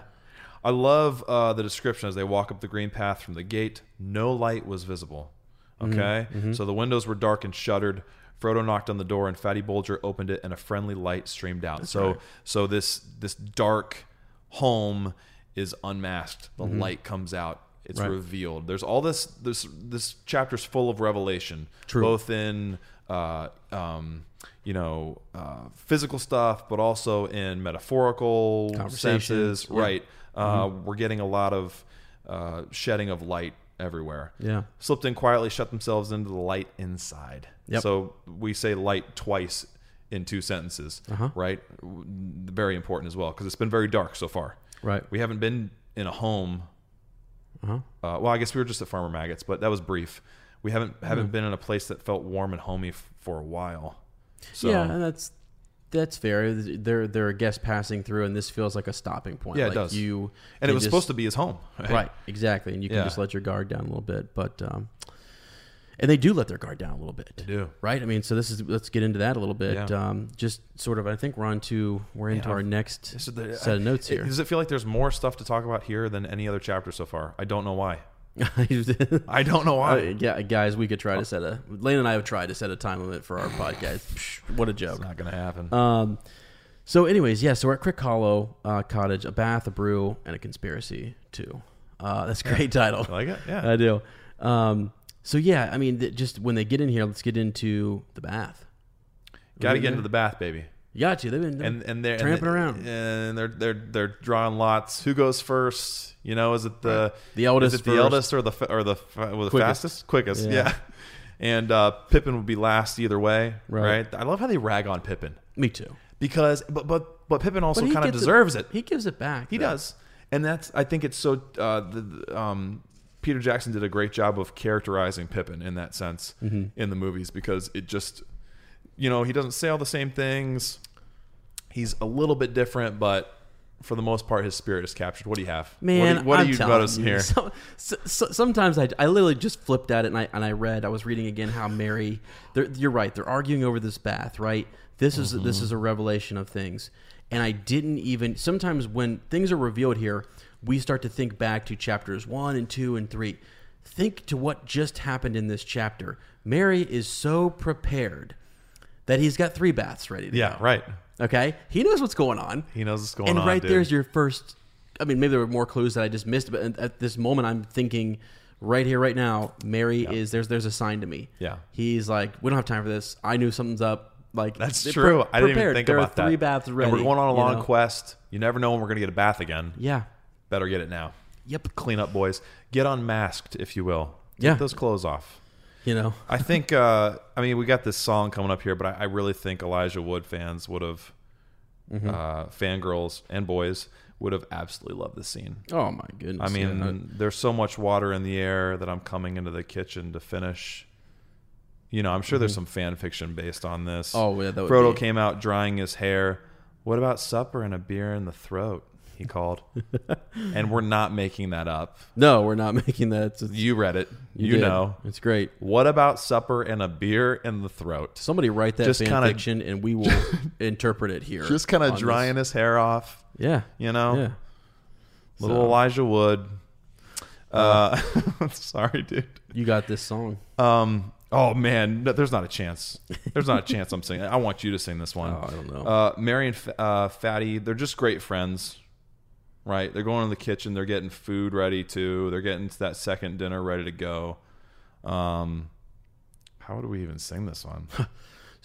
[SPEAKER 2] I love uh, the description as they walk up the green path from the gate. No light was visible. Okay, so the windows were dark and shuttered. Frodo knocked on the door, and Fatty Bulger opened it, and a friendly light streamed out. so, so this this dark home is unmasked. The light comes out. It's revealed. There's all this. This this chapter's full of revelation. True. Both in uh, um, you know uh, physical stuff, but also in metaphorical
[SPEAKER 1] Conversations.
[SPEAKER 2] senses. Right. Uh,
[SPEAKER 1] Mm-hmm.
[SPEAKER 2] We're getting a lot of uh, shedding of light everywhere.
[SPEAKER 1] Yeah.
[SPEAKER 2] Slipped in quietly, shut themselves into the light inside.
[SPEAKER 1] Yep.
[SPEAKER 2] So we say light twice in two sentences,
[SPEAKER 1] Uh-huh.
[SPEAKER 2] right? W- Very important as well because it's been very dark so far.
[SPEAKER 1] Right.
[SPEAKER 2] We haven't been in a home.
[SPEAKER 1] Uh-huh.
[SPEAKER 2] Uh, well, I guess we were just at Farmer Maggot's, but that was brief. We haven't
[SPEAKER 1] Mm-hmm.
[SPEAKER 2] haven't been in a place that felt warm and homey f- for a while. So
[SPEAKER 1] yeah, and that's that's fair. They're they're a guest passing through, and this feels like a stopping point.
[SPEAKER 2] Yeah, it
[SPEAKER 1] like
[SPEAKER 2] does.
[SPEAKER 1] You
[SPEAKER 2] and it was supposed to
[SPEAKER 1] to be.
[SPEAKER 2] be his home,
[SPEAKER 1] Right, exactly. And you can
[SPEAKER 2] Yeah.
[SPEAKER 1] just let your guard down a little bit, but um, and they do let their guard down a little bit. They
[SPEAKER 2] do.
[SPEAKER 1] right? I mean, so this is let's get into that a little bit.
[SPEAKER 2] Yeah.
[SPEAKER 1] Um, just sort of, I think we're on to we're into our next
[SPEAKER 2] So the-
[SPEAKER 1] set of notes
[SPEAKER 2] I-
[SPEAKER 1] here.
[SPEAKER 2] Does it feel like there's more stuff to talk about here than any other chapter so far? I don't know why. I don't know
[SPEAKER 1] Uh,
[SPEAKER 2] why.
[SPEAKER 1] yeah, guys, we could try to set a Lane and I have tried to set a time limit for our podcast. Psh, what a joke!
[SPEAKER 2] Not gonna happen.
[SPEAKER 1] uh, So, anyways, yeah, so we're at Crick Hollow uh, Cottage, a bath, a brew, and a conspiracy too. Uh, that's a great title. I
[SPEAKER 2] like it? Yeah.
[SPEAKER 1] I do. Um, so yeah, I mean, th- just when they get in here, let's get into the bath.
[SPEAKER 2] Got to get into the bath, baby.
[SPEAKER 1] You got to. They've been
[SPEAKER 2] And and they're
[SPEAKER 1] tramping
[SPEAKER 2] and they-
[SPEAKER 1] around.
[SPEAKER 2] and they're they're they're drawing lots. Who goes first? You know, is it the
[SPEAKER 1] The eldest
[SPEAKER 2] Is it the
[SPEAKER 1] first.
[SPEAKER 2] eldest or the fa- or the, fa- well, the
[SPEAKER 1] Quickest.
[SPEAKER 2] fastest, quickest?
[SPEAKER 1] Yeah.
[SPEAKER 2] Yeah. And uh, Pippin would be last either way,
[SPEAKER 1] Right.
[SPEAKER 2] right. I love how they rag on Pippin
[SPEAKER 1] Me too.
[SPEAKER 2] because, but but but Pippin also
[SPEAKER 1] But he
[SPEAKER 2] kind of
[SPEAKER 1] gets
[SPEAKER 2] deserves it.
[SPEAKER 1] He gives it back.
[SPEAKER 2] He
[SPEAKER 1] though.
[SPEAKER 2] does, and that's I think it's so. Uh, the, the, um, Peter Jackson did a great job of characterizing Pippin in that sense
[SPEAKER 1] Mm-hmm.
[SPEAKER 2] in the movies because it just, you know, he doesn't say all the same things. He's a little bit different, but for the most part, his spirit is captured. What do you have,
[SPEAKER 1] Man,
[SPEAKER 2] What do, what
[SPEAKER 1] I'm
[SPEAKER 2] do you
[SPEAKER 1] telling
[SPEAKER 2] notice
[SPEAKER 1] you,
[SPEAKER 2] here?
[SPEAKER 1] so- so- so- sometimes I, I literally just flipped at it and I and I read. I was reading again how Mary. They're, you're right. They're arguing over this bath. Right. This is this
[SPEAKER 2] Mm-hmm.
[SPEAKER 1] is a revelation of things. And I didn't even. Sometimes when things are revealed here, we start to think back to chapters one and two and three. Think to what just happened in this chapter. Mary is so prepared that he's got three baths ready. To
[SPEAKER 2] Yeah,
[SPEAKER 1] go.
[SPEAKER 2] right.
[SPEAKER 1] Okay, he knows what's going on
[SPEAKER 2] He knows what's going
[SPEAKER 1] and
[SPEAKER 2] on.
[SPEAKER 1] right
[SPEAKER 2] dude.
[SPEAKER 1] there's your first. I mean, maybe there were more clues that I just missed, but at this moment, I'm thinking right here, right now, Mary is there's there's a sign to me.
[SPEAKER 2] Yeah.
[SPEAKER 1] he's like, we don't have time for this. I knew something's up. Like
[SPEAKER 2] That's
[SPEAKER 1] pre-
[SPEAKER 2] true. I didn't even
[SPEAKER 1] prepared.
[SPEAKER 2] think
[SPEAKER 1] there
[SPEAKER 2] about
[SPEAKER 1] are three
[SPEAKER 2] that.
[SPEAKER 1] baths ready.
[SPEAKER 2] And we're going on a
[SPEAKER 1] you
[SPEAKER 2] long
[SPEAKER 1] know?
[SPEAKER 2] quest. You never know when we're going to get a bath again.
[SPEAKER 1] Yeah.
[SPEAKER 2] Better get it now.
[SPEAKER 1] Yep.
[SPEAKER 2] Clean up, boys. Get unmasked, if you will.
[SPEAKER 1] Yeah.
[SPEAKER 2] Get those clothes off.
[SPEAKER 1] You know.
[SPEAKER 2] I think uh, I mean we got this song coming up here, but I, I really think Elijah Wood fans would have,
[SPEAKER 1] Mm-hmm.
[SPEAKER 2] uh, fangirls and boys would have absolutely loved this scene.
[SPEAKER 1] Oh my goodness.
[SPEAKER 2] I mean,
[SPEAKER 1] yeah.
[SPEAKER 2] there's so much water in the air that I'm coming into the kitchen to finish. You know, I'm sure there's some fan fiction based on this.
[SPEAKER 1] Mm-hmm. Oh, yeah, that would
[SPEAKER 2] Frodo
[SPEAKER 1] be-
[SPEAKER 2] came out drying his hair. What about supper and a beer in the throat? He called, and we're not making that up.
[SPEAKER 1] no, we're not making that. It's, it's-
[SPEAKER 2] You read it. You,
[SPEAKER 1] did.
[SPEAKER 2] know.
[SPEAKER 1] it's great.
[SPEAKER 2] What about supper and a beer in the throat?
[SPEAKER 1] Somebody write that
[SPEAKER 2] Just
[SPEAKER 1] fan
[SPEAKER 2] kinda-
[SPEAKER 1] fiction, and we will interpret it here.
[SPEAKER 2] just kind
[SPEAKER 1] on
[SPEAKER 2] of
[SPEAKER 1] this.
[SPEAKER 2] drying his hair off.
[SPEAKER 1] Yeah.
[SPEAKER 2] You know?
[SPEAKER 1] Yeah.
[SPEAKER 2] Little
[SPEAKER 1] So-
[SPEAKER 2] Elijah Wood. Uh, sorry, dude.
[SPEAKER 1] You got this song.
[SPEAKER 2] Um, oh man, no, there's not a chance. There's not a chance. I'm singing. I want you to sing this one.
[SPEAKER 1] Oh, I don't know.
[SPEAKER 2] Uh, Mary and F- uh, Fatty, they're just great friends, right? They're going in the kitchen. They're getting food ready too. They're getting that second dinner ready to go. Um, how do we even sing this one?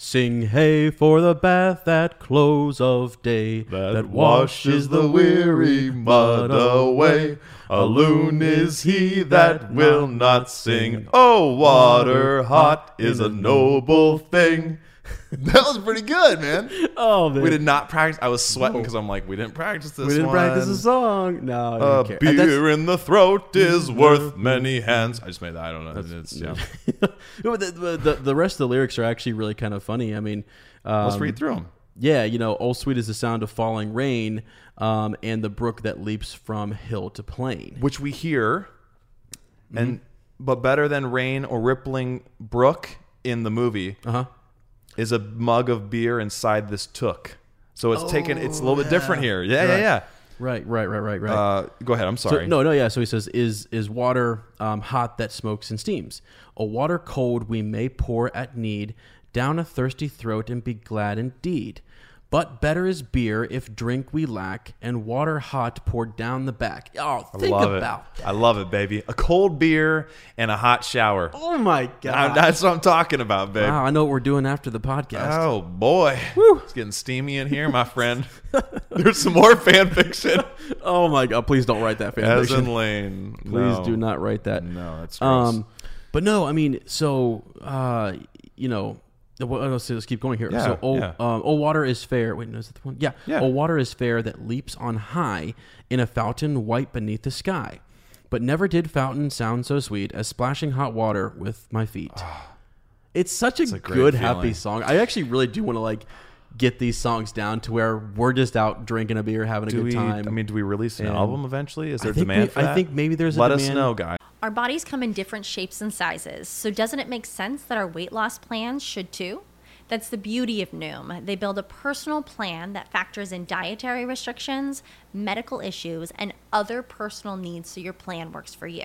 [SPEAKER 1] Sing hey for the bath at close of day that, washes the weary mud away. A loon is he that will not sing.
[SPEAKER 2] Oh,
[SPEAKER 1] water hot is a noble
[SPEAKER 2] thing. That was pretty good, man.
[SPEAKER 1] Oh,
[SPEAKER 2] We did not practice. I was sweating because I'm like, we didn't practice this.
[SPEAKER 1] we didn't practice
[SPEAKER 2] one.
[SPEAKER 1] a song. No, I
[SPEAKER 2] A
[SPEAKER 1] don't care. And that's-
[SPEAKER 2] beer in the throat is worth many hands. I just made that. I don't know. It's, yeah.
[SPEAKER 1] No, but the, the, the rest of the lyrics are actually really kind of funny. I mean, um,
[SPEAKER 2] Let's read through them.
[SPEAKER 1] yeah, you know, old sweet is the sound of falling rain, um, and the brook that leaps from hill to plain.
[SPEAKER 2] which we hear, and but better than rain or rippling brook in the movie
[SPEAKER 1] Uh-huh.
[SPEAKER 2] is a mug of beer inside this took. So it's taken. It's a little bit different here. Yeah, yeah, yeah.
[SPEAKER 1] Oh, Right, right, right, right, right.
[SPEAKER 2] Uh, go ahead. I'm
[SPEAKER 1] So-
[SPEAKER 2] sorry.
[SPEAKER 1] no, no, yeah. So he says, "Is is water um, hot that smokes and steams? A water cold we may pour at need down a thirsty throat and be glad indeed. But better is beer if drink we lack, and water hot poured down the back. Oh, think
[SPEAKER 2] love
[SPEAKER 1] about.
[SPEAKER 2] it. I love it, baby. A cold beer and a hot shower.
[SPEAKER 1] Oh my
[SPEAKER 2] I- that's what I'm talking about, babe.
[SPEAKER 1] Wow, Ah, I know what we're doing after the podcast.
[SPEAKER 2] Oh boy, it's getting steamy in here, my friend. There's some more fan fiction.
[SPEAKER 1] Oh my god! Please don't write that fan
[SPEAKER 2] As
[SPEAKER 1] fiction.
[SPEAKER 2] in Lane.
[SPEAKER 1] Please do not write that.
[SPEAKER 2] No, that's gross.
[SPEAKER 1] Um, but no, I mean, so uh, you know, well, let's, let's keep going here.
[SPEAKER 2] Yeah,
[SPEAKER 1] so, oh,
[SPEAKER 2] yeah.
[SPEAKER 1] um, oh, water is fair. Wait, no, is that the one? Yeah,
[SPEAKER 2] Yeah.
[SPEAKER 1] Oh, water is fair that leaps on high in a fountain white beneath the sky. But never did fountain sound so sweet as splashing hot water with my feet. It's such a,
[SPEAKER 2] Ah. great
[SPEAKER 1] good, happy
[SPEAKER 2] feeling.
[SPEAKER 1] song. I actually really do want to like get these songs down to where we're just out drinking a beer, having a
[SPEAKER 2] do
[SPEAKER 1] good
[SPEAKER 2] we?
[SPEAKER 1] time.
[SPEAKER 2] I mean, do we release an
[SPEAKER 1] And-
[SPEAKER 2] album eventually? Is there
[SPEAKER 1] think
[SPEAKER 2] demand?
[SPEAKER 1] we-
[SPEAKER 2] for
[SPEAKER 1] I
[SPEAKER 2] that?
[SPEAKER 1] think maybe there's a
[SPEAKER 2] Let us
[SPEAKER 1] demand.
[SPEAKER 2] know, guys.
[SPEAKER 6] Our bodies come in different shapes and sizes, so doesn't it make sense that our weight loss plans should too? That's the beauty of Noom. They build a personal plan that factors in dietary restrictions, medical issues, and other personal needs so your plan works for you.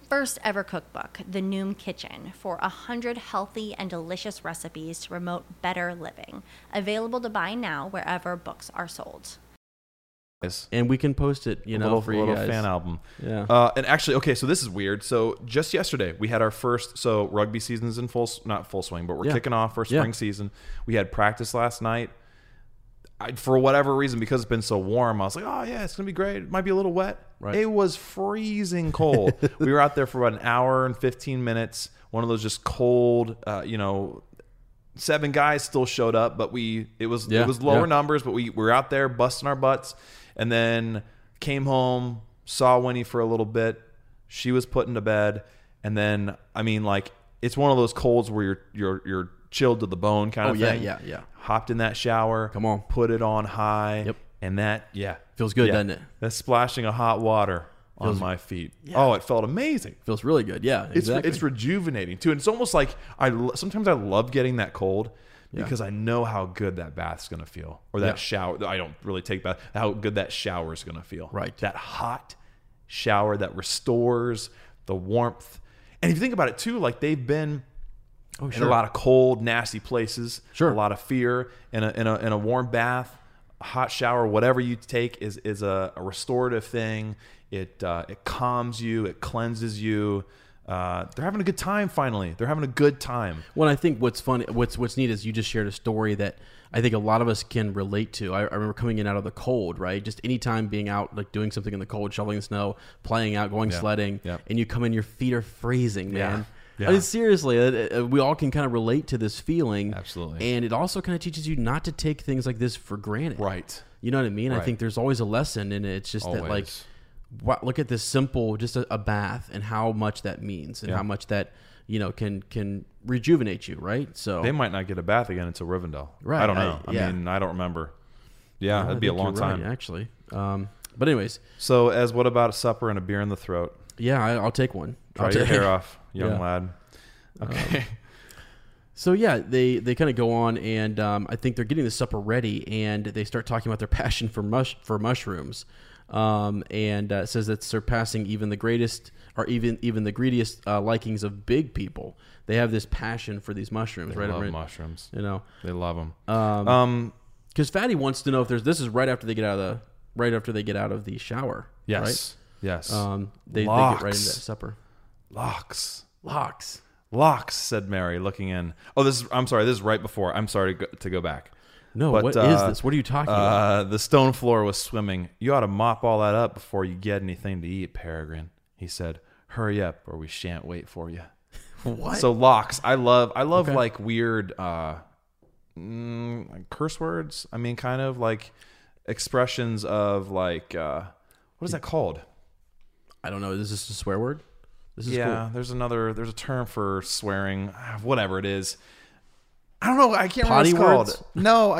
[SPEAKER 6] first ever cookbook, The Noom Kitchen, for 100 healthy and delicious recipes to promote better living. Available to buy now wherever books are sold.
[SPEAKER 1] and we can post it, you
[SPEAKER 2] A
[SPEAKER 1] know,
[SPEAKER 2] little,
[SPEAKER 1] for
[SPEAKER 2] a
[SPEAKER 1] you
[SPEAKER 2] little
[SPEAKER 1] guys.
[SPEAKER 2] fan album.
[SPEAKER 1] Yeah.
[SPEAKER 2] Uh, and actually, okay, so this is weird. So just yesterday, we had our first. So rugby season's in full, s- not full swing, but we're
[SPEAKER 1] Yeah.
[SPEAKER 2] kicking off for
[SPEAKER 1] Yeah.
[SPEAKER 2] spring season. We had practice last night. I, for whatever reason, because it's been so warm, I was like, oh yeah, it's gonna be great. It might be a little wet.
[SPEAKER 1] Right.
[SPEAKER 2] It was freezing cold. we were out there for about an hour and fifteen minutes. One of those just cold, uh, you know. Seven guys still showed up, but we it was
[SPEAKER 1] Yeah,
[SPEAKER 2] it was lower
[SPEAKER 1] yeah.
[SPEAKER 2] numbers, but we, we were out there busting our butts, and then came home, saw Winnie for a little bit. She was put into bed, and then I mean, like it's one of those colds where you're you're you're chilled to the bone kind
[SPEAKER 1] Oh,
[SPEAKER 2] of
[SPEAKER 1] yeah,
[SPEAKER 2] thing.
[SPEAKER 1] yeah, yeah.
[SPEAKER 2] Hopped in that shower.
[SPEAKER 1] Come on.
[SPEAKER 2] put it on high.
[SPEAKER 1] Yep.
[SPEAKER 2] And that yeah
[SPEAKER 1] Feels good,
[SPEAKER 2] Yeah.
[SPEAKER 1] doesn't it?
[SPEAKER 2] That's splashing of hot water on my feet. Oh, it felt amazing.
[SPEAKER 1] Feels really good. Yeah,
[SPEAKER 2] It's
[SPEAKER 1] exactly.
[SPEAKER 2] it's rejuvenating too, and it's almost like I lo- sometimes I love getting that cold because I know how good that bath's gonna feel, or that
[SPEAKER 1] Yeah.
[SPEAKER 2] shower. I don't really take bath. How good that shower is gonna feel.
[SPEAKER 1] Right.
[SPEAKER 2] That hot shower that restores the warmth, and if you think about it too, like they've been
[SPEAKER 1] oh,
[SPEAKER 2] in a lot of cold, nasty places.
[SPEAKER 1] Sure.
[SPEAKER 2] A lot of fear and a, and a, and a warm bath, a hot shower, whatever you take is, is a, a restorative thing. It, uh, it calms you, it cleanses you. Uh, they're having a good time finally. They're having a good time.
[SPEAKER 1] Well, I think what's fun, what's what's neat is you just shared a story that I think a lot of us can relate to. I, I remember coming in out of the cold, right? Just anytime being out, like doing something in the cold, shoveling snow, playing out, going sledding,
[SPEAKER 2] yeah.
[SPEAKER 1] and you come in, your feet are freezing, man.
[SPEAKER 2] yeah.
[SPEAKER 1] I mean, seriously, it- it- we all can kind of relate to this feeling.
[SPEAKER 2] Absolutely.
[SPEAKER 1] And it also kind of teaches you not to take things like this for granted.
[SPEAKER 2] Right.
[SPEAKER 1] You know what I mean? I
[SPEAKER 2] Right.
[SPEAKER 1] think there's always a lesson in it. It's just that, like,
[SPEAKER 2] Always.
[SPEAKER 1] wow, look at this simple, just a, a bath, and how much that means, and how much that you know can can rejuvenate you, right? So
[SPEAKER 2] They might not get a bath again until Rivendell.
[SPEAKER 1] Right,
[SPEAKER 2] I don't
[SPEAKER 1] I-
[SPEAKER 2] know. I,
[SPEAKER 1] yeah.
[SPEAKER 2] mean, I don't remember. Yeah,
[SPEAKER 1] I
[SPEAKER 2] that'd be a
[SPEAKER 1] think you're
[SPEAKER 2] long
[SPEAKER 1] right,
[SPEAKER 2] time.
[SPEAKER 1] actually. Um, but anyways,
[SPEAKER 2] So, as what about a supper and a beer in the throat?
[SPEAKER 1] yeah, I, I'll take one.
[SPEAKER 2] Dry
[SPEAKER 1] I'll
[SPEAKER 2] your
[SPEAKER 1] take-
[SPEAKER 2] hair off, young
[SPEAKER 1] Yeah.
[SPEAKER 2] lad. Okay.
[SPEAKER 1] So yeah, they they kind of go on, and um, I think they're getting the supper ready, and they start talking about their passion for mush for mushrooms, um, and uh, it says that surpassing even the greatest or even even the greediest uh, likings of big people. They have this passion for these mushrooms, right?
[SPEAKER 2] love
[SPEAKER 1] Amrit?
[SPEAKER 2] mushrooms.
[SPEAKER 1] You know,
[SPEAKER 2] They love them.
[SPEAKER 1] Uh,
[SPEAKER 2] um,
[SPEAKER 1] because Fatty wants to know if there's. This is right after they get out of the right after they get out of the shower.
[SPEAKER 2] Yes. Yes.
[SPEAKER 1] Right? Um, they, they get right into that
[SPEAKER 2] Locks.
[SPEAKER 1] supper.
[SPEAKER 2] locks.
[SPEAKER 1] Locks.
[SPEAKER 2] Locks, said Mary, looking in. Oh, this is, I'm sorry, this is right before. I'm sorry to go, to go back.
[SPEAKER 1] No,
[SPEAKER 2] But,
[SPEAKER 1] what is
[SPEAKER 2] uh,
[SPEAKER 1] this? What are you talking about?
[SPEAKER 2] Uh, the stone floor was swimming. You ought to mop all that up before you get anything to eat, Peregrine, he said. Hurry up or we shan't wait for you.
[SPEAKER 1] What?
[SPEAKER 2] So locks, I love I love like weird uh like curse words. I mean, kind of like expressions of like uh, what is that called?
[SPEAKER 1] I don't know. Is this a swear word? This is
[SPEAKER 2] Yeah,
[SPEAKER 1] cool.
[SPEAKER 2] there's another there's a term for swearing, ah, whatever it is. I don't know. I can't
[SPEAKER 1] Potty
[SPEAKER 2] remember what it's
[SPEAKER 1] words?
[SPEAKER 2] called. No, uh,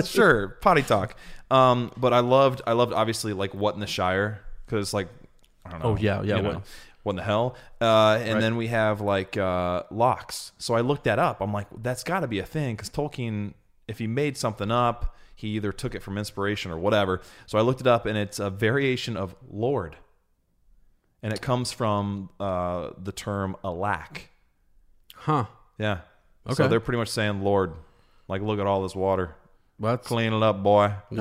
[SPEAKER 2] sure, potty talk. Um, but I loved I loved obviously like what in the Shire because like I don't know.
[SPEAKER 1] Oh, yeah, yeah,
[SPEAKER 2] Um, you
[SPEAKER 1] what-
[SPEAKER 2] know, what in the hell? Uh, and then we have like uh, locks. So I looked that up. I'm like, that's got to be a thing because Tolkien, if he made something up, he either took it from inspiration or whatever. So I looked it up, and it's a variation of Lord, and it comes from uh, the term alack.
[SPEAKER 1] Huh.
[SPEAKER 2] Yeah.
[SPEAKER 1] Okay.
[SPEAKER 2] So they're pretty much saying Lord, like look at all this water,
[SPEAKER 1] Well, that's
[SPEAKER 2] clean it up, boy.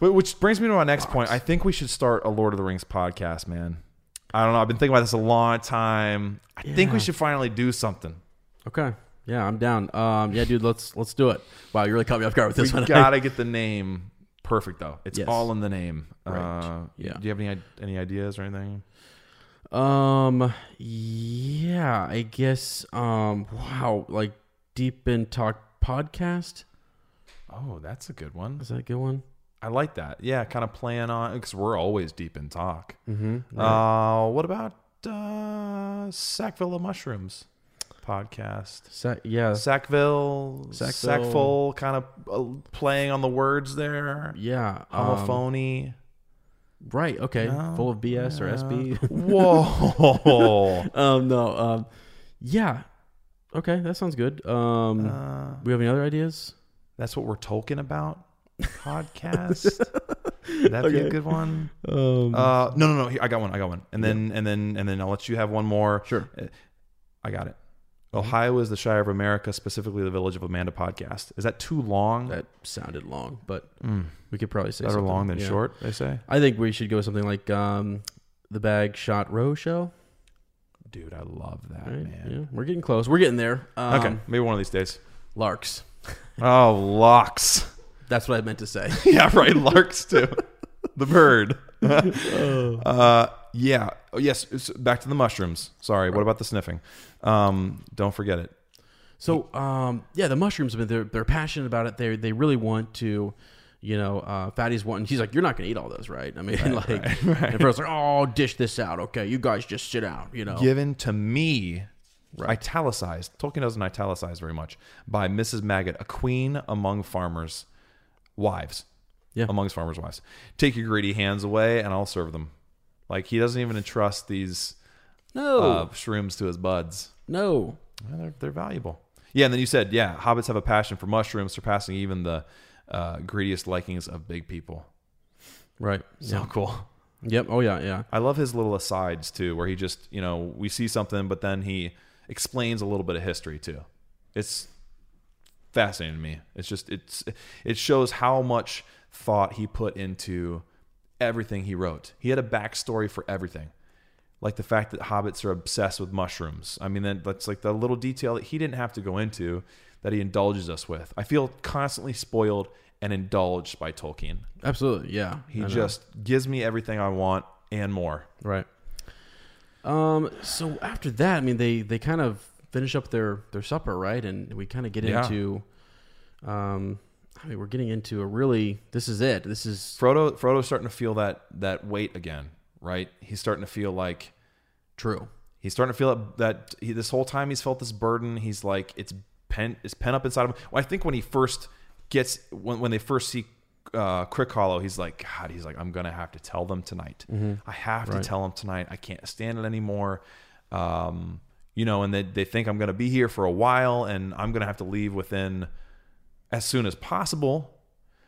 [SPEAKER 2] Wh- Which brings me to my next point. I think we should start a Lord of the Rings podcast, man. I don't know. I've been thinking about this a long time. I think we should finally do something.
[SPEAKER 1] okay. Yeah, I'm down. Um, yeah, dude, let's let's do it. Wow, you really caught me off guard with this
[SPEAKER 2] we
[SPEAKER 1] one.
[SPEAKER 2] gotta get the name perfect though. It's
[SPEAKER 1] Yes.
[SPEAKER 2] all in the name. Right. Uh,
[SPEAKER 1] Yeah.
[SPEAKER 2] Do you have any any ideas or anything?
[SPEAKER 1] Um. Yeah, I guess. Um. Wow. Like deep in talk podcast.
[SPEAKER 2] Oh, that's a good one.
[SPEAKER 1] Is that a good one?
[SPEAKER 2] I like that. Yeah, kind of playing on because we're always deep in talk. Mm-hmm. Uh, what about uh, Sackville of Mushrooms podcast?
[SPEAKER 1] Sa- yeah.
[SPEAKER 2] Sackville,
[SPEAKER 1] Sackville.
[SPEAKER 2] Sackful, kind of uh, playing on the words there.
[SPEAKER 1] yeah. um,
[SPEAKER 2] Homophony.
[SPEAKER 1] right. Okay. Full of BS or SB.
[SPEAKER 2] Whoa.
[SPEAKER 1] um. No. Um. Yeah. Okay, that sounds good. Um.
[SPEAKER 2] Uh.
[SPEAKER 1] we have any other ideas?
[SPEAKER 2] That's what we're talking about. Podcast. That'd be a good one.
[SPEAKER 1] Um.
[SPEAKER 2] Uh, no, no, no. Here, I got one. I got one. And then, and then, and then I'll let you have one more.
[SPEAKER 1] Sure.
[SPEAKER 2] Uh, I got it. Ohio is the Shire of America, specifically the village of Amanda podcast. Is that too long?
[SPEAKER 1] that sounded long, but we could probably say
[SPEAKER 2] Mm. Better
[SPEAKER 1] something.
[SPEAKER 2] long than
[SPEAKER 1] yeah.
[SPEAKER 2] short, they say.
[SPEAKER 1] I think we should go with something like um, the Bag Shot Row Show.
[SPEAKER 2] Dude, I love that,
[SPEAKER 1] Right?
[SPEAKER 2] man.
[SPEAKER 1] Yeah, we're getting close. We're getting there. Um,
[SPEAKER 2] okay, maybe one of these days.
[SPEAKER 1] Larks.
[SPEAKER 2] Oh, larks.
[SPEAKER 1] That's what I meant to say.
[SPEAKER 2] yeah, right. Larks too. the bird. uh, yeah. Oh, yes. it's- Back to the mushrooms. Sorry. What about the sniffing? Um, don't forget it.
[SPEAKER 1] So, um, yeah, the mushrooms, but they're they're passionate about it. They they really want to, you know, uh, Fatty's wanting. He's like, you're not gonna eat all those, right? I mean, like, and Bro's like, oh, I'll dish this out, okay? You guys just sit down, you know.
[SPEAKER 2] given to me, italicized. Tolkien doesn't italicize very much by Mrs. Maggot, a queen among farmers' wives.
[SPEAKER 1] Yeah.
[SPEAKER 2] amongst farmers' wives. Take your greedy hands away, and I'll serve them. Like he doesn't even entrust these
[SPEAKER 1] No,
[SPEAKER 2] uh, shrooms to his buds.
[SPEAKER 1] no.
[SPEAKER 2] Yeah, they're, they're valuable. Yeah, and then you said, yeah, hobbits have a passion for mushrooms, surpassing even the uh, greediest likings of big people.
[SPEAKER 1] Right.
[SPEAKER 2] So cool.
[SPEAKER 1] Yep. Oh yeah. Yeah.
[SPEAKER 2] I love his little asides too, where he just you know we see something, but then he explains a little bit of history too. It's fascinating to me. It's just it's it shows how much thought he put into everything he wrote. He had a backstory for everything, like the fact that hobbits are obsessed with mushrooms. I mean, that, that's like the little detail that he didn't have to go into that he indulges us with. I feel constantly spoiled and indulged by Tolkien.
[SPEAKER 1] Absolutely. Yeah. I
[SPEAKER 2] He
[SPEAKER 1] know.
[SPEAKER 2] just gives me everything I want and more.
[SPEAKER 1] Right. Um. So after that, I mean, they they kind of finish up their their supper, right? And we kind of get
[SPEAKER 2] Yeah.
[SPEAKER 1] into, um, I mean, we're getting into a really. This is it. This is
[SPEAKER 2] Frodo Frodo's starting to feel that that weight again, right? He's starting to feel like
[SPEAKER 1] true.
[SPEAKER 2] he's starting to feel that, that he, this whole time he's felt this burden. He's like it's pent it's pent up inside of him. Well, I think when he first gets when when they first see uh, Crick Hollow, he's like God. He's like I'm gonna have to tell them tonight. I have to tell them tonight. I can't stand it anymore. Um, you know, and they they think I'm gonna be here for a while, and I'm gonna have to leave within as soon as possible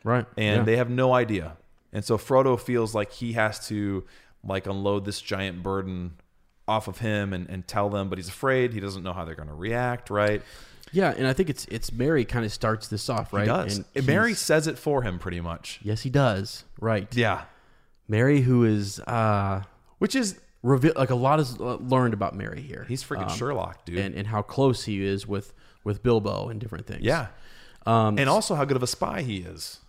[SPEAKER 1] Right.
[SPEAKER 2] and
[SPEAKER 1] yeah.
[SPEAKER 2] they have no idea. And so Frodo feels like he has to like unload this giant burden off of him and, and tell them, but he's afraid. He doesn't know how they're going to react, right?
[SPEAKER 1] Yeah, and I think it's it's Mary kind of starts this off, right?
[SPEAKER 2] He does.
[SPEAKER 1] And
[SPEAKER 2] Mary
[SPEAKER 1] he's-
[SPEAKER 2] says it for him pretty much.
[SPEAKER 1] Yes, he does. Right.
[SPEAKER 2] Yeah.
[SPEAKER 1] Mary, who is uh,
[SPEAKER 2] Which is,
[SPEAKER 1] reveal like a lot is uh, learned about Mary here.
[SPEAKER 2] he's freaking Sherlock, dude.
[SPEAKER 1] um, and and how close he is with with Bilbo and different things.
[SPEAKER 2] yeah. and also how good of a spy he is.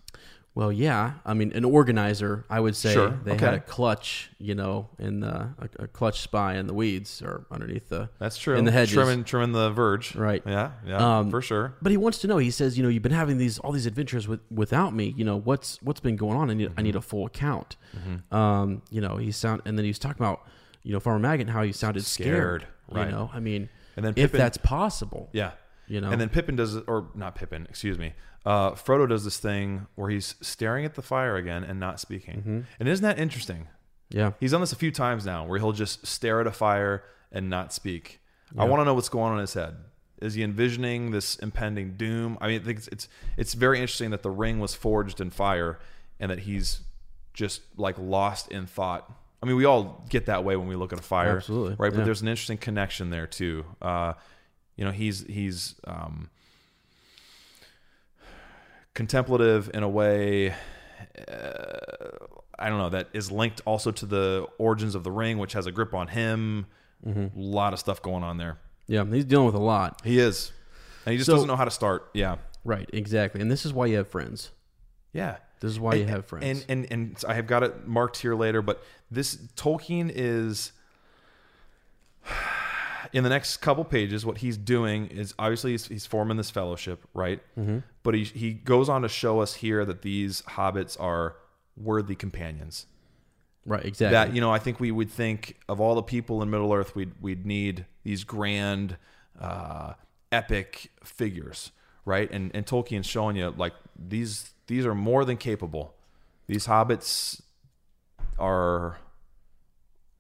[SPEAKER 1] Well, yeah. I mean, an organizer, I would say
[SPEAKER 2] Sure,
[SPEAKER 1] they
[SPEAKER 2] okay.
[SPEAKER 1] had a clutch, you know, in the, a, a clutch spy in the weeds or underneath the
[SPEAKER 2] That's true.
[SPEAKER 1] in the hedges.
[SPEAKER 2] trimming, trimming the verge.
[SPEAKER 1] Right.
[SPEAKER 2] Yeah. Yeah.
[SPEAKER 1] Um,
[SPEAKER 2] for sure.
[SPEAKER 1] But he wants to know. He says, you know, you've been having these all these adventures with without me. You know, what's what's been going on? I
[SPEAKER 2] Mm-hmm.
[SPEAKER 1] need I need a full account. Um, you know, he sound and then he was talking about you know Farmer Maggot and how he sounded scared.
[SPEAKER 2] Scared, right.
[SPEAKER 1] You know, I mean,
[SPEAKER 2] And then
[SPEAKER 1] if
[SPEAKER 2] Pippin-
[SPEAKER 1] that's possible,
[SPEAKER 2] Yeah.
[SPEAKER 1] You know?
[SPEAKER 2] And then Pippin does, or not Pippin, excuse me. Uh, Frodo does this thing where he's staring at the fire again and not speaking.
[SPEAKER 1] Mm-hmm.
[SPEAKER 2] And isn't that interesting?
[SPEAKER 1] yeah,
[SPEAKER 2] He's done this a few times now where he'll just stare at a fire and not speak. I want to know what's going on in his head. Is he envisioning this impending doom? I mean, I think it's, it's it's very interesting that the ring was forged in fire and that he's just like lost in thought. I mean, we all get that way when we look at a fire,
[SPEAKER 1] Absolutely,
[SPEAKER 2] right? But
[SPEAKER 1] yeah.
[SPEAKER 2] there's an interesting connection there too. Uh, you know, he's he's um, contemplative in a way I don't know, that is linked also to the origins of the ring, which has a grip on him. A lot of stuff going on there.
[SPEAKER 1] yeah. He's dealing with a lot.
[SPEAKER 2] Mm-hmm. He is. And he just
[SPEAKER 1] So-
[SPEAKER 2] doesn't know how to start. Yeah.
[SPEAKER 1] Right, exactly. And this is why you have friends.
[SPEAKER 2] Yeah.
[SPEAKER 1] This is why you have friends.
[SPEAKER 2] And and and I have got it marked here later, but this Tolkien is in the next couple pages. What he's doing is obviously he's, he's forming this fellowship, right? But he he goes on to show us here that these hobbits are worthy companions.
[SPEAKER 1] right, exactly.
[SPEAKER 2] that you know I think we would think of all the people in Middle Earth we'd we'd need these grand uh, epic figures right and and Tolkien's showing you like these these are more than capable these hobbits are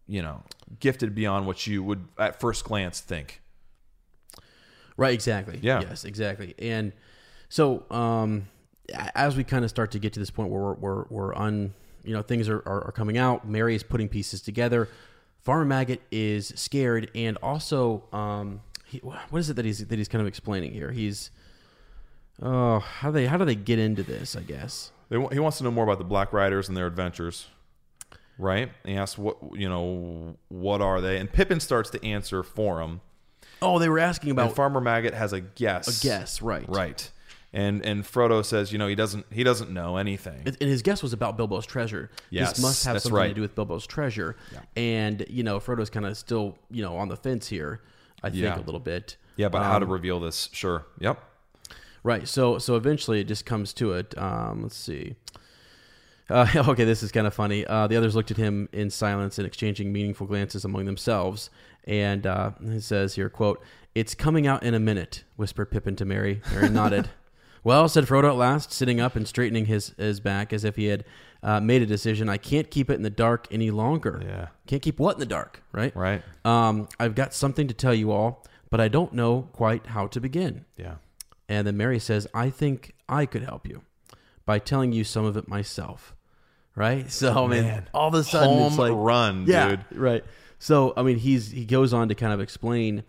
[SPEAKER 2] you know gifted beyond what you would at first glance think
[SPEAKER 1] Right, exactly.
[SPEAKER 2] Yeah.
[SPEAKER 1] Yes, exactly. And so, um, a- as we kind of start to get to this point where we're, we're, we're on, you know, things are, are, are coming out, Mary is putting pieces together. Farmer Maggot is scared. And also, um, he, what is it that he's, that he's kind of explaining here? He's, oh, how they, how do they get into this? I guess.
[SPEAKER 2] They, wa- he wants to know more about the Black Riders and their adventures, right? And he asks what you know what are they and Pippin starts to answer for him
[SPEAKER 1] Oh, they were asking
[SPEAKER 2] And
[SPEAKER 1] about
[SPEAKER 2] Farmer Maggot has a guess.
[SPEAKER 1] a guess. Right.
[SPEAKER 2] Right. And and Frodo says, you know, he doesn't he doesn't know anything.
[SPEAKER 1] And and his guess was about Bilbo's treasure.
[SPEAKER 2] Yes,
[SPEAKER 1] this must have
[SPEAKER 2] that's
[SPEAKER 1] something to
[SPEAKER 2] right.
[SPEAKER 1] do with Bilbo's treasure. And you know, Frodo's kind of still you know on the fence here. I think
[SPEAKER 2] Yeah.
[SPEAKER 1] a little bit.
[SPEAKER 2] yeah, about how to
[SPEAKER 1] um,
[SPEAKER 2] reveal this. Sure. Yep.
[SPEAKER 1] Right. So so eventually it just comes to it. Um, let's see. Uh, okay, this is kind of funny. Uh, the others looked at him in silence and exchanging meaningful glances among themselves. And uh, it says here, "quote It's coming out in a minute," whispered Pippin to Mary. Mary nodded. Well, said Frodo at last, sitting up and straightening his, his back as if he had uh, made a decision. I can't keep it in the dark any longer.
[SPEAKER 2] Yeah.
[SPEAKER 1] Can't keep what in the dark, right?
[SPEAKER 2] Right.
[SPEAKER 1] Um, I've got something to tell you all, but I don't know quite how to begin.
[SPEAKER 2] Yeah.
[SPEAKER 1] And then Mary says, I think I could help you by telling you some of it myself. Right? So, I mean, all of a sudden,
[SPEAKER 2] Home
[SPEAKER 1] it's like,
[SPEAKER 2] run,
[SPEAKER 1] yeah,
[SPEAKER 2] dude.
[SPEAKER 1] Right. So, I mean, he's he goes on to kind of explain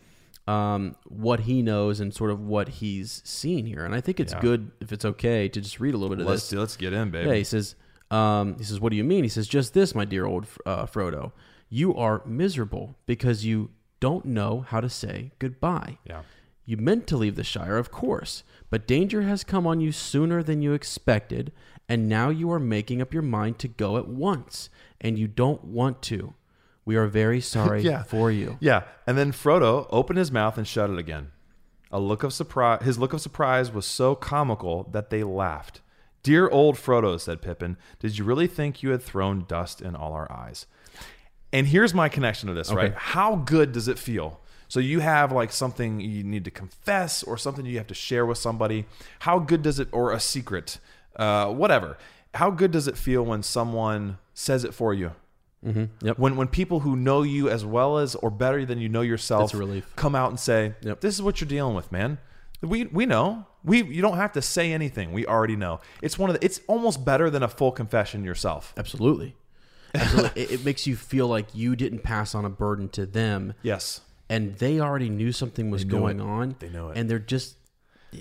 [SPEAKER 1] um, what he knows and sort of what he's seen here. And I think it's good, if it's okay, to just read a little bit of
[SPEAKER 2] Let's
[SPEAKER 1] this.
[SPEAKER 2] do, let's get in,
[SPEAKER 1] Yeah,
[SPEAKER 2] baby.
[SPEAKER 1] he says, um, he says, what do you mean? He says, just this, my dear old uh, Frodo. You are miserable because you don't know how to say goodbye.
[SPEAKER 2] Yeah.
[SPEAKER 1] You meant to leave the Shire, of course, but danger has come on you sooner than you expected, and now you are making up your mind to go at once, and you don't want to. We are very sorry
[SPEAKER 2] Yeah.
[SPEAKER 1] for you.
[SPEAKER 2] Yeah. And then Frodo opened his mouth and shut it again. A look of surprise his look of surprise was so comical that they laughed. Dear old Frodo, said Pippin, did you really think you had thrown dust in all our eyes? And here's my connection to this, right? How good does it feel? So you have like something you need to confess or something you have to share with somebody. How good does it, or a secret, uh, whatever. How good does it feel when someone says it for you?
[SPEAKER 1] Mm-hmm. Yep.
[SPEAKER 2] When when people who know you as well as or better than you know yourself
[SPEAKER 1] That's a relief.
[SPEAKER 2] come out and say,
[SPEAKER 1] Yep.
[SPEAKER 2] "This is what you're dealing with, man. We we know. We you don't have to say anything. We already know. It's one of the. It's almost better than a full confession yourself.
[SPEAKER 1] Absolutely. Absolutely. it, it makes you feel like you didn't pass on a burden to them.
[SPEAKER 2] Yes.
[SPEAKER 1] and they already knew something was going on. They
[SPEAKER 2] know it.
[SPEAKER 1] and they're just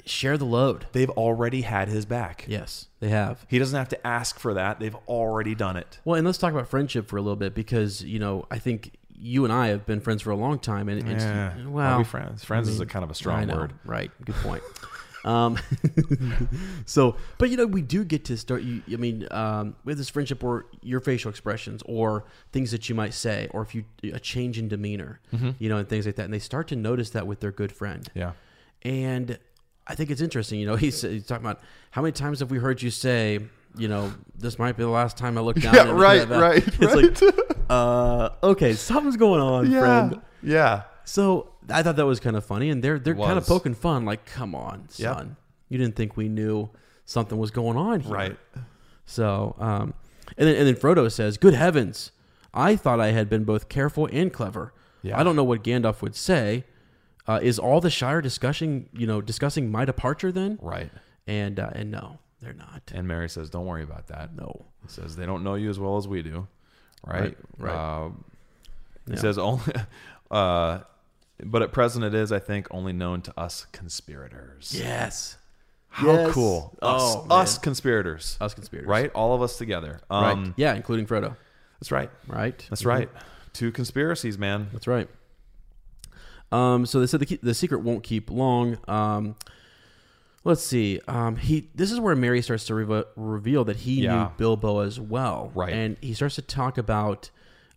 [SPEAKER 1] share the load.
[SPEAKER 2] They've already had his back.
[SPEAKER 1] Yes, they have.
[SPEAKER 2] He doesn't have to ask for that. They've already done it.
[SPEAKER 1] Well, and let's talk about friendship for a little bit because you know I think you and I have been friends for a long time, and it's
[SPEAKER 2] Are
[SPEAKER 1] well,
[SPEAKER 2] we friends. Friends is a kind of
[SPEAKER 1] I
[SPEAKER 2] a strong
[SPEAKER 1] know,
[SPEAKER 2] word.
[SPEAKER 1] right? Good point. Um, so, but you know, we do get to start. You, I mean, um, we have this friendship where your facial expressions or things that you might say, or if you a change in demeanor, you know, and things like that, and they start to notice that with their good friend.
[SPEAKER 2] Yeah.
[SPEAKER 1] And I think it's interesting. You know, he's, he's talking about how many times have we heard you say, you know, this might be the last time I look down.
[SPEAKER 2] Yeah,
[SPEAKER 1] at-
[SPEAKER 2] right, right,
[SPEAKER 1] It's like, uh, okay, something's going on, friend.
[SPEAKER 2] Yeah.
[SPEAKER 1] So I thought that was kind of funny, and they're they're
[SPEAKER 2] It
[SPEAKER 1] kind of
[SPEAKER 2] was.
[SPEAKER 1] poking fun, like, "Come on,
[SPEAKER 2] Yep.
[SPEAKER 1] son, you didn't think we knew something was going on here,
[SPEAKER 2] Right.
[SPEAKER 1] So, um, and then and then Frodo says, "Good heavens, I thought I had been both careful and clever.
[SPEAKER 2] Yeah.
[SPEAKER 1] I don't know what Gandalf would say. Uh, is all the Shire discussing, you know, discussing my departure then?
[SPEAKER 2] Right.
[SPEAKER 1] And uh, and no, they're not.
[SPEAKER 2] And Mary says, "Don't worry about that."
[SPEAKER 1] No.
[SPEAKER 2] He says they don't know you as well as we do, right?
[SPEAKER 1] Right, right.
[SPEAKER 2] Um, he
[SPEAKER 1] Yeah.
[SPEAKER 2] says only, uh, but at present it is, I think, only known to us conspirators.
[SPEAKER 1] Yes,
[SPEAKER 2] How
[SPEAKER 1] Yes.
[SPEAKER 2] cool! Us,
[SPEAKER 1] Oh, man.
[SPEAKER 2] us conspirators,
[SPEAKER 1] Us conspirators.
[SPEAKER 2] right? All of us together.
[SPEAKER 1] right.
[SPEAKER 2] Um,
[SPEAKER 1] yeah, including Frodo.
[SPEAKER 2] That's right.
[SPEAKER 1] Right.
[SPEAKER 2] That's right. Two conspiracies, man.
[SPEAKER 1] That's right. Um, so they said the, key- the secret won't keep long. Um, let's see. Um, he this is where Mary starts to reve- reveal that he
[SPEAKER 2] Yeah.
[SPEAKER 1] knew Bilbo as well,
[SPEAKER 2] Right.
[SPEAKER 1] And he starts to talk about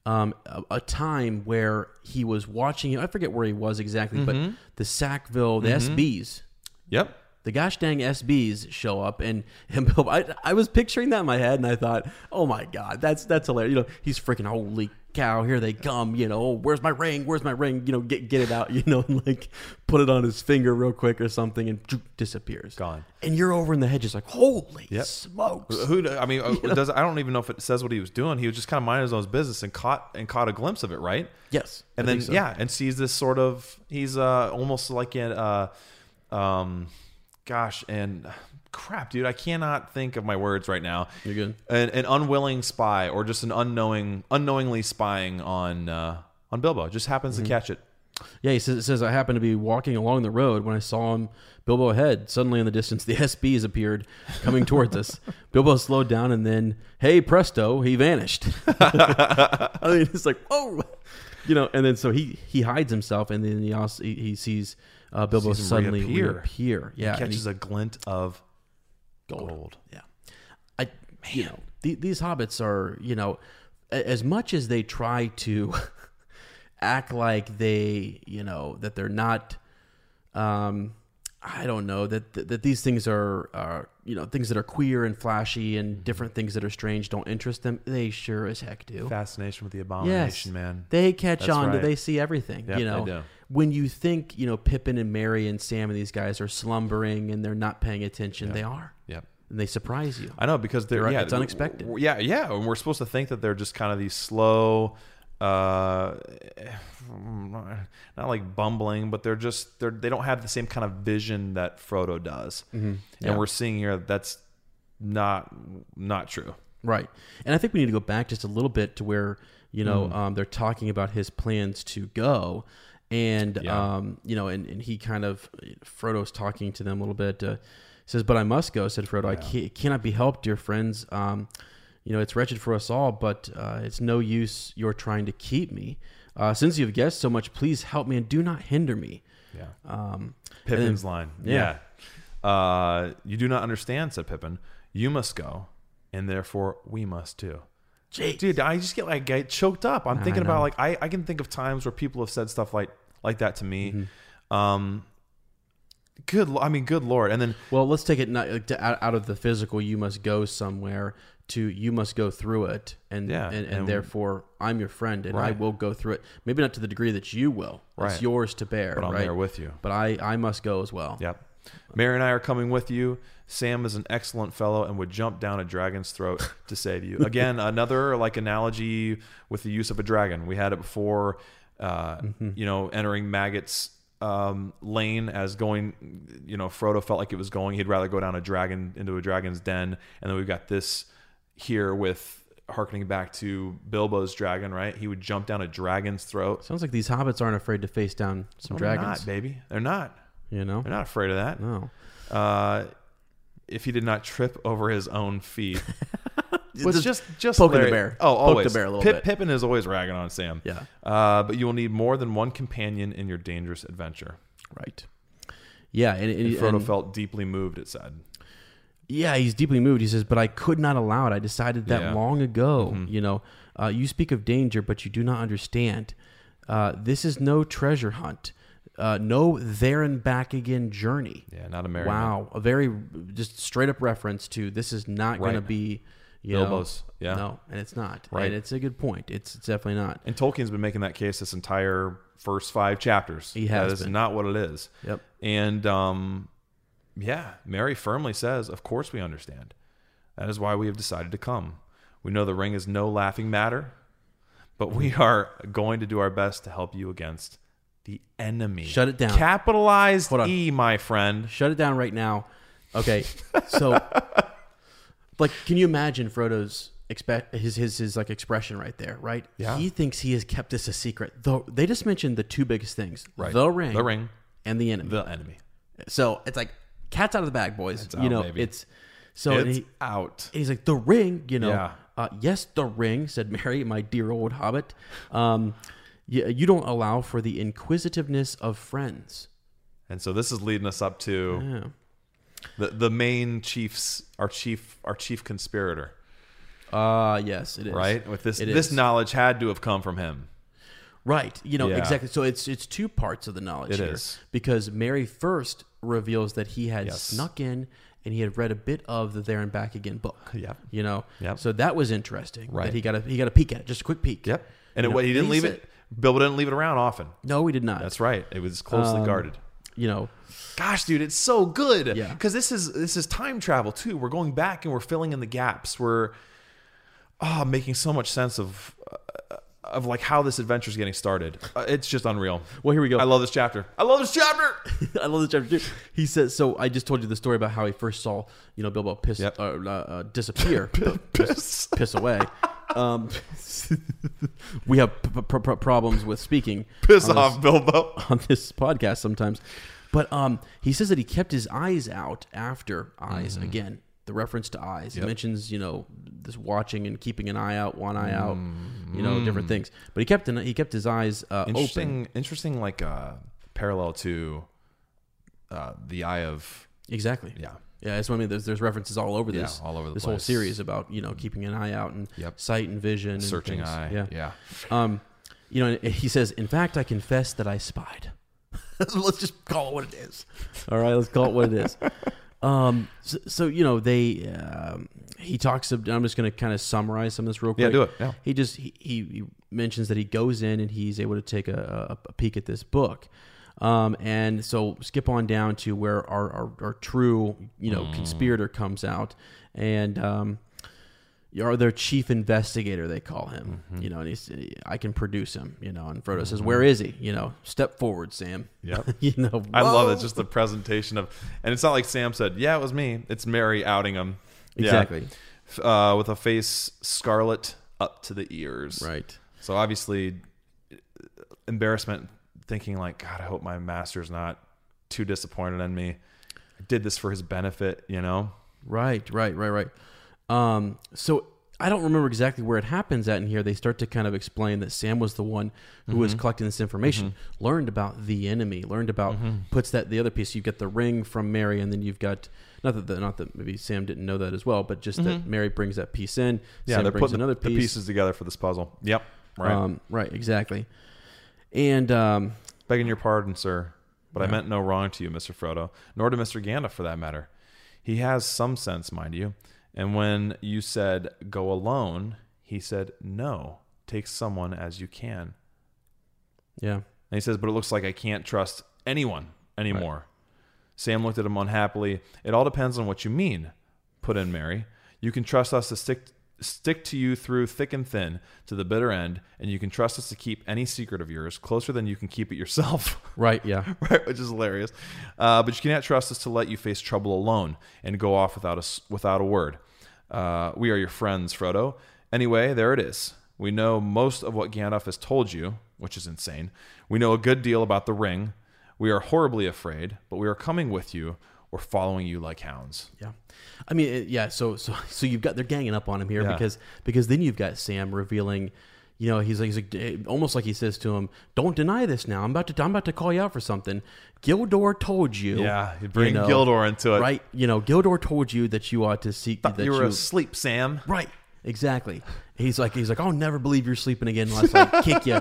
[SPEAKER 1] um, a, a time where he was watching. I forget where he was exactly,
[SPEAKER 2] Mm-hmm.
[SPEAKER 1] but the Sackville, the SBs,
[SPEAKER 2] Yep.
[SPEAKER 1] the gosh dang SBs show up, and him. Bilbo, I, I was picturing that in my head, and I thought, oh my god, that's that's hilarious. You know, he's freaking holy cow, here they come. You know, oh, where's my ring? Where's my ring? You know, get get it out. You know, and like put it on his finger real quick or something, and disappears.
[SPEAKER 2] Gone.
[SPEAKER 1] And you're over in the hedges, like holy smokes.
[SPEAKER 2] Who? I mean, uh, does I don't even know if it says what he was doing. He was just kind of minding his own business and caught and caught a glimpse of it, right?
[SPEAKER 1] Yes,
[SPEAKER 2] and
[SPEAKER 1] I
[SPEAKER 2] then
[SPEAKER 1] think so.
[SPEAKER 2] yeah, and sees this sort of he's uh almost like in uh um gosh and crap, dude, I cannot think of my words right now.
[SPEAKER 1] You're good.
[SPEAKER 2] An, an unwilling spy or just an unknowing unknowingly spying on uh on Bilbo. Just happens
[SPEAKER 1] Mm-hmm.
[SPEAKER 2] to catch it.
[SPEAKER 1] Yeah, he says, it says, I happened to be walking along the road when I saw him, Bilbo ahead. Suddenly in the distance, the SBs appeared coming towards us. Bilbo slowed down and then, hey, presto, he vanished. I mean, it's like, oh, you know, and then so he, he hides himself and then he also, he, he sees uh, Bilbo
[SPEAKER 2] Sees him
[SPEAKER 1] suddenly reappear.
[SPEAKER 2] reappear.
[SPEAKER 1] Yeah. and
[SPEAKER 2] Catches
[SPEAKER 1] he-
[SPEAKER 2] a glint of gold.
[SPEAKER 1] yeah. I, you know, the, these hobbits are, you know, a- as much as they try to act like they, you know, that they're not, um, I don't know that, that that these things are are you know things that are queer and flashy
[SPEAKER 2] Mm-hmm.
[SPEAKER 1] and different things that are strange don't interest them. They sure as heck do.
[SPEAKER 2] Fascination with the
[SPEAKER 1] Yes,
[SPEAKER 2] abomination, man.
[SPEAKER 1] They catch
[SPEAKER 2] That's
[SPEAKER 1] on.
[SPEAKER 2] right.
[SPEAKER 1] to They see everything.
[SPEAKER 2] Yep,
[SPEAKER 1] you
[SPEAKER 2] they
[SPEAKER 1] know,
[SPEAKER 2] do.
[SPEAKER 1] when you think you know Pippin and Mary and Sam and these guys are slumbering and they're not paying attention, they are.
[SPEAKER 2] Yep.
[SPEAKER 1] and they surprise you.
[SPEAKER 2] I know because they're
[SPEAKER 1] You're right,
[SPEAKER 2] yeah,
[SPEAKER 1] it's unexpected.
[SPEAKER 2] w- Yeah, yeah, and we're supposed to think that they're just kind of these slow, uh, not like bumbling, but they're just they're they don't have the same kind of vision that Frodo does,
[SPEAKER 1] Mm-hmm.
[SPEAKER 2] and we're seeing here that that's not not true.
[SPEAKER 1] Right. And I think we need to go back just a little bit to where, you know, um, they're talking about his plans to go. And,
[SPEAKER 2] Yeah.
[SPEAKER 1] um, you know, and, and he kind of, Frodo's talking to them a little bit. Uh, says, But I must go, said Frodo. I can it cannot be helped, dear friends. Um, you know, it's wretched for us all, but uh, it's no use your trying to keep me. Uh, since you have guessed so much, please help me and do not hinder me.
[SPEAKER 2] Yeah,
[SPEAKER 1] Um,
[SPEAKER 2] Pippin's line.
[SPEAKER 1] yeah.
[SPEAKER 2] Yeah, Uh, you do not understand," said Pippin. "You must go, and therefore we must too."
[SPEAKER 1] Jeez.
[SPEAKER 2] dude i just get like I choked up i'm thinking about like I, I can think of times where people have said stuff like like that to me um good lo- i mean good lord and then
[SPEAKER 1] Well, let's take it not, like, to, out, out of the physical. You must go somewhere. To you must go through it, and
[SPEAKER 2] Yeah,
[SPEAKER 1] and, and,
[SPEAKER 2] and-
[SPEAKER 1] therefore I'm your friend, and I
[SPEAKER 2] Right.
[SPEAKER 1] will go through it. Maybe not to the degree that you will. It's
[SPEAKER 2] Right.
[SPEAKER 1] yours to bear.
[SPEAKER 2] But I'm
[SPEAKER 1] right?
[SPEAKER 2] there with you.
[SPEAKER 1] But I I must go as well.
[SPEAKER 2] yep mary and i are coming with you sam is an excellent fellow and would jump down a dragon's throat to save you again another like analogy with the use of a dragon we had it before uh
[SPEAKER 1] Mm-hmm.
[SPEAKER 2] you know entering maggot's um, lane as going you know frodo felt like it was going he'd rather go down a dragon into a dragon's den and then we've got this here with harkening back to Bilbo's dragon, right? He would jump down a dragon's throat.
[SPEAKER 1] Sounds like these hobbits aren't afraid to face down some
[SPEAKER 2] No,
[SPEAKER 1] dragons.
[SPEAKER 2] they're not, baby. They're not.
[SPEAKER 1] You know.
[SPEAKER 2] They're not afraid of that.
[SPEAKER 1] No.
[SPEAKER 2] Uh, if he did not trip over his own feet, was
[SPEAKER 1] Just
[SPEAKER 2] just just
[SPEAKER 1] poking the
[SPEAKER 2] hilarious.
[SPEAKER 1] bear.
[SPEAKER 2] Oh,
[SPEAKER 1] Poke the
[SPEAKER 2] always
[SPEAKER 1] bear a little
[SPEAKER 2] Pip,
[SPEAKER 1] bit.
[SPEAKER 2] Pippin is always ragging on Sam.
[SPEAKER 1] Yeah.
[SPEAKER 2] Uh, but you will need more than one companion in your dangerous adventure.
[SPEAKER 1] Right. Yeah, and, and,
[SPEAKER 2] And Frodo
[SPEAKER 1] and-
[SPEAKER 2] felt deeply moved, it said.
[SPEAKER 1] yeah, he's deeply moved. He says, "But I could not allow it. I decided that
[SPEAKER 2] Yeah. Mm-hmm.
[SPEAKER 1] long ago. You know, uh, you speak of danger, but you do not understand. Uh, this is no treasure hunt, uh, no there and back again journey.
[SPEAKER 2] Yeah, not a merriment.
[SPEAKER 1] Wow, a very just straight up reference to this is not going to
[SPEAKER 2] Right.
[SPEAKER 1] be you
[SPEAKER 2] Bilbo's,
[SPEAKER 1] Know,
[SPEAKER 2] yeah.
[SPEAKER 1] no, and it's not.
[SPEAKER 2] Right.
[SPEAKER 1] and it's a good point. It's, it's definitely not.
[SPEAKER 2] And Tolkien's been making that case this entire first five chapters.
[SPEAKER 1] He has
[SPEAKER 2] That is
[SPEAKER 1] been.
[SPEAKER 2] not what it is.
[SPEAKER 1] Yep.
[SPEAKER 2] And um, yeah, Mary firmly says, "Of course we understand. That is why we have decided to come. We know the ring is no laughing matter, but we
[SPEAKER 1] Mm-hmm.
[SPEAKER 2] are going to do our best to help you against the enemy.
[SPEAKER 1] Shut it down.
[SPEAKER 2] Capitalized
[SPEAKER 1] Hold on.
[SPEAKER 2] E, my friend.
[SPEAKER 1] Shut it down right now. Okay, so like, can you imagine Frodo's expect his his his like expression right there? Right?
[SPEAKER 2] Yeah.
[SPEAKER 1] He thinks he has kept this a secret. Though they just mentioned the two biggest things:
[SPEAKER 2] Right.
[SPEAKER 1] the ring,
[SPEAKER 2] The ring.
[SPEAKER 1] and the enemy.
[SPEAKER 2] The enemy.
[SPEAKER 1] so it's like cats out of the bag, boys. you
[SPEAKER 2] out,
[SPEAKER 1] know,
[SPEAKER 2] baby.
[SPEAKER 1] it's so and
[SPEAKER 2] it's
[SPEAKER 1] he-
[SPEAKER 2] out.
[SPEAKER 1] and he's like, the ring, you know.
[SPEAKER 2] Yeah.
[SPEAKER 1] Uh, yes, the ring, said Mary, my dear old hobbit. Um, you, you don't allow for the inquisitiveness of friends.
[SPEAKER 2] And so this is leading us up to the the main chiefs, our chief, our chief conspirator,
[SPEAKER 1] Ah, yes, it is.
[SPEAKER 2] right? With this,
[SPEAKER 1] It
[SPEAKER 2] this
[SPEAKER 1] is.
[SPEAKER 2] knowledge had to have come from him.
[SPEAKER 1] Right. You know,
[SPEAKER 2] Yeah.
[SPEAKER 1] exactly. So it's it's two parts of the knowledge
[SPEAKER 2] It
[SPEAKER 1] here.
[SPEAKER 2] is.
[SPEAKER 1] Because Mary first reveals that he had
[SPEAKER 2] Yes.
[SPEAKER 1] snuck in and he had read a bit of the There and Back Again book.
[SPEAKER 2] Yep.
[SPEAKER 1] You know?
[SPEAKER 2] Yep.
[SPEAKER 1] So that was interesting.
[SPEAKER 2] Right.
[SPEAKER 1] That he got a he got a peek at it, just a quick peek.
[SPEAKER 2] And
[SPEAKER 1] You
[SPEAKER 2] it,
[SPEAKER 1] know,
[SPEAKER 2] he didn't leave it. Bilbo didn't leave it around often.
[SPEAKER 1] No, he did not.
[SPEAKER 2] That's right. It was closely
[SPEAKER 1] Um,
[SPEAKER 2] guarded.
[SPEAKER 1] You know.
[SPEAKER 2] Gosh, dude, it's so good.
[SPEAKER 1] Yeah.
[SPEAKER 2] Because this is this is time travel too. We're going back and we're filling in the gaps. We're ah making so much sense of uh, of like how this adventure is getting started. Uh, it's just unreal.
[SPEAKER 1] Well, here we go.
[SPEAKER 2] I love this chapter. I love this chapter.
[SPEAKER 1] I love this chapter too. He says, "So I just told you the story about how he first saw, you know, Bilbo piss
[SPEAKER 2] Yep.
[SPEAKER 1] uh, uh, uh, disappear, piss, piss away. Um, we have p- p- p- problems with speaking.
[SPEAKER 2] Piss
[SPEAKER 1] on this-
[SPEAKER 2] off, Bilbo.
[SPEAKER 1] on this podcast sometimes. But um, he says that he kept his eyes out after eyes
[SPEAKER 2] Mm-hmm.
[SPEAKER 1] again. The reference to eyes He mentions, you know, this watching and keeping an eye out, one eye out, you know, different things. But he kept an, he kept his eyes uh,
[SPEAKER 2] Mm. Interesting.
[SPEAKER 1] open.
[SPEAKER 2] Interesting. Like uh, parallel to uh, the Eye of
[SPEAKER 1] Exactly.
[SPEAKER 2] yeah.
[SPEAKER 1] Yeah, that's what I mean. There's, there's references all over
[SPEAKER 2] Yeah,
[SPEAKER 1] this,
[SPEAKER 2] all over the
[SPEAKER 1] this whole
[SPEAKER 2] place.
[SPEAKER 1] series about you know keeping an eye out and
[SPEAKER 2] Yep.
[SPEAKER 1] sight and vision, and
[SPEAKER 2] Searching
[SPEAKER 1] things.
[SPEAKER 2] Eye.
[SPEAKER 1] Yeah,
[SPEAKER 2] yeah.
[SPEAKER 1] Um, you know, and he says, "In fact, I confess that I spied." let's just call it what it is. All right, let's call it what it is. Um, so, so you know they, um, he talks. Of, I'm just going to kind of summarize some of this real quick.
[SPEAKER 2] Yeah, do it, yeah.
[SPEAKER 1] He just he, he he mentions that he goes in and he's able to take a, a, a peek at this book. Um, and so skip on down to where our, our, our true, you know,
[SPEAKER 2] Mm.
[SPEAKER 1] conspirator comes out and, um, or their chief investigator, they call him,
[SPEAKER 2] Mm-hmm.
[SPEAKER 1] you know, and he's, I can produce him, you know, and Frodo says, where is he? You know, step forward, Sam.
[SPEAKER 2] Yep.
[SPEAKER 1] you know,
[SPEAKER 2] I love
[SPEAKER 1] whoa.
[SPEAKER 2] it. Just the presentation of, and it's not like Sam said, "Yeah, it was me." It's Mary outing him. Yeah.
[SPEAKER 1] Exactly.
[SPEAKER 2] F- Uh, with a face scarlet up to the ears.
[SPEAKER 1] Right.
[SPEAKER 2] So obviously, embarrassment, thinking like, "God, I hope my master's not too disappointed in me." I did this for his benefit, you know.
[SPEAKER 1] Right, right, right, right. Um, so I don't remember exactly where it happens at in here. They start to kind of explain that Sam was the one who was
[SPEAKER 2] Mm-hmm.
[SPEAKER 1] collecting this information, learned about the enemy, learned about
[SPEAKER 2] Mm-hmm.
[SPEAKER 1] puts that the other piece. You get the ring from Mary, and then you've got not that the, not that maybe Sam didn't know that as well, but just that Mary brings that piece in.
[SPEAKER 2] Mm-hmm. Yeah,
[SPEAKER 1] Sam
[SPEAKER 2] they're
[SPEAKER 1] brings
[SPEAKER 2] putting
[SPEAKER 1] another
[SPEAKER 2] the
[SPEAKER 1] piece.
[SPEAKER 2] pieces together for this puzzle. Yep. Right.
[SPEAKER 1] Um, right, exactly. And um,
[SPEAKER 2] Begging your pardon, sir, but I meant no wrong to you, Mr. Frodo, nor to Mr. Gandalf for that matter. He has some sense, mind you. And when you said go alone, he said no, take someone as you can.
[SPEAKER 1] yeah,
[SPEAKER 2] And he says, but it looks like I can't trust anyone anymore. Sam looked at him unhappily. It all depends on what you mean, put in Mary. You can trust us to stick stick to you through thick and thin to the bitter end, and you can trust us to keep any secret of yours closer than you can keep it yourself.
[SPEAKER 1] right, yeah,
[SPEAKER 2] right, which is hilarious. Uh, but you cannot trust us to let you face trouble alone and go off without us without a word. Uh, we are your friends, Frodo. Anyway, there it is. We know most of what Gandalf has told you, which is insane. We know a good deal about the ring. We are horribly afraid, but we are coming with you. We're following you like hounds.
[SPEAKER 1] Yeah, I mean, it- yeah. So, so, so you've got they're ganging up on him here
[SPEAKER 2] Yeah.
[SPEAKER 1] because because then you've got Sam revealing, you know, he's like, he's like, eh, almost like he says to him, "Don't deny this now. I'm about to, I'm about to call you out for something." Gildor told you,
[SPEAKER 2] Yeah, bring Gildor into it.
[SPEAKER 1] right? You know, Gildor told you that you ought to seek that
[SPEAKER 2] Thought you were asleep, Sam.
[SPEAKER 1] Right. Exactly. He's like he's like I'll never believe you're sleeping again unless I kick you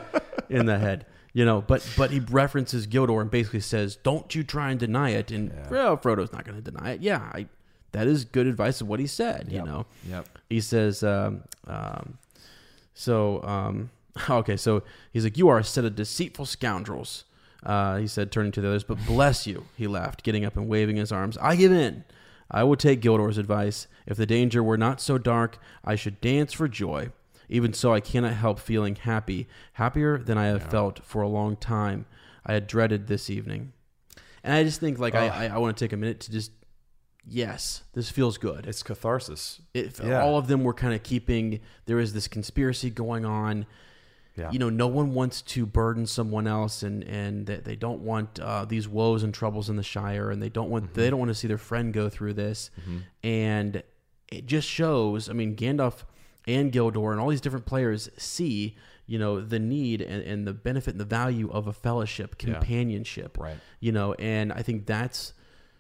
[SPEAKER 1] in the head. You know, but but he references Gildor and basically says, "Don't you try and deny it." And well, Frodo's not going to deny it. Yeah, I, that is good advice of what he said. You know.
[SPEAKER 2] Yep.
[SPEAKER 1] He says, um, um, so, um, okay, so he's like, You are a set of deceitful scoundrels, uh, he said, turning to the others, but bless you, he laughed, getting up and waving his arms. I give in. I will take Gildor's advice. If the danger were not so dark, I should dance for joy. Even so, I cannot help feeling happy, happier than I have felt for a long time. I had dreaded this evening. And I just think, like, I, I, I want to take a minute to just, yes, this feels good
[SPEAKER 2] It's catharsis.
[SPEAKER 1] it,
[SPEAKER 2] Yeah.
[SPEAKER 1] all of them were kind of keeping there is this conspiracy going on
[SPEAKER 2] Yeah.
[SPEAKER 1] you know no one wants to burden someone else and and they, they don't want uh, these woes and troubles in the shire and they don't want
[SPEAKER 2] Mm-hmm.
[SPEAKER 1] they don't want to see their friend go through this and it just shows i mean gandalf and gildor and all these different players see you know the need and, and the benefit and the value of a fellowship companionship
[SPEAKER 2] Right.
[SPEAKER 1] you know and i think that's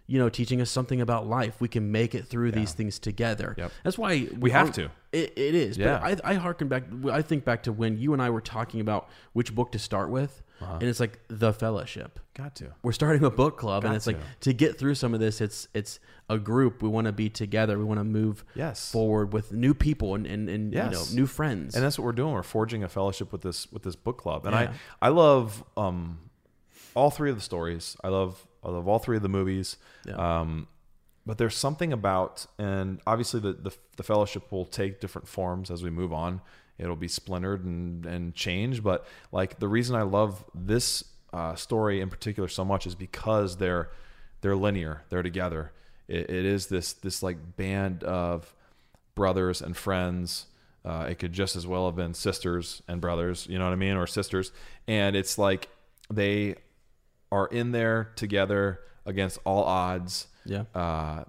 [SPEAKER 1] you know teaching us something about life we can make it through these things together
[SPEAKER 2] Yep.
[SPEAKER 1] that's why
[SPEAKER 2] We have to.
[SPEAKER 1] it, it is
[SPEAKER 2] Yeah.
[SPEAKER 1] but I, I harken back i think back to when you and i were talking about which book to start with
[SPEAKER 2] Uh-huh.
[SPEAKER 1] and it's like the fellowship
[SPEAKER 2] Got to.
[SPEAKER 1] we're starting a book club and
[SPEAKER 2] Got
[SPEAKER 1] it's like
[SPEAKER 2] to.
[SPEAKER 1] to get through some of this it's it's a group we want to be together we want to move
[SPEAKER 2] Yes.
[SPEAKER 1] forward with new people and and, and you know
[SPEAKER 2] Yes.
[SPEAKER 1] new friends
[SPEAKER 2] And that's what we're doing. We're forging a fellowship with this with this book club. And I I love um all three of the stories. I love I love all three of the movies. Um but there's something about and obviously the, the the fellowship will take different forms as we move on. It'll be splintered and and change, but like the reason I love this uh, story in particular so much is because they're they're linear, they're together. It, it is this this like band of brothers and friends. Uh, it could just as well have been sisters and brothers, you know what I mean, or sisters. And it's like they are in there together against all odds.
[SPEAKER 1] yeah
[SPEAKER 2] Uh,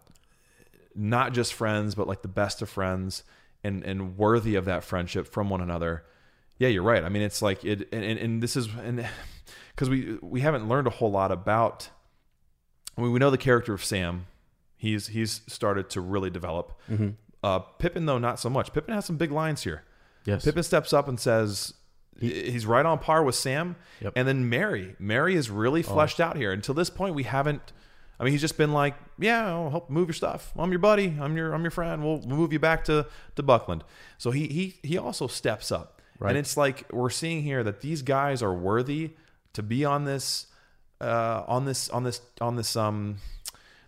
[SPEAKER 2] not just friends, but like the best of friends and, and worthy of that friendship from one another. Yeah, you're right. I mean, it's like it, and, and, and this is, and because we, we haven't learned a whole lot about, I mean, we know the character of Sam. He's, he's started to really develop. Uh, Pippin, though, not so much. Pippin has some big lines here.
[SPEAKER 1] yes
[SPEAKER 2] Pippin steps up and says he's right on par with Sam.
[SPEAKER 1] Yep. Oh.
[SPEAKER 2] And then Mary, Mary is really fleshed out here. Until this point, we haven't. I mean, he's just been like, "Yeah, I'll help move your stuff. I'm your buddy. I'm your I'm your friend. We'll we'll move you back to to Buckland." So he he he also steps up,
[SPEAKER 1] Right.
[SPEAKER 2] and it's like we're seeing here that these guys are worthy to be on this uh, on this on this on this um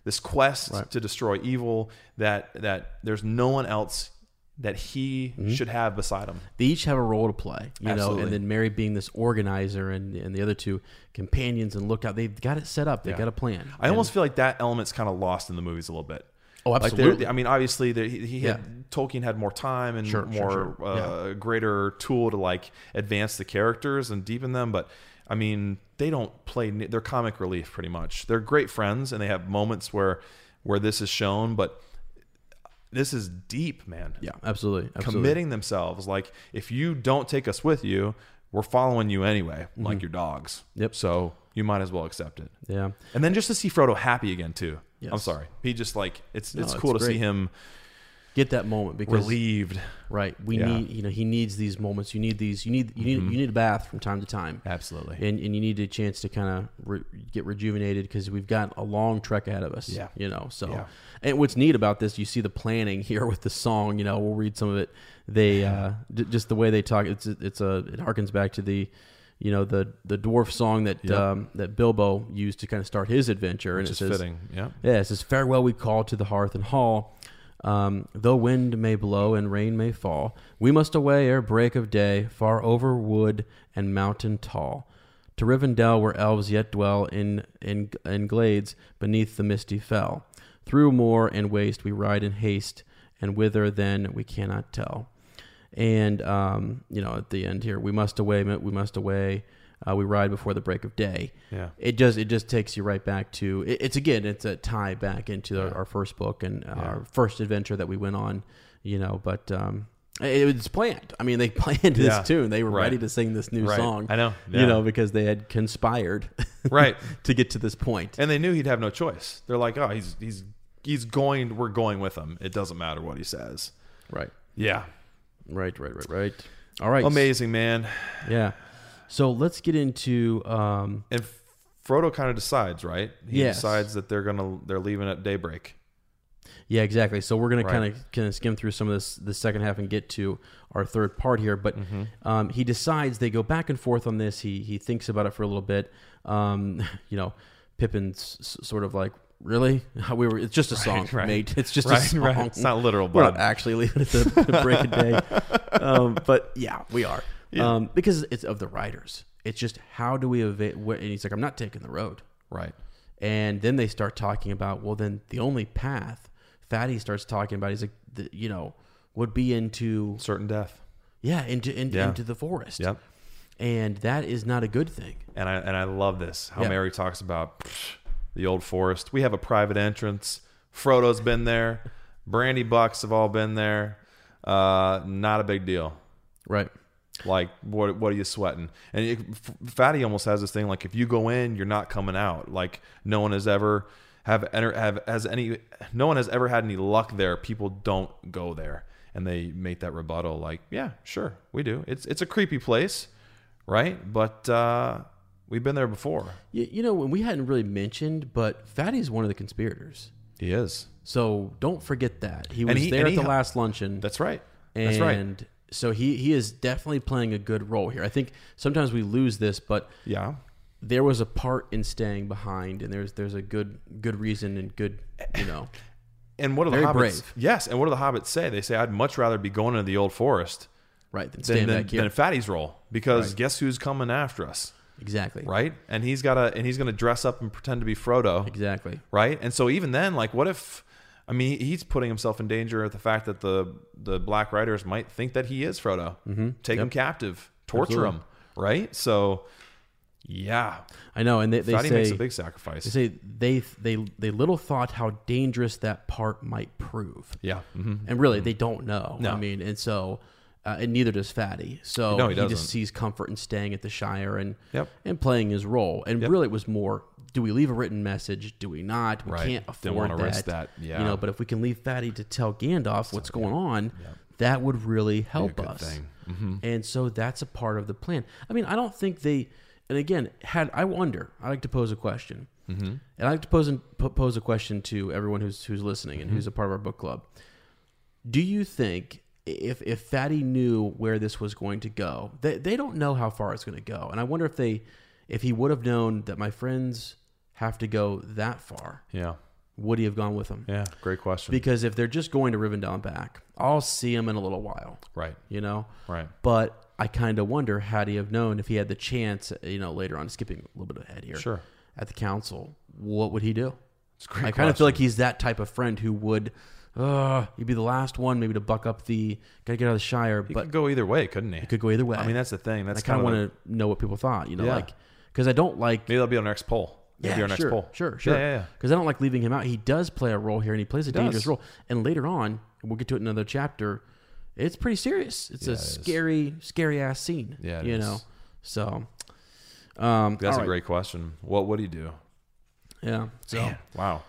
[SPEAKER 2] this quest to destroy evil. That that there's no one else that he
[SPEAKER 1] Mm-hmm.
[SPEAKER 2] should have beside him.
[SPEAKER 1] they each have a role to play, you know.
[SPEAKER 2] Absolutely.
[SPEAKER 1] And then Mary being this organizer, and and the other two companions and lookout. They've got it set up. They've got a plan.
[SPEAKER 2] I almost feel like that element's kind of lost in the movies a little bit.
[SPEAKER 1] Oh,
[SPEAKER 2] Like, they're-
[SPEAKER 1] absolutely.
[SPEAKER 2] I mean, obviously, there- he, he had,
[SPEAKER 1] Yeah.
[SPEAKER 2] Tolkien had more time and
[SPEAKER 1] Sure,
[SPEAKER 2] more
[SPEAKER 1] sure, sure.
[SPEAKER 2] Uh, greater tool to like advance the characters and deepen them. But I mean, they don't play. ne- They're comic relief pretty much. They're great friends, and they have moments where where this is shown. But this is deep, man.
[SPEAKER 1] yeah, absolutely, absolutely.
[SPEAKER 2] committing themselves. Like, if you don't take us with you, we're following you anyway, like your dogs.
[SPEAKER 1] Mm-hmm. Yep.
[SPEAKER 2] So you might as well accept it.
[SPEAKER 1] Yeah,
[SPEAKER 2] And then just to see Frodo happy again too. I'm
[SPEAKER 1] Yes.
[SPEAKER 2] sorry. He just like it's it's
[SPEAKER 1] it's
[SPEAKER 2] cool to see
[SPEAKER 1] great.
[SPEAKER 2] him
[SPEAKER 1] get that moment because
[SPEAKER 2] relieved.
[SPEAKER 1] right, we
[SPEAKER 2] Yeah. Mm-hmm.
[SPEAKER 1] need you know he needs these moments. You need these. You need you need you need a bath from time to time.
[SPEAKER 2] Absolutely.
[SPEAKER 1] And and you need a chance to kind of re- get rejuvenated because we've got a long trek ahead of us.
[SPEAKER 2] Yeah.
[SPEAKER 1] you know. So
[SPEAKER 2] Yeah.
[SPEAKER 1] and what's neat about this, you see the planning here with the song. You know, we'll read some of it. They uh, d- just the way they talk. It's it's a it harkens back to the. You know the the dwarf song that um, that Bilbo used to kind of start his adventure, and
[SPEAKER 2] Which
[SPEAKER 1] it
[SPEAKER 2] is
[SPEAKER 1] says,
[SPEAKER 2] fitting. Yeah.
[SPEAKER 1] yeah, it says, Farewell, we call to the hearth and hall. Um, though wind may blow and rain may fall, we must away ere break of day, far over wood and mountain tall, to Rivendell, where elves yet dwell in, in, in glades beneath the misty fell. Through moor and waste we ride in haste, and whither then we cannot tell. And um, you know, at the end here, we must away, we must away. Uh, we ride before the break of day.
[SPEAKER 2] Yeah.
[SPEAKER 1] it just it just takes you right back to it, it's again it's a tie back into our, our first book and our first adventure that we went on. You know, but um, It was planned. I mean, they planned this
[SPEAKER 2] Yeah.
[SPEAKER 1] tune. They were
[SPEAKER 2] Right.
[SPEAKER 1] ready to sing this new
[SPEAKER 2] Right.
[SPEAKER 1] song.
[SPEAKER 2] I know.
[SPEAKER 1] You
[SPEAKER 2] Yeah.
[SPEAKER 1] know, because they had conspired,
[SPEAKER 2] Right.
[SPEAKER 1] to get to this point.
[SPEAKER 2] And they knew he'd have no choice. They're like, oh, he's he's he's going. We're going with him. It doesn't matter what he says.
[SPEAKER 1] Right.
[SPEAKER 2] Yeah,
[SPEAKER 1] Right. Right. Right. Right. All right.
[SPEAKER 2] amazing man.
[SPEAKER 1] Yeah. So let's get into. Um,
[SPEAKER 2] And Frodo kind of decides, right? He
[SPEAKER 1] Yes.
[SPEAKER 2] decides that they're gonna they're leaving at daybreak.
[SPEAKER 1] yeah, exactly. So we're gonna
[SPEAKER 2] Right.
[SPEAKER 1] kind of kind of skim through some of this the second half and get to our third part here. But
[SPEAKER 2] Mm-hmm.
[SPEAKER 1] um, he decides they go back and forth on this. He he thinks about it for a little bit. Um, you know, Pippin's s- sort of like. Really? We were. It's just a song,
[SPEAKER 2] right.
[SPEAKER 1] mate. It's just a
[SPEAKER 2] Right,
[SPEAKER 1] song.
[SPEAKER 2] right. It's not literal,
[SPEAKER 1] We're not
[SPEAKER 2] bud.
[SPEAKER 1] actually leaving it to to break a day. Um, but yeah, we are. Um, because it's of the writers. It's just how do we evade? And he's like, I'm not taking the road.
[SPEAKER 2] Right.
[SPEAKER 1] And then they start talking about, well, then the only path Fatty starts talking about, he's like, the, you know, would be into,
[SPEAKER 2] Certain death.
[SPEAKER 1] yeah, into in,
[SPEAKER 2] Yeah.
[SPEAKER 1] into the forest.
[SPEAKER 2] Yep.
[SPEAKER 1] And that is not a good thing.
[SPEAKER 2] And I and I love this how
[SPEAKER 1] Yeah.
[SPEAKER 2] Mary talks about psh, the old forest. We have a private entrance. Frodo's been there. Brandy Bucks have all been there. Uh, not a big deal.
[SPEAKER 1] Right.
[SPEAKER 2] Like what? What are you sweating? And it, F- Fatty almost has this thing like if you go in, you're not coming out. Like no one has ever have enter have has any no one has ever had any luck there. People don't go there, and they make that rebuttal like, yeah, sure, we do. It's it's a creepy place, right? But uh, we've been there before.
[SPEAKER 1] You, you know, when we hadn't really mentioned, but Fatty's one of the conspirators.
[SPEAKER 2] He is.
[SPEAKER 1] So don't forget that. He
[SPEAKER 2] And
[SPEAKER 1] was
[SPEAKER 2] he-
[SPEAKER 1] there
[SPEAKER 2] and
[SPEAKER 1] at
[SPEAKER 2] he
[SPEAKER 1] the
[SPEAKER 2] hel-
[SPEAKER 1] last luncheon.
[SPEAKER 2] That's right.
[SPEAKER 1] And
[SPEAKER 2] That's right.
[SPEAKER 1] so he, he is definitely playing a good role here. I think sometimes we lose this, but
[SPEAKER 2] Yeah.
[SPEAKER 1] there was a part in staying behind, and there's there's a good good reason and good you know
[SPEAKER 2] And what do the
[SPEAKER 1] Very
[SPEAKER 2] hobbits?
[SPEAKER 1] brave.
[SPEAKER 2] Yes. And what do the hobbits say? They say, "I'd much rather be going into the old forest."
[SPEAKER 1] right than staying
[SPEAKER 2] than, than,
[SPEAKER 1] back here
[SPEAKER 2] than Fatty's role because guess who's coming after us,
[SPEAKER 1] exactly
[SPEAKER 2] right? And he's got to and he's going to dress up and pretend to be Frodo,
[SPEAKER 1] exactly
[SPEAKER 2] right? And so even then, like, what if? I mean, he's putting himself in danger at the fact that the the Black Riders might think that he is Frodo, mm-hmm. take him captive, torture
[SPEAKER 1] Absolutely.
[SPEAKER 2] him, right? So, yeah,
[SPEAKER 1] I know and they, they
[SPEAKER 2] Fatty
[SPEAKER 1] say
[SPEAKER 2] makes a big
[SPEAKER 1] they
[SPEAKER 2] sacrifice.
[SPEAKER 1] say they they they little thought how dangerous that part might prove
[SPEAKER 2] Yeah, hmm
[SPEAKER 1] and really they don't know
[SPEAKER 2] No.
[SPEAKER 1] I mean and so uh, and neither does Fatty so
[SPEAKER 2] No, he
[SPEAKER 1] just
[SPEAKER 2] doesn't.
[SPEAKER 1] sees comfort in staying at the Shire and
[SPEAKER 2] Yep.
[SPEAKER 1] and playing his role and really it was more do we leave a written message do we not we
[SPEAKER 2] Right.
[SPEAKER 1] can't afford
[SPEAKER 2] Didn't wanna
[SPEAKER 1] that
[SPEAKER 2] risk that. Yeah.
[SPEAKER 1] you know but if we can leave Fatty to tell Gandalf what's going on that would really help
[SPEAKER 2] good
[SPEAKER 1] us
[SPEAKER 2] thing.
[SPEAKER 1] and so that's a part of the plan. I mean, I don't think they. And again, had I wonder, I like to pose a question, mm-hmm. and I like to pose an- po- pose a question to everyone who's who's listening and who's a part of our book club. Do you think if if Fatty knew where this was going to go, they they don't know how far it's going to go, and I wonder if they if he would have known that my friends have to go that far,
[SPEAKER 2] yeah,
[SPEAKER 1] would he have gone with them?
[SPEAKER 2] yeah. Great question.
[SPEAKER 1] Because if they're just going to Rivendell and back, I'll see him in a little while
[SPEAKER 2] right.
[SPEAKER 1] you know
[SPEAKER 2] Right.
[SPEAKER 1] but i kind of wonder had he have known if he had the chance you know later on skipping a little bit ahead here
[SPEAKER 2] Sure.
[SPEAKER 1] at the council what would he do
[SPEAKER 2] It's a great.
[SPEAKER 1] i kind of feel
[SPEAKER 2] question.
[SPEAKER 1] like he's that type of friend who would uh he'd be the last one maybe to buck up the gotta get out of the shire
[SPEAKER 2] he
[SPEAKER 1] but
[SPEAKER 2] could go either way, couldn't he?
[SPEAKER 1] could go either way
[SPEAKER 2] I mean, that's the thing.
[SPEAKER 1] i
[SPEAKER 2] That's
[SPEAKER 1] kind of
[SPEAKER 2] the-
[SPEAKER 1] want to know what people thought you know
[SPEAKER 2] Yeah.
[SPEAKER 1] like because i don't like
[SPEAKER 2] Maybe that'll be our next poll. That'll be our next
[SPEAKER 1] sure,
[SPEAKER 2] poll.
[SPEAKER 1] Sure, sure.
[SPEAKER 2] Yeah, yeah, yeah.
[SPEAKER 1] Because I don't like leaving him out. He does play a role here, and he plays a dangerous
[SPEAKER 2] does.
[SPEAKER 1] role. And later on, and we'll get to it in another chapter. It's pretty serious. It's a
[SPEAKER 2] it is.
[SPEAKER 1] scary, scary ass scene.
[SPEAKER 2] Yeah, it
[SPEAKER 1] you
[SPEAKER 2] is.
[SPEAKER 1] know. So, um,
[SPEAKER 2] That's
[SPEAKER 1] all
[SPEAKER 2] a
[SPEAKER 1] right.
[SPEAKER 2] great question. What would he do?
[SPEAKER 1] Yeah. So,
[SPEAKER 2] Wow.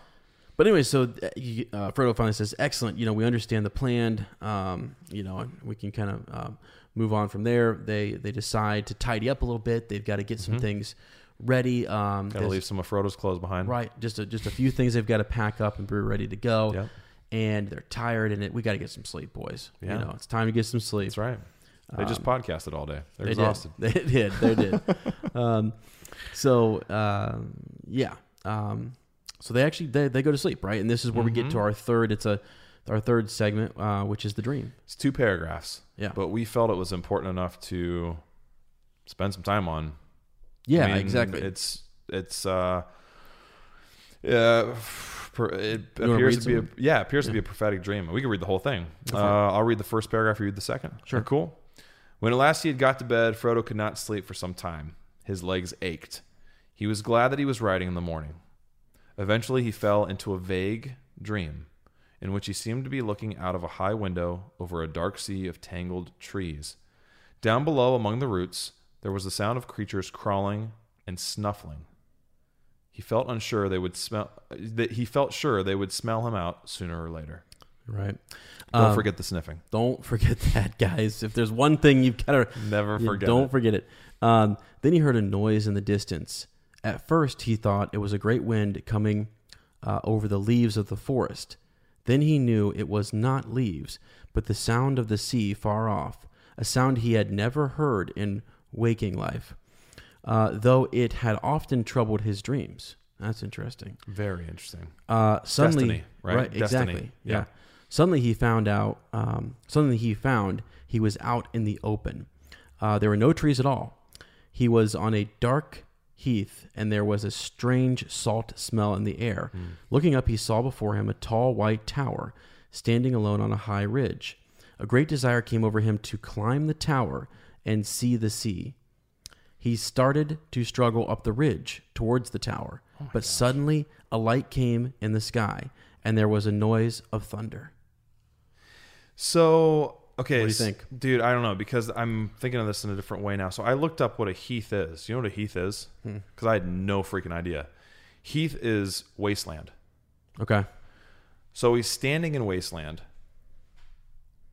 [SPEAKER 1] but anyway, so uh, you- uh, Frodo finally says, "Excellent. You know, we understand the plan. Um, you know, and we can kind of um, move on from there." They they decide to tidy up a little bit. They've got to get some things ready. Um,
[SPEAKER 2] Mm-hmm. Gotta
[SPEAKER 1] there's-
[SPEAKER 2] leave some of Frodo's clothes behind.
[SPEAKER 1] Right. Just a, just a few things they've got to pack up and be ready to go.
[SPEAKER 2] Yep.
[SPEAKER 1] And they're tired and it. We got to get some sleep, boys. You
[SPEAKER 2] Yeah.
[SPEAKER 1] know, it's time to get some sleep.
[SPEAKER 2] That's right. They just podcasted all day.
[SPEAKER 1] Um,
[SPEAKER 2] They're
[SPEAKER 1] They
[SPEAKER 2] exhausted.
[SPEAKER 1] did. They did. They did. um, so um, yeah. Um, so they actually they, they go to sleep, right? And this is where we get
[SPEAKER 2] Mm-hmm.
[SPEAKER 1] to our third. It's a our third segment, uh, which is the dream.
[SPEAKER 2] It's two paragraphs.
[SPEAKER 1] Yeah.
[SPEAKER 2] But we felt it was important enough to spend some time on.
[SPEAKER 1] Yeah,
[SPEAKER 2] I mean,
[SPEAKER 1] exactly.
[SPEAKER 2] It's it's uh uh per- it
[SPEAKER 1] wanna
[SPEAKER 2] appears
[SPEAKER 1] read
[SPEAKER 2] to be a, yeah, it appears to be a prophetic dream. We can read the whole thing. Uh, I'll read the first paragraph, you read the second. Sure. Cool. When at last he had got to bed, Frodo could not sleep for some time. His legs ached. He was glad that he was riding in the morning. Eventually, he fell into a vague dream. in which he seemed to be looking out of a high window over a dark sea of tangled trees. Down below, among the roots, there was the sound of creatures crawling and snuffling. He felt unsure they would smell. That he felt sure they would smell him out sooner or later.
[SPEAKER 1] Right.
[SPEAKER 2] Don't
[SPEAKER 1] Um,
[SPEAKER 2] forget the sniffing.
[SPEAKER 1] Don't forget that, guys. If there's one thing you've got to
[SPEAKER 2] Never forget
[SPEAKER 1] don't
[SPEAKER 2] it.
[SPEAKER 1] forget it. Um, then he heard a noise in the distance. At first, he thought it was a great wind coming uh, over the leaves of the forest. Then he knew it was not leaves, but the sound of the sea far off, a sound he had never heard in waking life, uh, though it had often troubled his dreams. That's interesting.
[SPEAKER 2] Very interesting.
[SPEAKER 1] Uh, suddenly,
[SPEAKER 2] Destiny, right? Destiny,
[SPEAKER 1] Exactly. Yeah.
[SPEAKER 2] yeah.
[SPEAKER 1] Suddenly he found out. Um, suddenly he found he was out in the open. Uh, there were no trees at all. He was on a dark heath, and there was a strange salt smell in the air.
[SPEAKER 2] Hmm.
[SPEAKER 1] Looking up, he saw before him a tall white tower standing alone on a high ridge. A great desire came over him to climb the tower and see the sea. He started to struggle up the ridge towards the tower,
[SPEAKER 2] Oh
[SPEAKER 1] but suddenly a light came in the sky, and there was a noise of thunder.
[SPEAKER 2] So okay,
[SPEAKER 1] What do you
[SPEAKER 2] s-
[SPEAKER 1] think?
[SPEAKER 2] dude? I don't know because I'm thinking of this in a different way now. So I looked up what a heath is. You know what a heath is?
[SPEAKER 1] Hmm.
[SPEAKER 2] Because I had no freaking idea. Heath is wasteland.
[SPEAKER 1] Okay.
[SPEAKER 2] So he's standing in wasteland,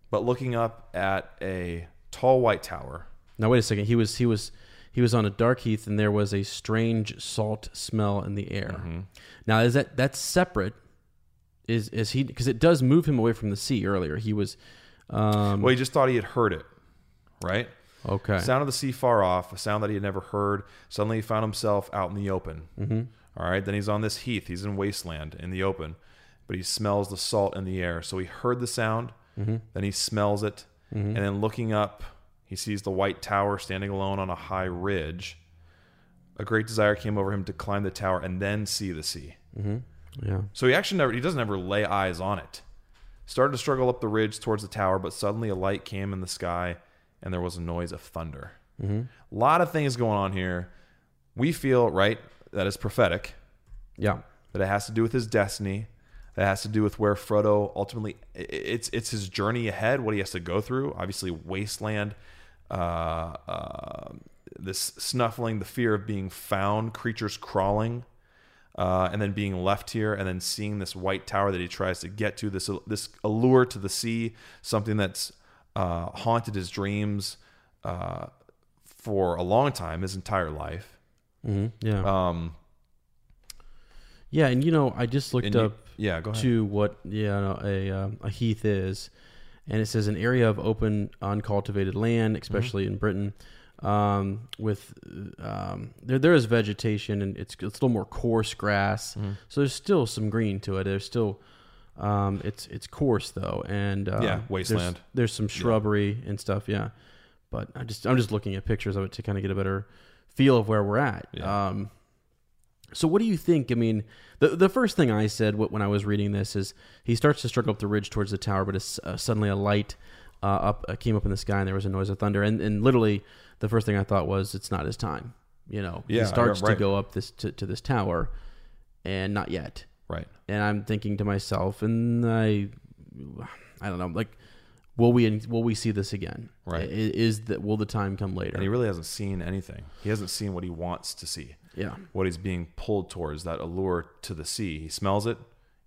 [SPEAKER 2] but looking up at a tall white tower.
[SPEAKER 1] Now wait a second. He was he was he was on a dark heath, and there was a strange salt smell in the air.
[SPEAKER 2] Mm-hmm.
[SPEAKER 1] Now is that that's separate? Is is he because it does move him away from the sea earlier? He was um,
[SPEAKER 2] Well, he just thought he had heard it, right?
[SPEAKER 1] okay.
[SPEAKER 2] Sound of the sea far off, a sound that he had never heard. Suddenly, he found himself out in the open. Mm-hmm. right, then he's on this heath. He's in wasteland in the open, but he smells the salt in the air. So he heard the sound, then he smells it, and then looking up, he sees the white tower standing alone on a high ridge. A great desire came over him to climb the tower and then see the sea.
[SPEAKER 1] yeah.
[SPEAKER 2] So he actually never he doesn't ever lay eyes on it. Started to struggle up the ridge towards the tower, but suddenly a light came in the sky, and there was a noise of thunder. A lot of things going on here. We feel right that is prophetic.
[SPEAKER 1] Yeah.
[SPEAKER 2] That it has to do with his destiny. That has to do with where Frodo ultimately i- i- it's it's his journey ahead, what he has to go through. Obviously, wasteland, uh, uh, this snuffling, the fear of being found, creatures crawling uh, and then being left here, and then seeing this white tower that he tries to get to, this this allure to the sea, something that's uh, haunted his dreams uh, for a long time, his entire life.
[SPEAKER 1] Yeah.
[SPEAKER 2] Um,
[SPEAKER 1] yeah. And you know, I just looked
[SPEAKER 2] and
[SPEAKER 1] up.
[SPEAKER 2] you- yeah, go ahead.
[SPEAKER 1] to what yeah no, a um, a heath is, and it says an area of open uncultivated land,
[SPEAKER 2] Mm-hmm.
[SPEAKER 1] especially in Britain, um, with um, there there is vegetation and it's it's a little more coarse grass,
[SPEAKER 2] Mm-hmm.
[SPEAKER 1] so there's still some green to it. There's still um, it's it's coarse though, and uh,
[SPEAKER 2] Yeah,
[SPEAKER 1] there's-
[SPEAKER 2] wasteland.
[SPEAKER 1] There's, some shrubbery and stuff, yeah. But I just I'm just looking at pictures of it to kind of get a better feel of where we're at. Um, so what do you think? I mean, the the first thing I said wh- when I was reading this is he starts to struggle up the ridge towards the tower, but it's, uh, suddenly a light uh, up uh, came up in the sky and there was a noise of thunder. And and literally the first thing I thought was it's not his time. You know,
[SPEAKER 2] Yeah,
[SPEAKER 1] he starts
[SPEAKER 2] right.
[SPEAKER 1] to go up this to, to this tower, and not yet.
[SPEAKER 2] right.
[SPEAKER 1] And I'm thinking to myself, and I, I don't know, like, will we will we see this again?
[SPEAKER 2] Right.
[SPEAKER 1] I- Is that will the time come later?
[SPEAKER 2] And he really hasn't seen anything. He hasn't seen what he wants to see.
[SPEAKER 1] yeah.
[SPEAKER 2] What he's being pulled towards, that allure to the sea. He smells it,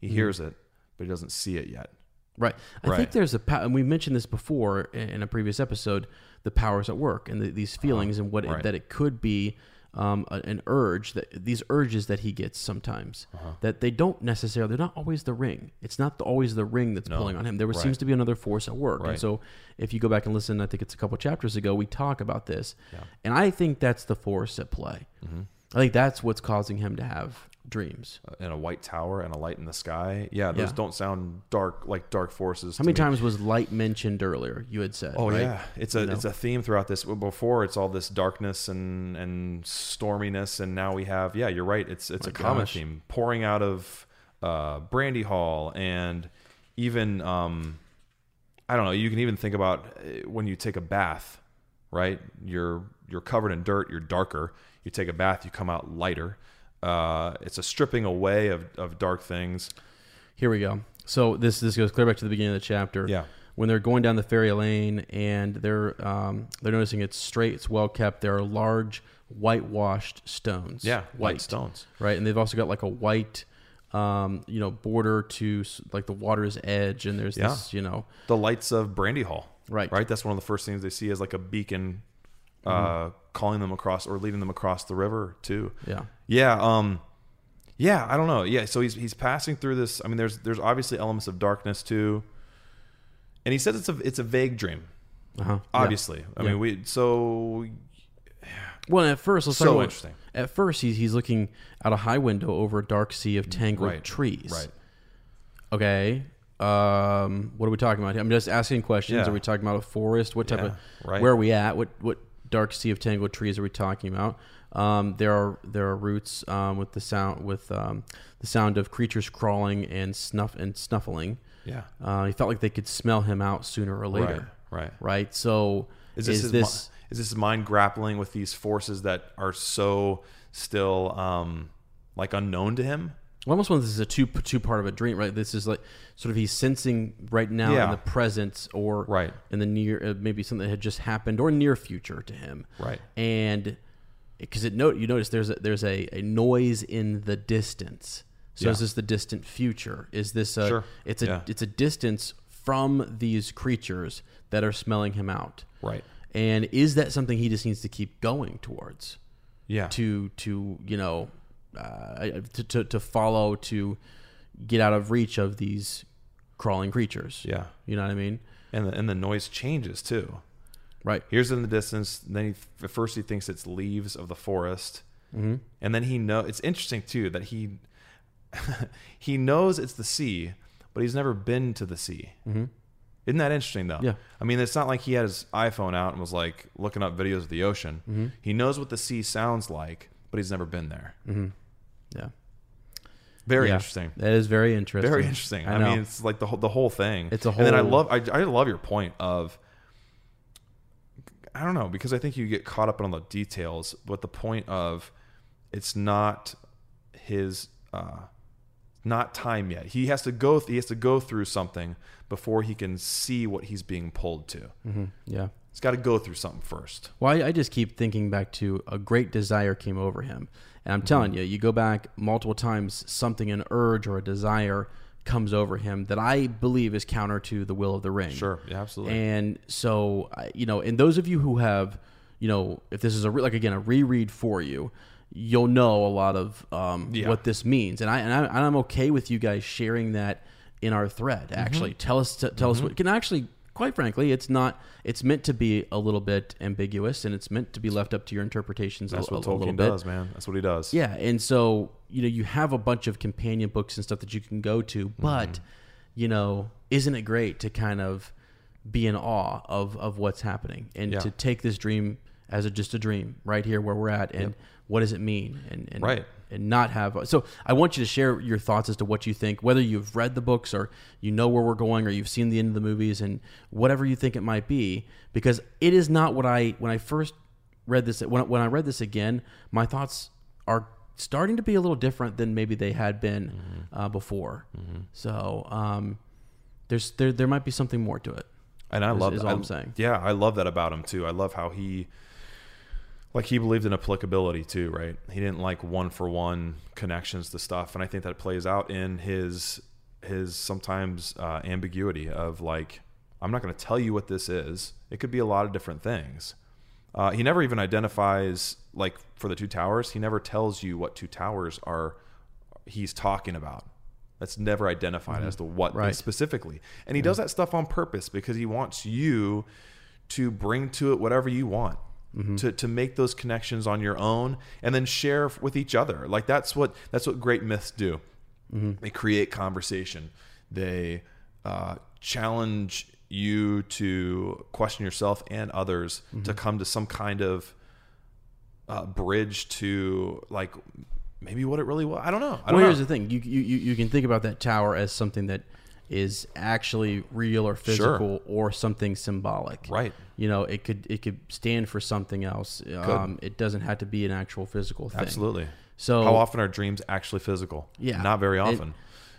[SPEAKER 2] he
[SPEAKER 1] Mm-hmm.
[SPEAKER 2] hears it, but he doesn't see it yet.
[SPEAKER 1] Right. I
[SPEAKER 2] Right.
[SPEAKER 1] think there's a pa- and we mentioned this before i- in a previous episode, the powers at work and the, these feelings and what it,
[SPEAKER 2] Uh-huh. right.
[SPEAKER 1] that it could be um, a- an urge that these urges that he gets sometimes
[SPEAKER 2] Uh-huh.
[SPEAKER 1] that they don't necessarily they're not always the ring. It's not the, always the ring that's pulling on him. There was, seems to be another force at work. And
[SPEAKER 2] Right.
[SPEAKER 1] so if you go back and listen, I think it's a couple chapters ago we talk about this. And I think that's the force at play.
[SPEAKER 2] Mm-hmm.
[SPEAKER 1] I think that's what's causing him to have dreams.
[SPEAKER 2] And Uh, a white tower and a light in the sky. Yeah, those
[SPEAKER 1] Yeah.
[SPEAKER 2] don't sound dark like dark forces.
[SPEAKER 1] How many times was light mentioned earlier? You had said.
[SPEAKER 2] Oh
[SPEAKER 1] right?
[SPEAKER 2] yeah, it's a
[SPEAKER 1] know?
[SPEAKER 2] it's a theme throughout this. Before it's all this darkness and and storminess, and now we have yeah, you're right. It's it's a common
[SPEAKER 1] gosh.
[SPEAKER 2] theme pouring out of uh, Brandy Hall, and even um, I don't know. You can even think about uh, when you take a bath, right? You're you're covered in dirt. You're darker. You take a bath, you come out lighter. Uh, it's a stripping away of, of dark things.
[SPEAKER 1] Here we go. So this this goes clear back to the beginning of the chapter.
[SPEAKER 2] Yeah.
[SPEAKER 1] When they're going down the ferry lane and they're um, they're noticing it's straight, it's well kept. There are large whitewashed stones.
[SPEAKER 2] Yeah, white stones.
[SPEAKER 1] Right, and they've also got like a white, um, you know, border to s- like the water's edge, and there's
[SPEAKER 2] Yeah.
[SPEAKER 1] this, you know,
[SPEAKER 2] the lights of Brandy Hall.
[SPEAKER 1] Right.
[SPEAKER 2] Right. That's one of the first things they see is like a beacon uh, calling them across or leading them across the river too.
[SPEAKER 1] Yeah.
[SPEAKER 2] Yeah. Um yeah, I don't know. Yeah, so he's he's passing through this. I mean, there's there's obviously elements of darkness too. And he says it's a it's a vague dream.
[SPEAKER 1] uh-huh.
[SPEAKER 2] Obviously. I
[SPEAKER 1] Yeah.
[SPEAKER 2] mean we so
[SPEAKER 1] Well, at first, let's
[SPEAKER 2] So
[SPEAKER 1] talk about-
[SPEAKER 2] interesting.
[SPEAKER 1] At first, he's he's looking out a high window over a dark sea of tangled
[SPEAKER 2] Mm, right,
[SPEAKER 1] trees.
[SPEAKER 2] Right.
[SPEAKER 1] Okay. Um, what are we talking about? here? I'm just asking questions.
[SPEAKER 2] Yeah.
[SPEAKER 1] Are we talking about a forest? What type of
[SPEAKER 2] Yeah, right.
[SPEAKER 1] where are we at? What what dark sea of tangled trees are we talking about? Um, there are there are roots um, with the sound with um, the sound of creatures crawling and snuff and snuffling.
[SPEAKER 2] Yeah.
[SPEAKER 1] Uh, he felt like they could smell him out sooner or later.
[SPEAKER 2] Right, right.
[SPEAKER 1] Right. So
[SPEAKER 2] Is this, his, mi- is this his mind grappling with these forces that are so still um like unknown to him?
[SPEAKER 1] Well, almost one. This is a two two part of a dream, right? This is like sort of he's sensing right now in
[SPEAKER 2] Yeah.
[SPEAKER 1] the presence or
[SPEAKER 2] Right.
[SPEAKER 1] in the near, uh, maybe something that had just happened or near future to him,
[SPEAKER 2] Right.
[SPEAKER 1] And because it note you notice there's a, there's a, a noise in the distance. So
[SPEAKER 2] Yeah.
[SPEAKER 1] is this the distant future? Is this a,
[SPEAKER 2] Sure.
[SPEAKER 1] It's a
[SPEAKER 2] Yeah.
[SPEAKER 1] it's a distance from these creatures that are smelling him out,
[SPEAKER 2] Right.
[SPEAKER 1] And is that something he just needs to keep going towards?
[SPEAKER 2] Yeah.
[SPEAKER 1] to to you know uh, to, to to follow to get out of reach of these crawling creatures.
[SPEAKER 2] Yeah.
[SPEAKER 1] you know what I mean,
[SPEAKER 2] and the, and the noise changes too.
[SPEAKER 1] right?
[SPEAKER 2] Here's in the distance. Then he, at first he thinks it's leaves of the forest, mm-hmm. and then he know it's interesting too that he he knows it's the sea, but he's never been to the sea. Mm-hmm. Isn't that interesting though?
[SPEAKER 1] Yeah.
[SPEAKER 2] I mean, it's not like he had his iPhone out and was like looking up videos of the ocean.
[SPEAKER 1] Mm-hmm.
[SPEAKER 2] He knows what the sea sounds like, but he's never been there.
[SPEAKER 1] Mm-hmm. Yeah,
[SPEAKER 2] Very
[SPEAKER 1] Yeah.
[SPEAKER 2] interesting.
[SPEAKER 1] That is very interesting.
[SPEAKER 2] Very interesting. I,
[SPEAKER 1] know.
[SPEAKER 2] mean, it's like the whole, the whole thing.
[SPEAKER 1] It's a
[SPEAKER 2] And then I
[SPEAKER 1] whole-
[SPEAKER 2] love I, I love your point of I don't know because I think you get caught up on the details, but the point of it's not his uh not time yet. He has to go th- he has to go through something before he can see what he's being pulled to.
[SPEAKER 1] yeah.
[SPEAKER 2] He's got to go through something first.
[SPEAKER 1] Well, I, I just keep thinking back to a great desire came over him, and I'm telling
[SPEAKER 2] Mm-hmm.
[SPEAKER 1] you, you go back multiple times, something an urge or a desire comes over him that I believe is counter to the will of the ring.
[SPEAKER 2] Sure. Yeah, absolutely.
[SPEAKER 1] And so, I- you know, and those of you who have, you know, if this is a re- like again a reread for you, you'll know a lot of um,
[SPEAKER 2] Yeah.
[SPEAKER 1] what this means, and I and, I, and I'm okay with you guys sharing that in our thread.
[SPEAKER 2] Mm-hmm.
[SPEAKER 1] Actually, tell us t- tell us what can actually. Quite frankly, it's not. It's meant to be a little bit ambiguous, and it's meant to be left up to your interpretations.
[SPEAKER 2] That's
[SPEAKER 1] a,
[SPEAKER 2] what
[SPEAKER 1] a- a little
[SPEAKER 2] Tolkien
[SPEAKER 1] bit.
[SPEAKER 2] does, man. That's what he does.
[SPEAKER 1] Yeah, and so you know you have a bunch of companion books and stuff that you can go to, but you know, isn't it great to kind of be in awe of of what's happening and
[SPEAKER 2] Yeah.
[SPEAKER 1] to take this dream as a, just a dream right here where we're at and what does it mean and, and
[SPEAKER 2] Right.
[SPEAKER 1] and not have so I want you to share your thoughts as to what you think whether you've read the books or you know where we're going or you've seen the end of the movies and whatever you think it might be because it is not what I when I first read this when, I- when I read this again my thoughts are starting to be a little different than maybe they had been uh, before so um, there's there there might be something more to it
[SPEAKER 2] And I
[SPEAKER 1] is-
[SPEAKER 2] love
[SPEAKER 1] is
[SPEAKER 2] I-
[SPEAKER 1] all I'm saying.
[SPEAKER 2] Yeah, I love that about him too. I love how he like he believed in applicability too, right? He didn't like one for one connections to stuff, and I think that plays out in his his sometimes uh, ambiguity of like I'm not going to tell you what this is. It could be a lot of different things. Uh, he never even identifies like for the two towers. He never tells you what two towers are. He's talking about. That's never identified as to what
[SPEAKER 1] Right.
[SPEAKER 2] specifically, and he does that stuff on purpose because he wants you to bring to it whatever you want. To, to make those connections on your own and then share f- with each other like that's what that's what great myths do they create conversation they uh, challenge you to question yourself and others
[SPEAKER 1] Mm-hmm.
[SPEAKER 2] to come to some kind of uh, bridge to like maybe what it really was i don't know i don't
[SPEAKER 1] well,
[SPEAKER 2] know
[SPEAKER 1] here's the thing: you, you you you can think about that tower as something that is actually real or physical or something symbolic.
[SPEAKER 2] Right.
[SPEAKER 1] You know, it could it could stand for something else. Um, it doesn't have to be an actual physical thing.
[SPEAKER 2] absolutely
[SPEAKER 1] So
[SPEAKER 2] how often are dreams actually physical
[SPEAKER 1] Yeah.
[SPEAKER 2] not very
[SPEAKER 1] It-
[SPEAKER 2] often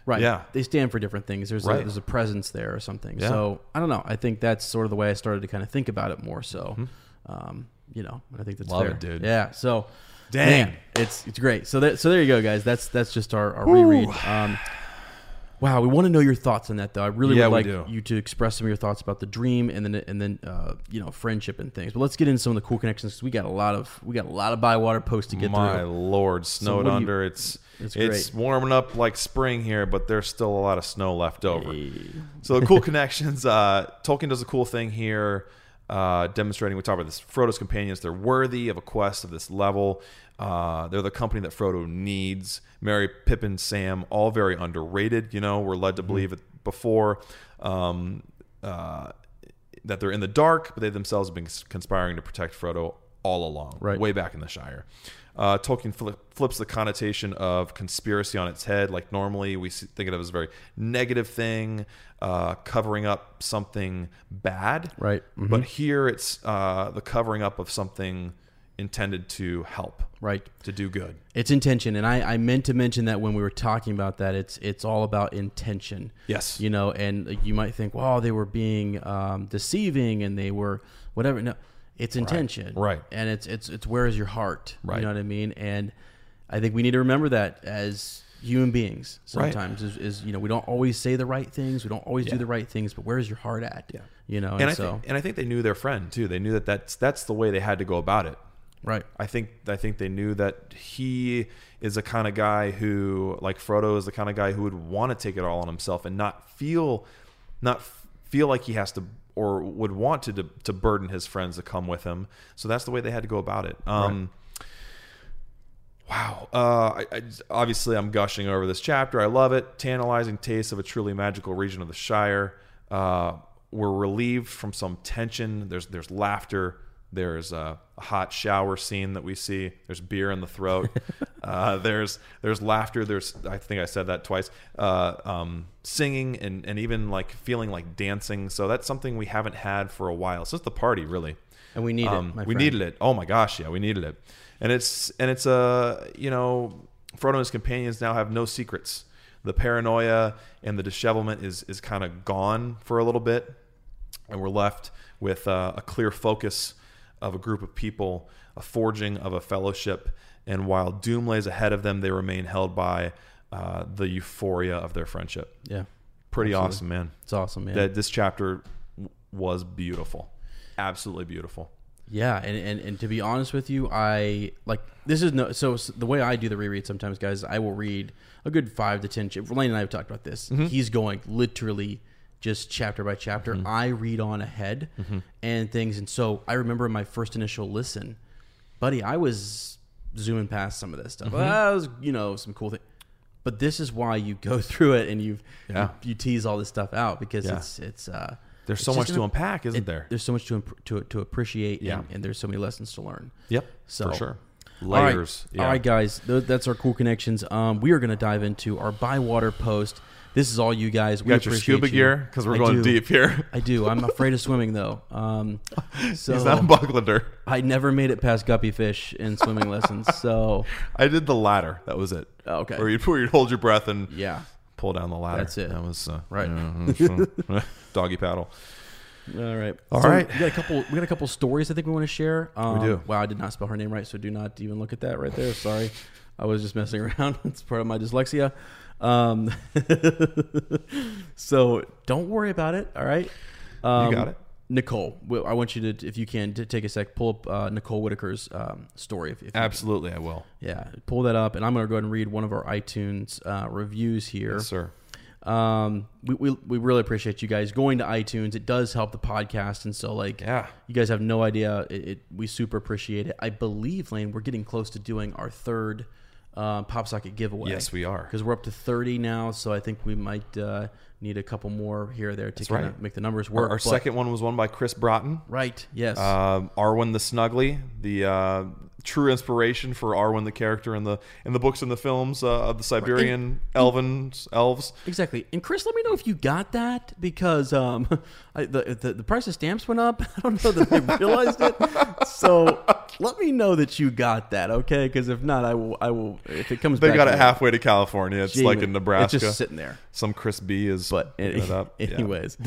[SPEAKER 1] Right.
[SPEAKER 2] Yeah.
[SPEAKER 1] They stand for different things. There's a,
[SPEAKER 2] Right.
[SPEAKER 1] there's a presence there or something.
[SPEAKER 2] Yeah.
[SPEAKER 1] So I don't know. I think that's sort of the way I started to kind of think about it more. So, um, you know, I think that's
[SPEAKER 2] Mm-hmm. Love
[SPEAKER 1] fair.
[SPEAKER 2] it, dude.
[SPEAKER 1] Yeah. So,
[SPEAKER 2] Dang.
[SPEAKER 1] man, it's it's great. So that so there you go, guys. That's that's just our, our reread. Um, wow. We want to know your thoughts on that though. I really
[SPEAKER 2] Yeah,
[SPEAKER 1] would
[SPEAKER 2] we
[SPEAKER 1] like
[SPEAKER 2] do.
[SPEAKER 1] you to express some of your thoughts about the dream and then and then uh, you know friendship and things. But let's get into some of the cool connections 'cause we got a lot of we got a lot of Bywater posts to get
[SPEAKER 2] My
[SPEAKER 1] through.
[SPEAKER 2] lord,
[SPEAKER 1] what
[SPEAKER 2] snowed
[SPEAKER 1] do you-
[SPEAKER 2] under. it's
[SPEAKER 1] It's
[SPEAKER 2] it's,
[SPEAKER 1] great.
[SPEAKER 2] warming up like spring here, but there's still a lot of snow left over. So the cool connections. Uh, Tolkien does a cool thing here, uh, demonstrating we talk about this. Frodo's companions. They're worthy of a quest of this level. Uh, they're the company that Frodo needs. Mary, Pippin, Sam, all very underrated. You know, we're led
[SPEAKER 1] Mm-hmm.
[SPEAKER 2] to believe it before. Um, uh, that they're in the dark, but they themselves have been conspiring to protect Frodo all along,
[SPEAKER 1] Right.
[SPEAKER 2] way back in the Shire. Uh, Tolkien flip, flips the connotation of conspiracy on its head. Like normally, we s- think of it as a very negative thing, uh, covering up something bad.
[SPEAKER 1] Right. Mhm.
[SPEAKER 2] But here, it's uh, the covering up of something intended to help,
[SPEAKER 1] Right.
[SPEAKER 2] to do good.
[SPEAKER 1] It's intention, and I, I meant to mention that when we were talking about that, it's it's all about intention.
[SPEAKER 2] Yes.
[SPEAKER 1] you know, and you might think, "Wow, they were being um, deceiving, and they were whatever." No, it's intention,
[SPEAKER 2] Right.
[SPEAKER 1] And it's it's it's where is your heart?
[SPEAKER 2] Right.
[SPEAKER 1] You know what I mean? And I think we need to remember that as human beings,
[SPEAKER 2] Right.
[SPEAKER 1] sometimes is, is you know we don't always say the right things, we don't always do the right things, but where is your heart at? Yeah, you know, and,
[SPEAKER 2] And I,
[SPEAKER 1] so
[SPEAKER 2] think, and I think they knew their friend too. They knew that that's that's the way they had to go about it.
[SPEAKER 1] right,
[SPEAKER 2] I think I think they knew that he is the kind of guy who, like Frodo, is the kind of guy who would want to take it all on himself and not feel, not f- feel like he has to or would want to to, to burden his friends to come with him. So that's the way they had to go about it. Um, Wow. Uh, I, I, obviously, I'm gushing over this chapter. I love it. Tantalizing taste of a truly magical region of the Shire. Uh, we're relieved from some tension. There's there's laughter. There's a hot shower scene that we see. There's beer in the throat. uh, there's there's laughter. There's I think I said that twice. Uh, um, singing and and even like feeling like dancing. So that's something we haven't had for a while since the party, really
[SPEAKER 1] and we need
[SPEAKER 2] um,
[SPEAKER 1] it. My
[SPEAKER 2] we
[SPEAKER 1] friend.
[SPEAKER 2] needed it. Oh my gosh, yeah, we needed it. And it's and it's uh, you know, Frodo and his companions now have no secrets. The paranoia and the dishevelment is is kind of gone for a little bit, and we're left with uh, a clear focus of a group of people, a forging of a fellowship. And while doom lays ahead of them, they remain held by uh, the euphoria of their friendship.
[SPEAKER 1] Yeah,
[SPEAKER 2] Pretty awesome, man.
[SPEAKER 1] it's awesome, man.
[SPEAKER 2] That this chapter w- was beautiful, absolutely beautiful.
[SPEAKER 1] Yeah, and, and and to be honest with you, I like this is no so s- the way I do the reread sometimes, guys. I will read a good five to ten. cha- Lane and I have talked about this. He's going literally just chapter by chapter. I read on ahead and things, and so I remember my first initial listen, buddy. I was zooming past some of this stuff. Well, that was you know some cool thing. But this is why you go through it and you've,
[SPEAKER 2] Yeah.
[SPEAKER 1] you you tease all this stuff out because it's it's uh
[SPEAKER 2] There's
[SPEAKER 1] it's
[SPEAKER 2] so
[SPEAKER 1] just
[SPEAKER 2] much
[SPEAKER 1] an-
[SPEAKER 2] to unpack, isn't
[SPEAKER 1] it-
[SPEAKER 2] there?
[SPEAKER 1] There's so much to imp- to to appreciate,
[SPEAKER 2] Yeah.
[SPEAKER 1] and, and there's so many lessons to learn.
[SPEAKER 2] Yep.
[SPEAKER 1] So-
[SPEAKER 2] for sure.
[SPEAKER 1] All right.
[SPEAKER 2] Layers.
[SPEAKER 1] All right, guys, th- that's our cool connections. Um, we are going to dive into our Bywater post. This is all you guys. We
[SPEAKER 2] You got your
[SPEAKER 1] appreciate
[SPEAKER 2] scuba
[SPEAKER 1] you.
[SPEAKER 2] gear because we're
[SPEAKER 1] I do.
[SPEAKER 2] going deep here.
[SPEAKER 1] I do. I'm afraid of swimming though. Um, so
[SPEAKER 2] He's not a Bucklander.
[SPEAKER 1] I never made it past guppy fish in swimming lessons. So
[SPEAKER 2] I did the ladder. That was it.
[SPEAKER 1] Oh, okay.
[SPEAKER 2] Where you'd, where you'd hold your breath and
[SPEAKER 1] yeah,
[SPEAKER 2] pull down the ladder.
[SPEAKER 1] That's it.
[SPEAKER 2] That was uh,
[SPEAKER 1] Right.
[SPEAKER 2] yeah, doggy paddle.
[SPEAKER 1] all right,
[SPEAKER 2] All
[SPEAKER 1] So
[SPEAKER 2] right.
[SPEAKER 1] We got a couple. We got a couple stories I think we want to share. Um,
[SPEAKER 2] do.
[SPEAKER 1] Wow, I did not spell her name right, so do not even look at that right there. Sorry, I was just messing around. it's part of my dyslexia. Um, so don't worry about it. All right. Um,
[SPEAKER 2] got it.
[SPEAKER 1] Nicole, w- I want you to, if you can, to take a sec, pull up uh, Nicole Whitaker's um, story. If, if you can.
[SPEAKER 2] Absolutely, I will.
[SPEAKER 1] Yeah, pull that up, and I'm going to go ahead and read one of our iTunes uh, reviews here.
[SPEAKER 2] Yes, sir.
[SPEAKER 1] Um, we, we, we really appreciate you guys going to iTunes. It does help the podcast, and so like,
[SPEAKER 2] Yeah.
[SPEAKER 1] you guys have no idea. It, it we super appreciate it. I believe Lane, we're getting close to doing our third uh, pop socket giveaway.
[SPEAKER 2] Yes, we are.
[SPEAKER 1] because we're up to thirty now. So I think we might uh, need a couple more here or there to kind of
[SPEAKER 2] right.
[SPEAKER 1] make the numbers
[SPEAKER 2] Our,
[SPEAKER 1] work.
[SPEAKER 2] our
[SPEAKER 1] but-
[SPEAKER 2] second one was won by Chris Broughton.
[SPEAKER 1] right? Yes,
[SPEAKER 2] Um, Arwen the Snuggly, the uh, true inspiration for Arwen the character in the in the books and the films uh, of the Siberian elvens elves.
[SPEAKER 1] exactly. And Chris, let me know if you got that because um, I, the, the the price of stamps went up. I don't know that they realized it. So Let me know that you got that, okay? Because if not, I will. I will. If it comes,
[SPEAKER 2] They
[SPEAKER 1] back
[SPEAKER 2] got
[SPEAKER 1] to
[SPEAKER 2] it
[SPEAKER 1] me,
[SPEAKER 2] halfway to California. It's like
[SPEAKER 1] Gee,
[SPEAKER 2] in Nebraska.
[SPEAKER 1] It's just sitting there.
[SPEAKER 2] Some Chris B is
[SPEAKER 1] But
[SPEAKER 2] picking it up. Yeah.
[SPEAKER 1] anyways,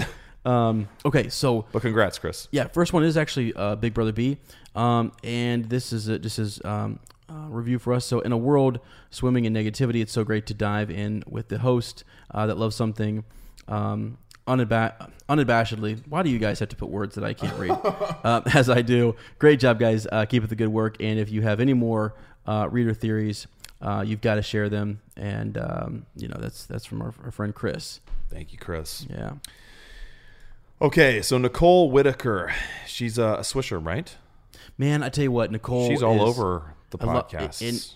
[SPEAKER 1] um, okay. So
[SPEAKER 2] But congrats, Chris.
[SPEAKER 1] yeah, first one is actually uh, Big Brother B, um, and this is a, this is um, a review for us. So, in a world swimming in negativity, it's so great to dive in with the host uh, that loves something um, unaba- unabashedly. Why do you guys have to put words that I can't read? uh, as I do. Great job, guys. Uh, keep up the good work. And if you have any more uh, reader theories, uh, you've got to share them. And um, you know that's that's from our, our friend Chris.
[SPEAKER 2] Thank you, Chris.
[SPEAKER 1] Yeah.
[SPEAKER 2] Okay, so Nicole Whitaker, she's a, a Swisher, right?
[SPEAKER 1] Man, I tell you what, Nicole.
[SPEAKER 2] she's all
[SPEAKER 1] is-
[SPEAKER 2] over the
[SPEAKER 1] I lo-
[SPEAKER 2] podcast.
[SPEAKER 1] and-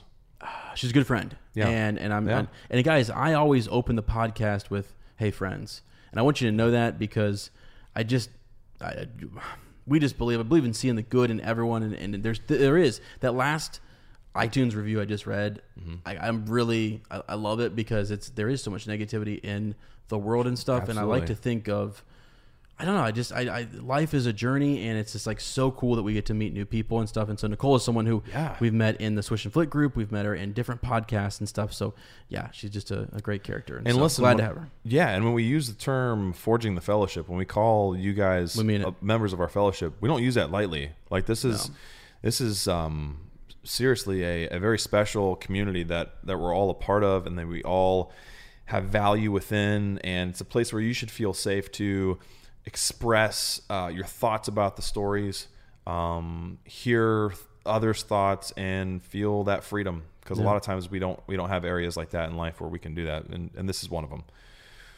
[SPEAKER 1] She's a good friend.
[SPEAKER 2] Yeah.
[SPEAKER 1] And and I'm
[SPEAKER 2] Yeah.
[SPEAKER 1] and, and guys, I always open the podcast with "Hey friends," and I want you to know that because I just I, I- we just believe I believe in seeing the good in everyone, and, and there's there is that last iTunes review I just read.
[SPEAKER 2] Mm-hmm.
[SPEAKER 1] I, I'm really I, I love it because it's there is so much negativity in the world and stuff, and I like to
[SPEAKER 2] Absolutely.
[SPEAKER 1] think of. I don't know. I just, I, I, life is a journey, and it's just like so cool that we get to meet new people and stuff. And so Nicole is someone who
[SPEAKER 2] Yeah.
[SPEAKER 1] we've met in the Swish and Flick group, we've met her in different podcasts and stuff. So yeah, she's just a, a great character. And,
[SPEAKER 2] and
[SPEAKER 1] so
[SPEAKER 2] listen,
[SPEAKER 1] glad
[SPEAKER 2] when-
[SPEAKER 1] to have her.
[SPEAKER 2] Yeah, and when we use the term "forging the fellowship," when we call you guys
[SPEAKER 1] We mean it.
[SPEAKER 2] uh, members of our fellowship, we don't use that lightly. Like this is this is um, seriously a, a very special community that that we're all a part of, and that we all have value within, and it's a place where you should feel safe to express uh, your thoughts about the stories, um, hear others' thoughts, and feel that freedom. Because a lot of times we don't we don't have areas like that in life where we can do that, and, and this is one of them.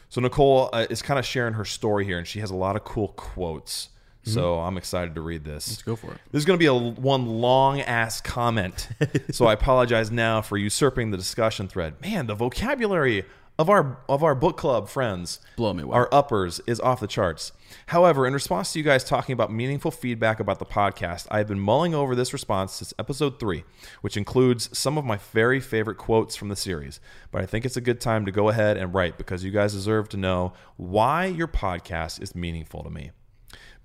[SPEAKER 2] So Nicole uh, is kind of sharing her story here, and she has a lot of cool quotes. So I'm excited to read this. Let's
[SPEAKER 1] go for it.
[SPEAKER 2] This is going to be a l- one long ass comment, so I apologize now for usurping the discussion thread. Man, the vocabulary of our of our book club friends,
[SPEAKER 1] Blow me away.
[SPEAKER 2] our uppers, is off the charts. However, in response to you guys talking about meaningful feedback about the podcast, I have been mulling over this response since episode three, which includes some of my very favorite quotes from the series. But I think it's a good time to go ahead and write because you guys deserve to know why your podcast is meaningful to me.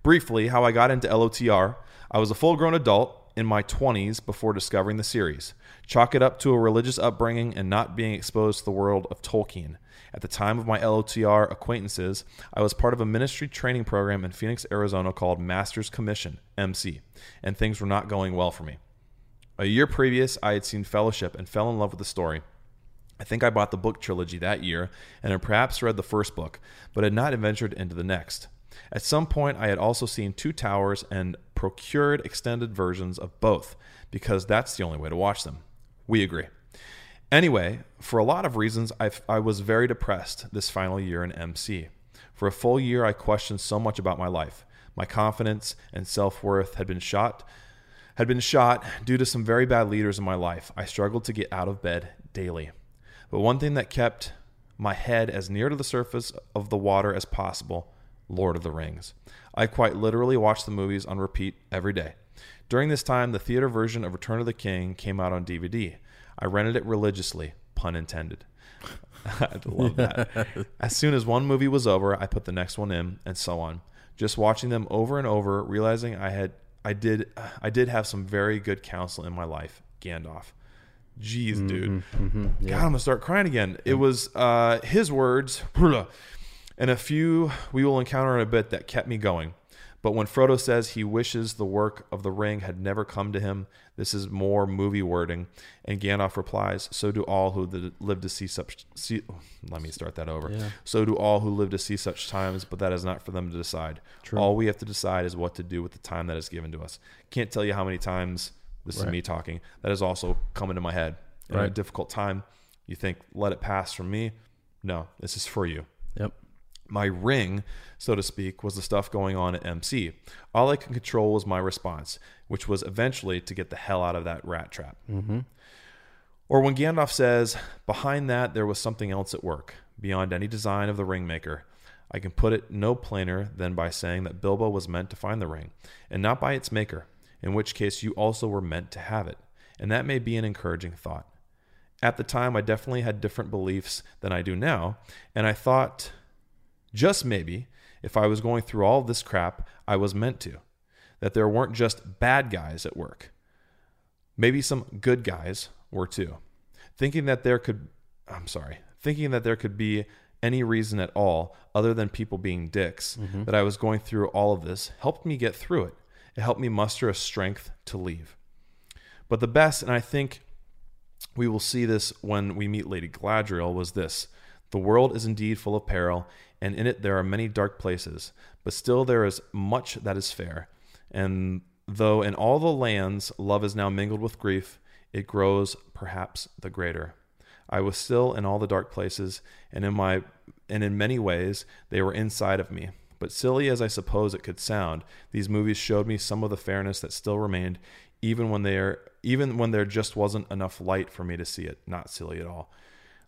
[SPEAKER 2] Briefly, how I got into LOTR. I was a full grown adult in my 20s before discovering the series. Chalk it up to a religious upbringing and not being exposed to the world of Tolkien. At the time of my LOTR acquaintances, I was part of a ministry training program in Phoenix, Arizona called Master's Commission, MC, and things were not going well for me. A year previous, I had seen Fellowship and fell in love with the story. I think I bought the book trilogy that year and had perhaps read the first book, but had not ventured into the next. At some point, I had also seen Two Towers and procured extended versions of both because that's the only way to watch them. We agree. Anyway, for a lot of reasons, I, I was very depressed this final year in MC. For a full year, I questioned so much about my life. My confidence and self worth had been shot had been shot due to some very bad leaders in my life. I struggled to get out of bed daily. But one thing that kept my head as near to the surface of the water as possible Lord of the Rings. I quite literally watched the movies on repeat every day. During this time, the theater version of Return of the King came out on DVD. I rented it religiously, pun intended. I love that. as soon as one movie was over, I put the next one in, and so on. Just watching them over and over, realizing I had, I did, I did have some very good counsel in my life. Gandalf, jeez, dude, God, I'm gonna start crying again. It was uh, his words, and a few we will encounter in a bit that kept me going. But when Frodo says he wishes the work of the ring had never come to him, this is more movie wording. And Gandalf replies, "So do all who th- live to see such." See, let me start that over. So do all who live to see such times, but that is not for them to decide. All we have to decide is what to do with the time that is given to us. Can't tell you how many times this is me talking. That is also coming to my head. In a
[SPEAKER 1] Right.
[SPEAKER 2] difficult time, you think, "Let it pass from me." No, this is for you
[SPEAKER 1] Yep.
[SPEAKER 2] my ring, so to speak, was the stuff going on at MC. All I could control was my response, which was eventually to get the hell out of that rat trap. Or when Gandalf says, Behind that, there was something else at work, beyond any design of the ringmaker. I can put it no plainer than by saying that Bilbo was meant to find the ring, and not by its maker, in which case you also were meant to have it. And that may be an encouraging thought. At the time, I definitely had different beliefs than I do now, and I thought just maybe, if I was going through all this crap, I was meant to. That there weren't just bad guys at work. Maybe some good guys were too. Thinking that there could, I'm sorry, thinking that there could be any reason at all other than people being dicks that I was going through all of this helped me get through it. It helped me muster a strength to leave. But the best, and I think we will see this when we meet Lady Gladriel, was this The world is indeed full of peril, and in it there are many dark places, but still there is much that is fair. And though in all the lands love is now mingled with grief, it grows perhaps the greater. I was still in all the dark places, and in my and in many ways they were inside of me. But silly as I suppose it could sound, these movies showed me some of the fairness that still remained, even when there even when there just wasn't enough light for me to see it. Not silly at all.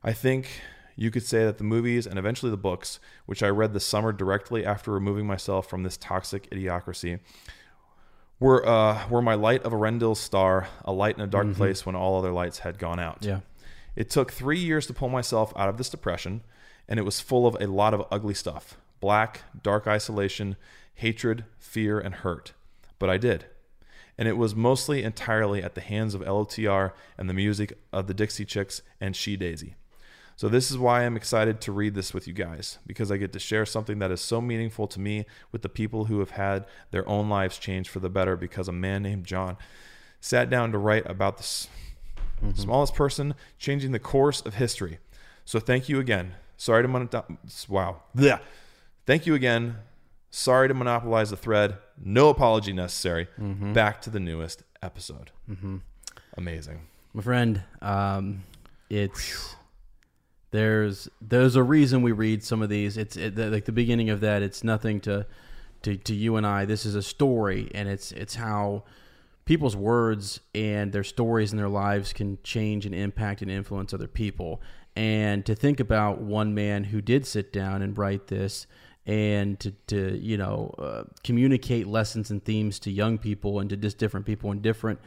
[SPEAKER 2] I think you could say that the movies and eventually the books, which I read this summer directly after removing myself from this toxic idiocracy, were uh, were my light of a Rendell star, a light in a dark place when all other lights had gone out.
[SPEAKER 1] Yeah.
[SPEAKER 2] It took three years to pull myself out of this depression, and it was full of a lot of ugly stuff black, dark isolation, hatred, fear, and hurt. But I did. And it was mostly entirely at the hands of LOTR and the music of the Dixie Chicks and She Daisy. So, this is why I'm excited to read this with you guys, because I get to share something that is so meaningful to me with the people who have had their own lives changed for the better because a man named John sat down to write about this smallest person changing the course of history. So, thank you again. Sorry to monopolize. Wow. Blech. Thank you again. Sorry to monopolize the thread. No apology necessary. Back to the newest episode. Amazing.
[SPEAKER 1] my friend um it's there's there's a reason we read some of these it's it, the, like the beginning of that it's nothing to to to you and i this is a story and it's it's how people's words and their stories and their lives can change and impact and influence other people and to think about one man who did sit down and write this and to, to you know uh, communicate lessons and themes to young people and to just different people in different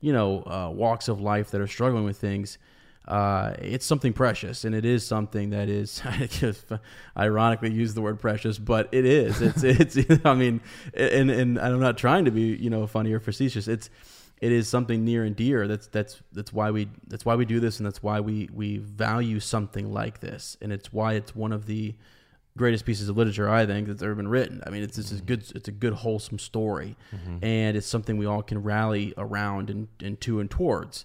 [SPEAKER 1] you know uh, walks of life that are struggling with things uh, it's something precious and it is something that is I just ironically use the word precious but it is it's it's i mean and and i'm not trying to be you know funny or facetious it's it is something near and dear that's that's that's why we that's why we do this and that's why we we value something like this and it's why it's one of the greatest pieces of literature I think that's ever been written. I mean, it's it's a good it's a good wholesome story, and it's something we all can rally around and, and to and towards.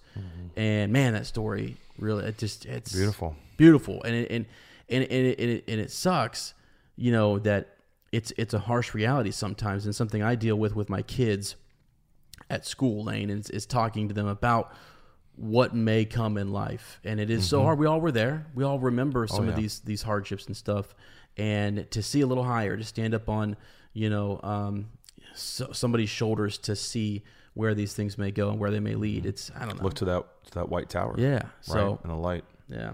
[SPEAKER 1] And man, that story really it just it's
[SPEAKER 2] Beautiful.
[SPEAKER 1] beautiful, and it, and and and it, and it, and it sucks, you know that it's it's a harsh reality sometimes, and something I deal with with my kids at school lane and is, is talking to them about what may come in life and it is
[SPEAKER 2] Mm-hmm.
[SPEAKER 1] so hard we all were there we all remember
[SPEAKER 2] Oh,
[SPEAKER 1] some of these these hardships and stuff and to see a little higher to stand up on you know um, so, somebody's shoulders to see where these things may go and where they may lead it's i don't know
[SPEAKER 2] Mm-hmm. Look to that to that white tower.
[SPEAKER 1] Yeah,
[SPEAKER 2] Right?
[SPEAKER 1] so-
[SPEAKER 2] and the light.
[SPEAKER 1] yeah.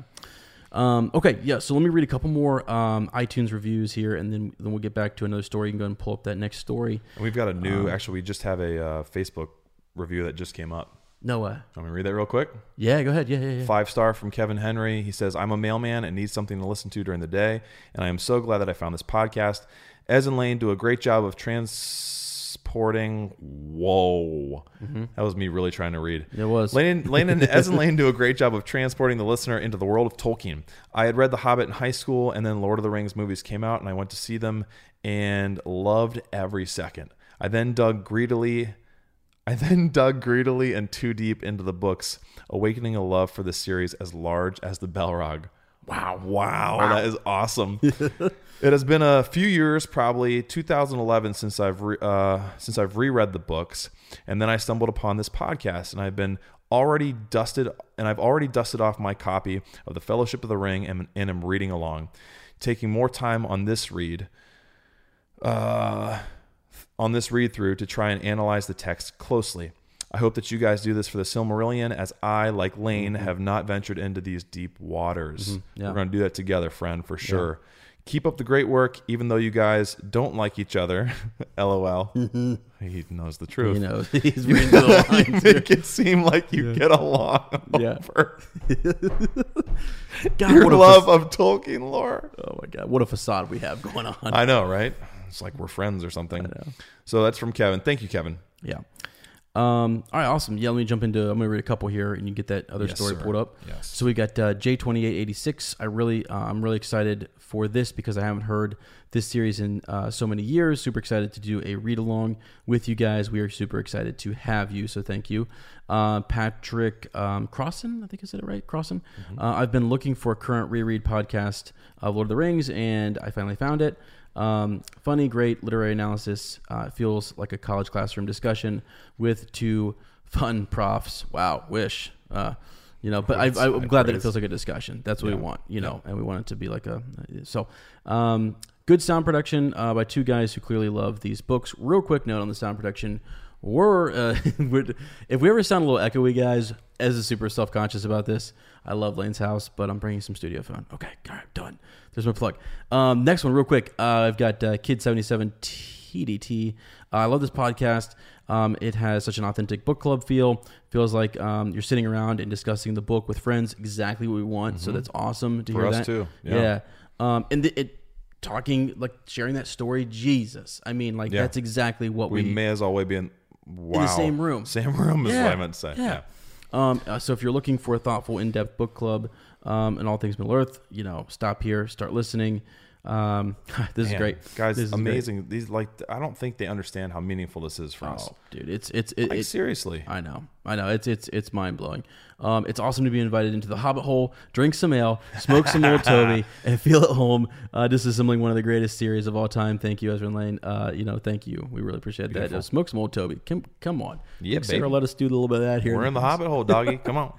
[SPEAKER 1] Um, okay, yeah. So let me read a couple more um, iTunes reviews here, and then then we'll get back to another story. You can go and pull up that next story.
[SPEAKER 2] And we've got a new. actually, we just have a uh, Facebook review that just came up.
[SPEAKER 1] Noah.
[SPEAKER 2] I'm gonna read that real quick.
[SPEAKER 1] Yeah, go ahead. Yeah, yeah, yeah.
[SPEAKER 2] Five star from Kevin Henry. He says, I'm a mailman and need something to listen to during the day, and I am so glad that I found this podcast. Ez and Lane do a great job of transporting. Whoa. That was me really trying to read.
[SPEAKER 1] Mm-hmm. It was.
[SPEAKER 2] Lane, Lane and Ez and Lane do a great job of transporting the listener into the world of Tolkien. I had read The Hobbit in high school, and then Lord of the Rings movies came out, and I went to see them and loved every second. I then dug greedily I then dug greedily and too deep into the books, awakening a love for the series as large as the Balrog. Wow, wow, that is awesome. it has been a few years, probably 2011, since I've re- uh, since I've reread the books, and then I stumbled upon this podcast, and I've been already dusted, and I've already dusted off my copy of the Fellowship of the Ring, and, and am reading along, taking more time on this read uh, on this read through to try and analyze the text closely. I hope that you guys do this for the Silmarillion, as I, like Lane, have not ventured into these deep waters.
[SPEAKER 1] Mm-hmm. Yeah.
[SPEAKER 2] We're going to do that together, friend, for sure. Keep up the great work, even though you guys don't like each other. LOL. he knows the truth.
[SPEAKER 1] Mm-hmm. You know, he's reading the
[SPEAKER 2] you
[SPEAKER 1] lines.
[SPEAKER 2] make it seem like you get along
[SPEAKER 1] Yeah.
[SPEAKER 2] over
[SPEAKER 1] God,
[SPEAKER 2] your
[SPEAKER 1] what a
[SPEAKER 2] love of Tolkien lore.
[SPEAKER 1] fa- oh my God, what a facade we have going on.
[SPEAKER 2] I know, right? It's like we're friends or something. So that's from Kevin. Thank you, Kevin.
[SPEAKER 1] yeah. Um, all right, awesome. Yeah, let me jump into. I'm gonna read a couple here, and you get that other
[SPEAKER 2] Yes,
[SPEAKER 1] story
[SPEAKER 2] sir.
[SPEAKER 1] pulled up.
[SPEAKER 2] Yes.
[SPEAKER 1] So we got uh, J2886. I really, uh, I'm really excited for this because I haven't heard this series in uh, so many years. Super excited to do a read along with you guys. We are super excited to have you. So thank you, uh, Patrick um, Crossan. I think I said it right, Crossan. Uh, I've been looking for a current reread podcast of Lord of the Rings, and I finally found it. Um, funny, great literary analysis. Uh, it feels like a college classroom discussion with two fun profs. Wow, wish. Uh, you know, but I, I, I'm glad that it feels like a discussion. That's what we want, you know, and we want it to be like a so. Um, good sound production uh, by two guys who clearly love these books. Real quick note on the sound production: we're uh, would- if we ever sound a little echoey, guys, as a super self conscious about this. I love Lane's house, but I'm bringing some studio phone. Okay, all right, done. There's my plug. Um, next one, real quick. Uh, I've got uh, Kid Seventy Seven TDT. Uh, I love this podcast. Um, it has such an authentic book club feel. Feels like um, you're sitting around and discussing the book with friends. Exactly what we want. So that's awesome to hear
[SPEAKER 2] Mm-hmm. us
[SPEAKER 1] that.
[SPEAKER 2] too,
[SPEAKER 1] Yeah.
[SPEAKER 2] yeah.
[SPEAKER 1] Um, and the, it talking like sharing that story. Jesus. I mean, like
[SPEAKER 2] Yeah.
[SPEAKER 1] that's exactly what
[SPEAKER 2] We
[SPEAKER 1] we,
[SPEAKER 2] may as well be in, wow.
[SPEAKER 1] same room.
[SPEAKER 2] Same room is
[SPEAKER 1] Yeah,
[SPEAKER 2] what I meant to say. Yeah.
[SPEAKER 1] Um, uh, so if you're looking for a thoughtful, in-depth book club um, and all things Middle Earth, you know, stop here, start listening. Um, this is
[SPEAKER 2] Man,
[SPEAKER 1] great,
[SPEAKER 2] Guys,
[SPEAKER 1] This is great.
[SPEAKER 2] amazing. These like I don't think they understand how meaningful this is for us.
[SPEAKER 1] Oh, dude, it's it's it,
[SPEAKER 2] Like
[SPEAKER 1] it-
[SPEAKER 2] seriously.
[SPEAKER 1] I know, I know. It's it's it's mind blowing. Um, it's awesome to be invited into the Hobbit hole, drink some ale, smoke some old Toby, and feel at home. Uh, disassembling one of the greatest series of all time. Thank you, Ezra and Lane. Uh, you know, thank you. We really appreciate that. Uh, smoke some old Toby. Come come on,
[SPEAKER 2] Yeah,
[SPEAKER 1] Sarah,
[SPEAKER 2] baby.
[SPEAKER 1] let us do a little bit of that here.
[SPEAKER 2] We're in the hobbit hole, doggy. Come on.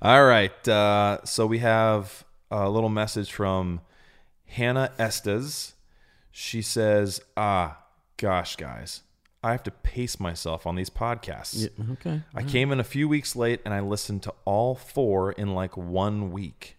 [SPEAKER 2] All right. Uh, so we have a little message from Hannah Estes. She says, Ah, gosh, guys, I have to pace myself on these podcasts.
[SPEAKER 1] Okay,
[SPEAKER 2] I came in a few weeks late and I listened to all four in like one week.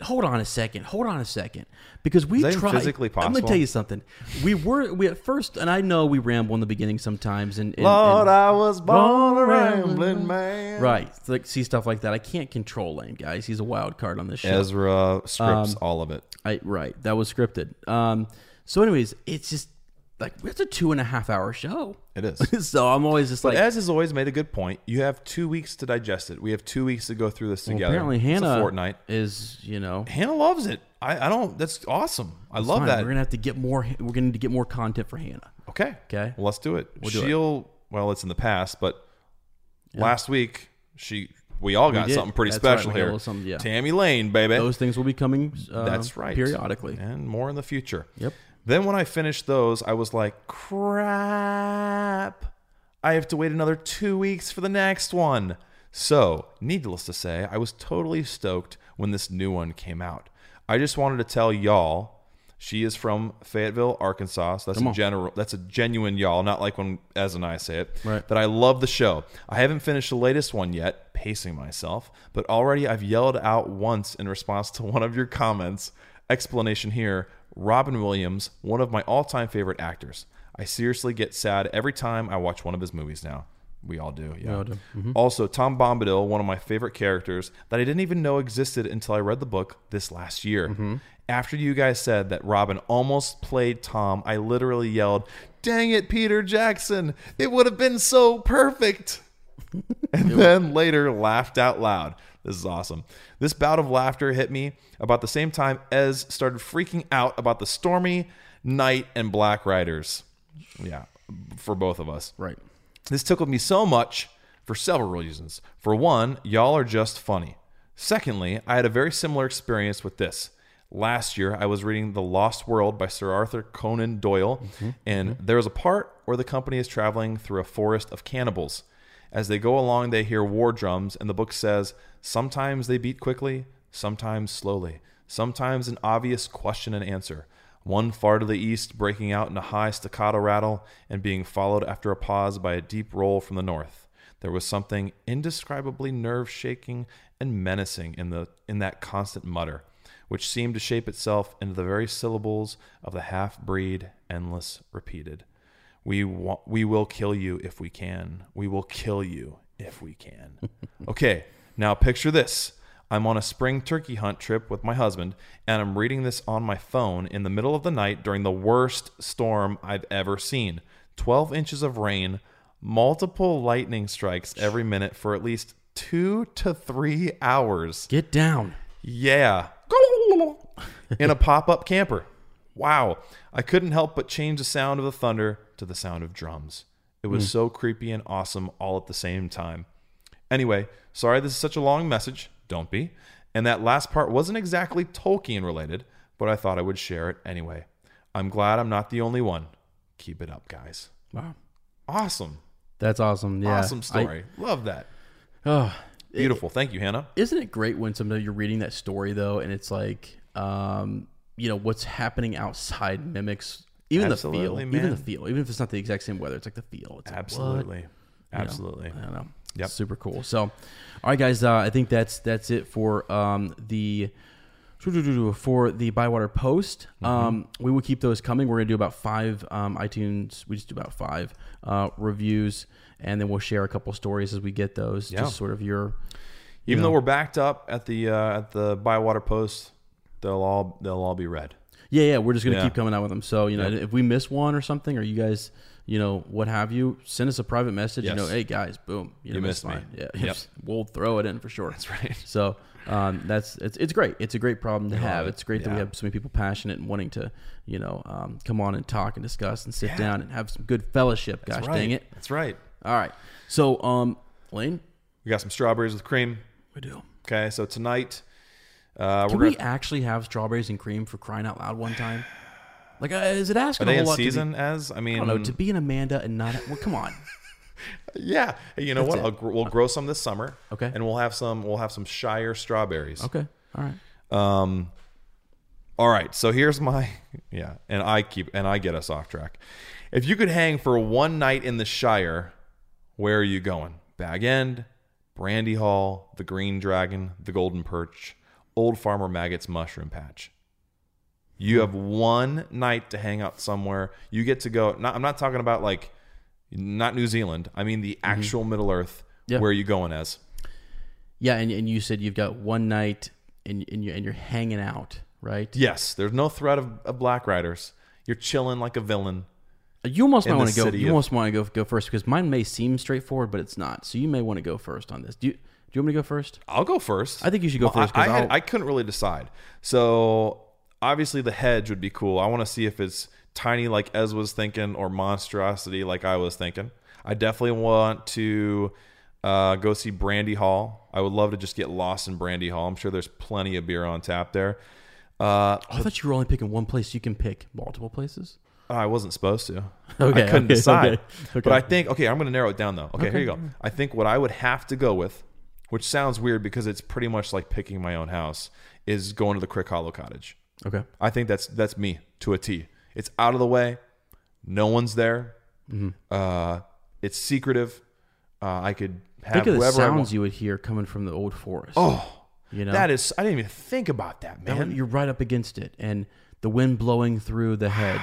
[SPEAKER 1] hold on a second. Hold on a second, because we
[SPEAKER 2] Is that even
[SPEAKER 1] tried.
[SPEAKER 2] physically
[SPEAKER 1] I'm gonna
[SPEAKER 2] possible?
[SPEAKER 1] tell you something. We were we at first, and I know we ramble in the beginning sometimes. And, and-
[SPEAKER 2] Lord,
[SPEAKER 1] and-
[SPEAKER 2] I was born a
[SPEAKER 1] Rambling
[SPEAKER 2] rambling man.
[SPEAKER 1] right, so, like see stuff like that. I can't control Lane, guys. He's a wild card on this show.
[SPEAKER 2] Ezra scripts
[SPEAKER 1] Um,
[SPEAKER 2] all of it.
[SPEAKER 1] I, right, that was scripted. Um, so anyways, it's just like it's a two and a half hour show.
[SPEAKER 2] It is.
[SPEAKER 1] so I'm always just
[SPEAKER 2] But
[SPEAKER 1] like,
[SPEAKER 2] Ez has always made a good point. You have two weeks to digest it. We have two weeks to go through this
[SPEAKER 1] well,
[SPEAKER 2] together.
[SPEAKER 1] apparently
[SPEAKER 2] It's a
[SPEAKER 1] Hannah
[SPEAKER 2] fortnight.
[SPEAKER 1] is you know.
[SPEAKER 2] Hannah loves it. I, I don't. That's awesome. I
[SPEAKER 1] it's
[SPEAKER 2] love
[SPEAKER 1] fine.
[SPEAKER 2] that.
[SPEAKER 1] We're gonna have to get more. We're gonna need to get more content for Hannah.
[SPEAKER 2] okay.
[SPEAKER 1] Okay.
[SPEAKER 2] Well, let's do it.
[SPEAKER 1] do it.
[SPEAKER 2] She'll. Well, it's in the past, but last week she we all got
[SPEAKER 1] did.
[SPEAKER 2] something pretty
[SPEAKER 1] That's right.
[SPEAKER 2] special
[SPEAKER 1] We got a
[SPEAKER 2] here.
[SPEAKER 1] little something, yeah.
[SPEAKER 2] Tammy Lane, baby.
[SPEAKER 1] Those things will be coming. Uh,
[SPEAKER 2] That's right.
[SPEAKER 1] Periodically.
[SPEAKER 2] and more in the future.
[SPEAKER 1] Yep.
[SPEAKER 2] Then when I finished those, I was like, crap. I have to wait another two weeks for the next one. So, needless to say, I was totally stoked when this new one came out. I just wanted to tell y'all. She is from Fayetteville, Arkansas. So that's a general. That's a genuine y'all, not like when Ez and I say it.
[SPEAKER 1] Right.
[SPEAKER 2] That I love the show. I haven't finished the latest one yet, pacing myself, but already I've yelled out once in response to one of your comments. Explanation here Robin Williams, one of my all time favorite actors. I seriously get sad every time I watch one of his movies now. We all do. Mm-hmm. Yeah. Also, Tom Bombadil, one of my favorite characters that I didn't even know existed until I read the book this last year. After you guys said that Robin almost played Tom, I literally yelled, Dang it, Peter Jackson! It would have been so perfect! and then later laughed out loud. This is awesome. This bout of laughter hit me about the same time Ez started freaking out about the Stormy Night and Black Riders. Yeah, for both of us.
[SPEAKER 1] Right.
[SPEAKER 2] This tickled me so much for several reasons. For one, y'all are just funny. Secondly, I had a very similar experience with this. Last year, I was reading The Lost World by Sir Arthur Conan Doyle, and there is a part where the company is traveling through a forest of cannibals. As they go along, they hear war drums, and the book says sometimes they beat quickly, sometimes slowly, sometimes an obvious question and answer one far to the east breaking out in a high staccato rattle and being followed after a pause by a deep roll from the north. There was something indescribably nerve shaking and menacing in the in that constant mutter, which seemed to shape itself into the very syllables of the half breed endless repeated. We wa- we will kill you if we can. We will kill you if we can. okay, now picture this. I'm on a spring turkey hunt trip with my husband, and I'm reading this on my phone in the middle of the night during the worst storm I've ever seen. 12 inches of rain, multiple lightning strikes every minute for at least two to three hours.
[SPEAKER 1] Get down.
[SPEAKER 2] Yeah. In a pop up camper. Wow. I couldn't help but change the sound of the thunder to the sound of drums. It
[SPEAKER 1] Hmm.
[SPEAKER 2] was so creepy and awesome all at the same time. Anyway, sorry this is such a long message. Don't be. And that last part wasn't exactly Tolkien related, but I thought I would share it anyway. I'm glad I'm not the only one. Keep it up, guys.
[SPEAKER 1] Wow.
[SPEAKER 2] Awesome.
[SPEAKER 1] That's awesome. Yeah.
[SPEAKER 2] Awesome
[SPEAKER 1] I-
[SPEAKER 2] story. Love that.
[SPEAKER 1] oh,
[SPEAKER 2] Beautiful. Thank you, Hannah.
[SPEAKER 1] isn't it great when sometimes you're reading that story though, and it's like, um, you know, what's happening outside mimics even the feel,
[SPEAKER 2] Absolutely,
[SPEAKER 1] even the
[SPEAKER 2] man.
[SPEAKER 1] feel, even if it's not the exact same weather, it's like the feel. It's like, what?
[SPEAKER 2] Absolutely. Absolutely.
[SPEAKER 1] I don't know.
[SPEAKER 2] Yep.
[SPEAKER 1] Super cool. So, all right, guys, uh, I think that's that's it for um, the for the Bywater Post.
[SPEAKER 2] Mm-hmm.
[SPEAKER 1] Um, we will keep those coming. We're gonna do about five um, iTunes. We just do about five uh, reviews, and then we'll share a couple stories as we get those.
[SPEAKER 2] Yeah.
[SPEAKER 1] Just sort of your
[SPEAKER 2] Even
[SPEAKER 1] know.
[SPEAKER 2] though we're backed up at the uh, at the Bywater post, they'll all they'll all be read.
[SPEAKER 1] yeah yeah. We're just gonna
[SPEAKER 2] Yeah.
[SPEAKER 1] keep coming out with them. So you know, if we miss one or something, or you guys. You know what have you? Send us a private message. You
[SPEAKER 2] Yes.
[SPEAKER 1] know, hey guys, boom, you, know,
[SPEAKER 2] missed me.
[SPEAKER 1] mine. Yeah,
[SPEAKER 2] Yep.
[SPEAKER 1] we'll throw it in for sure. That's right. So um, that's it's it's great. It's a great problem to have. It's great that we
[SPEAKER 2] Yeah.
[SPEAKER 1] have so many people passionate and wanting to you know um, come on and talk and discuss and sit down and have some good fellowship. Gosh
[SPEAKER 2] Right.
[SPEAKER 1] dang it!
[SPEAKER 2] That's right.
[SPEAKER 1] All right. So um, Lane,
[SPEAKER 2] We got some strawberries with cream.
[SPEAKER 1] we do.
[SPEAKER 2] Okay, so tonight uh,
[SPEAKER 1] Can
[SPEAKER 2] we're
[SPEAKER 1] we
[SPEAKER 2] gonna,
[SPEAKER 1] actually have strawberries and cream for crying out loud one time? Like, uh, is it
[SPEAKER 2] are
[SPEAKER 1] asking a
[SPEAKER 2] they
[SPEAKER 1] whole
[SPEAKER 2] in
[SPEAKER 1] lot? to be-
[SPEAKER 2] season as I mean
[SPEAKER 1] I don't know. To be an Amanda and not well, come on.
[SPEAKER 2] yeah. Hey, you know
[SPEAKER 1] That's
[SPEAKER 2] what?
[SPEAKER 1] it.
[SPEAKER 2] I'll, gr- we'll grow some this summer.
[SPEAKER 1] Okay.
[SPEAKER 2] and we'll have some we'll have some Shire strawberries.
[SPEAKER 1] Okay. All right.
[SPEAKER 2] Um, all right, so here's my yeah, and I keep and I get us off track. If you could hang for one night in the Shire, where are you going? Bag End, Brandy Hall, the Green Dragon, the Golden Perch, Old Farmer Maggot's Mushroom Patch. You have one night to hang out somewhere. You get to go. Not, I'm not talking about like not New Zealand. I mean the actual Middle Earth.
[SPEAKER 1] Yeah.
[SPEAKER 2] Where are you going as?
[SPEAKER 1] Yeah, and, and you said you've got one night and and you and you're hanging out, right?
[SPEAKER 2] Yes, there's no threat of, of black riders. You're chilling like a villain.
[SPEAKER 1] You almost
[SPEAKER 2] in
[SPEAKER 1] might
[SPEAKER 2] the
[SPEAKER 1] want to go.
[SPEAKER 2] city
[SPEAKER 1] You
[SPEAKER 2] of-
[SPEAKER 1] almost want to go go first because mine may seem straightforward, but it's not. So you may want to go first on this. Do you, do you want me to go first?
[SPEAKER 2] I'll go first.
[SPEAKER 1] I think you should go
[SPEAKER 2] I-
[SPEAKER 1] first,
[SPEAKER 2] I,
[SPEAKER 1] 'cause
[SPEAKER 2] had-
[SPEAKER 1] I'll-
[SPEAKER 2] I couldn't really decide. So obviously the hedge would be cool. I want to see if it's tiny like Ez was thinking or monstrosity like I was thinking. I definitely want to uh, go see Brandy Hall. I would love to just get lost in Brandy Hall. I'm sure there's plenty of beer on tap there. Uh,
[SPEAKER 1] I thought you were only picking one place. You can pick multiple places.
[SPEAKER 2] I wasn't supposed to.
[SPEAKER 1] Okay,
[SPEAKER 2] I couldn't
[SPEAKER 1] okay,
[SPEAKER 2] decide.
[SPEAKER 1] okay, okay.
[SPEAKER 2] But I think okay, I'm going to narrow it down though. Okay, here you go. I think what I would have to go with, which sounds weird because it's pretty much like picking my own house, is going to the Crick Hollow Cottage.
[SPEAKER 1] Okay.
[SPEAKER 2] I think that's that's me to a T. It's out of the way. No one's there.
[SPEAKER 1] Mm-hmm.
[SPEAKER 2] Uh, it's secretive. Uh, I could have
[SPEAKER 1] Think of the
[SPEAKER 2] whoever I
[SPEAKER 1] sounds
[SPEAKER 2] want.
[SPEAKER 1] you would hear coming from the old forest. Oh, you know
[SPEAKER 2] That is, I didn't even think about that,
[SPEAKER 1] That
[SPEAKER 2] man.
[SPEAKER 1] one- you're right up against it, and the wind blowing through the hedge.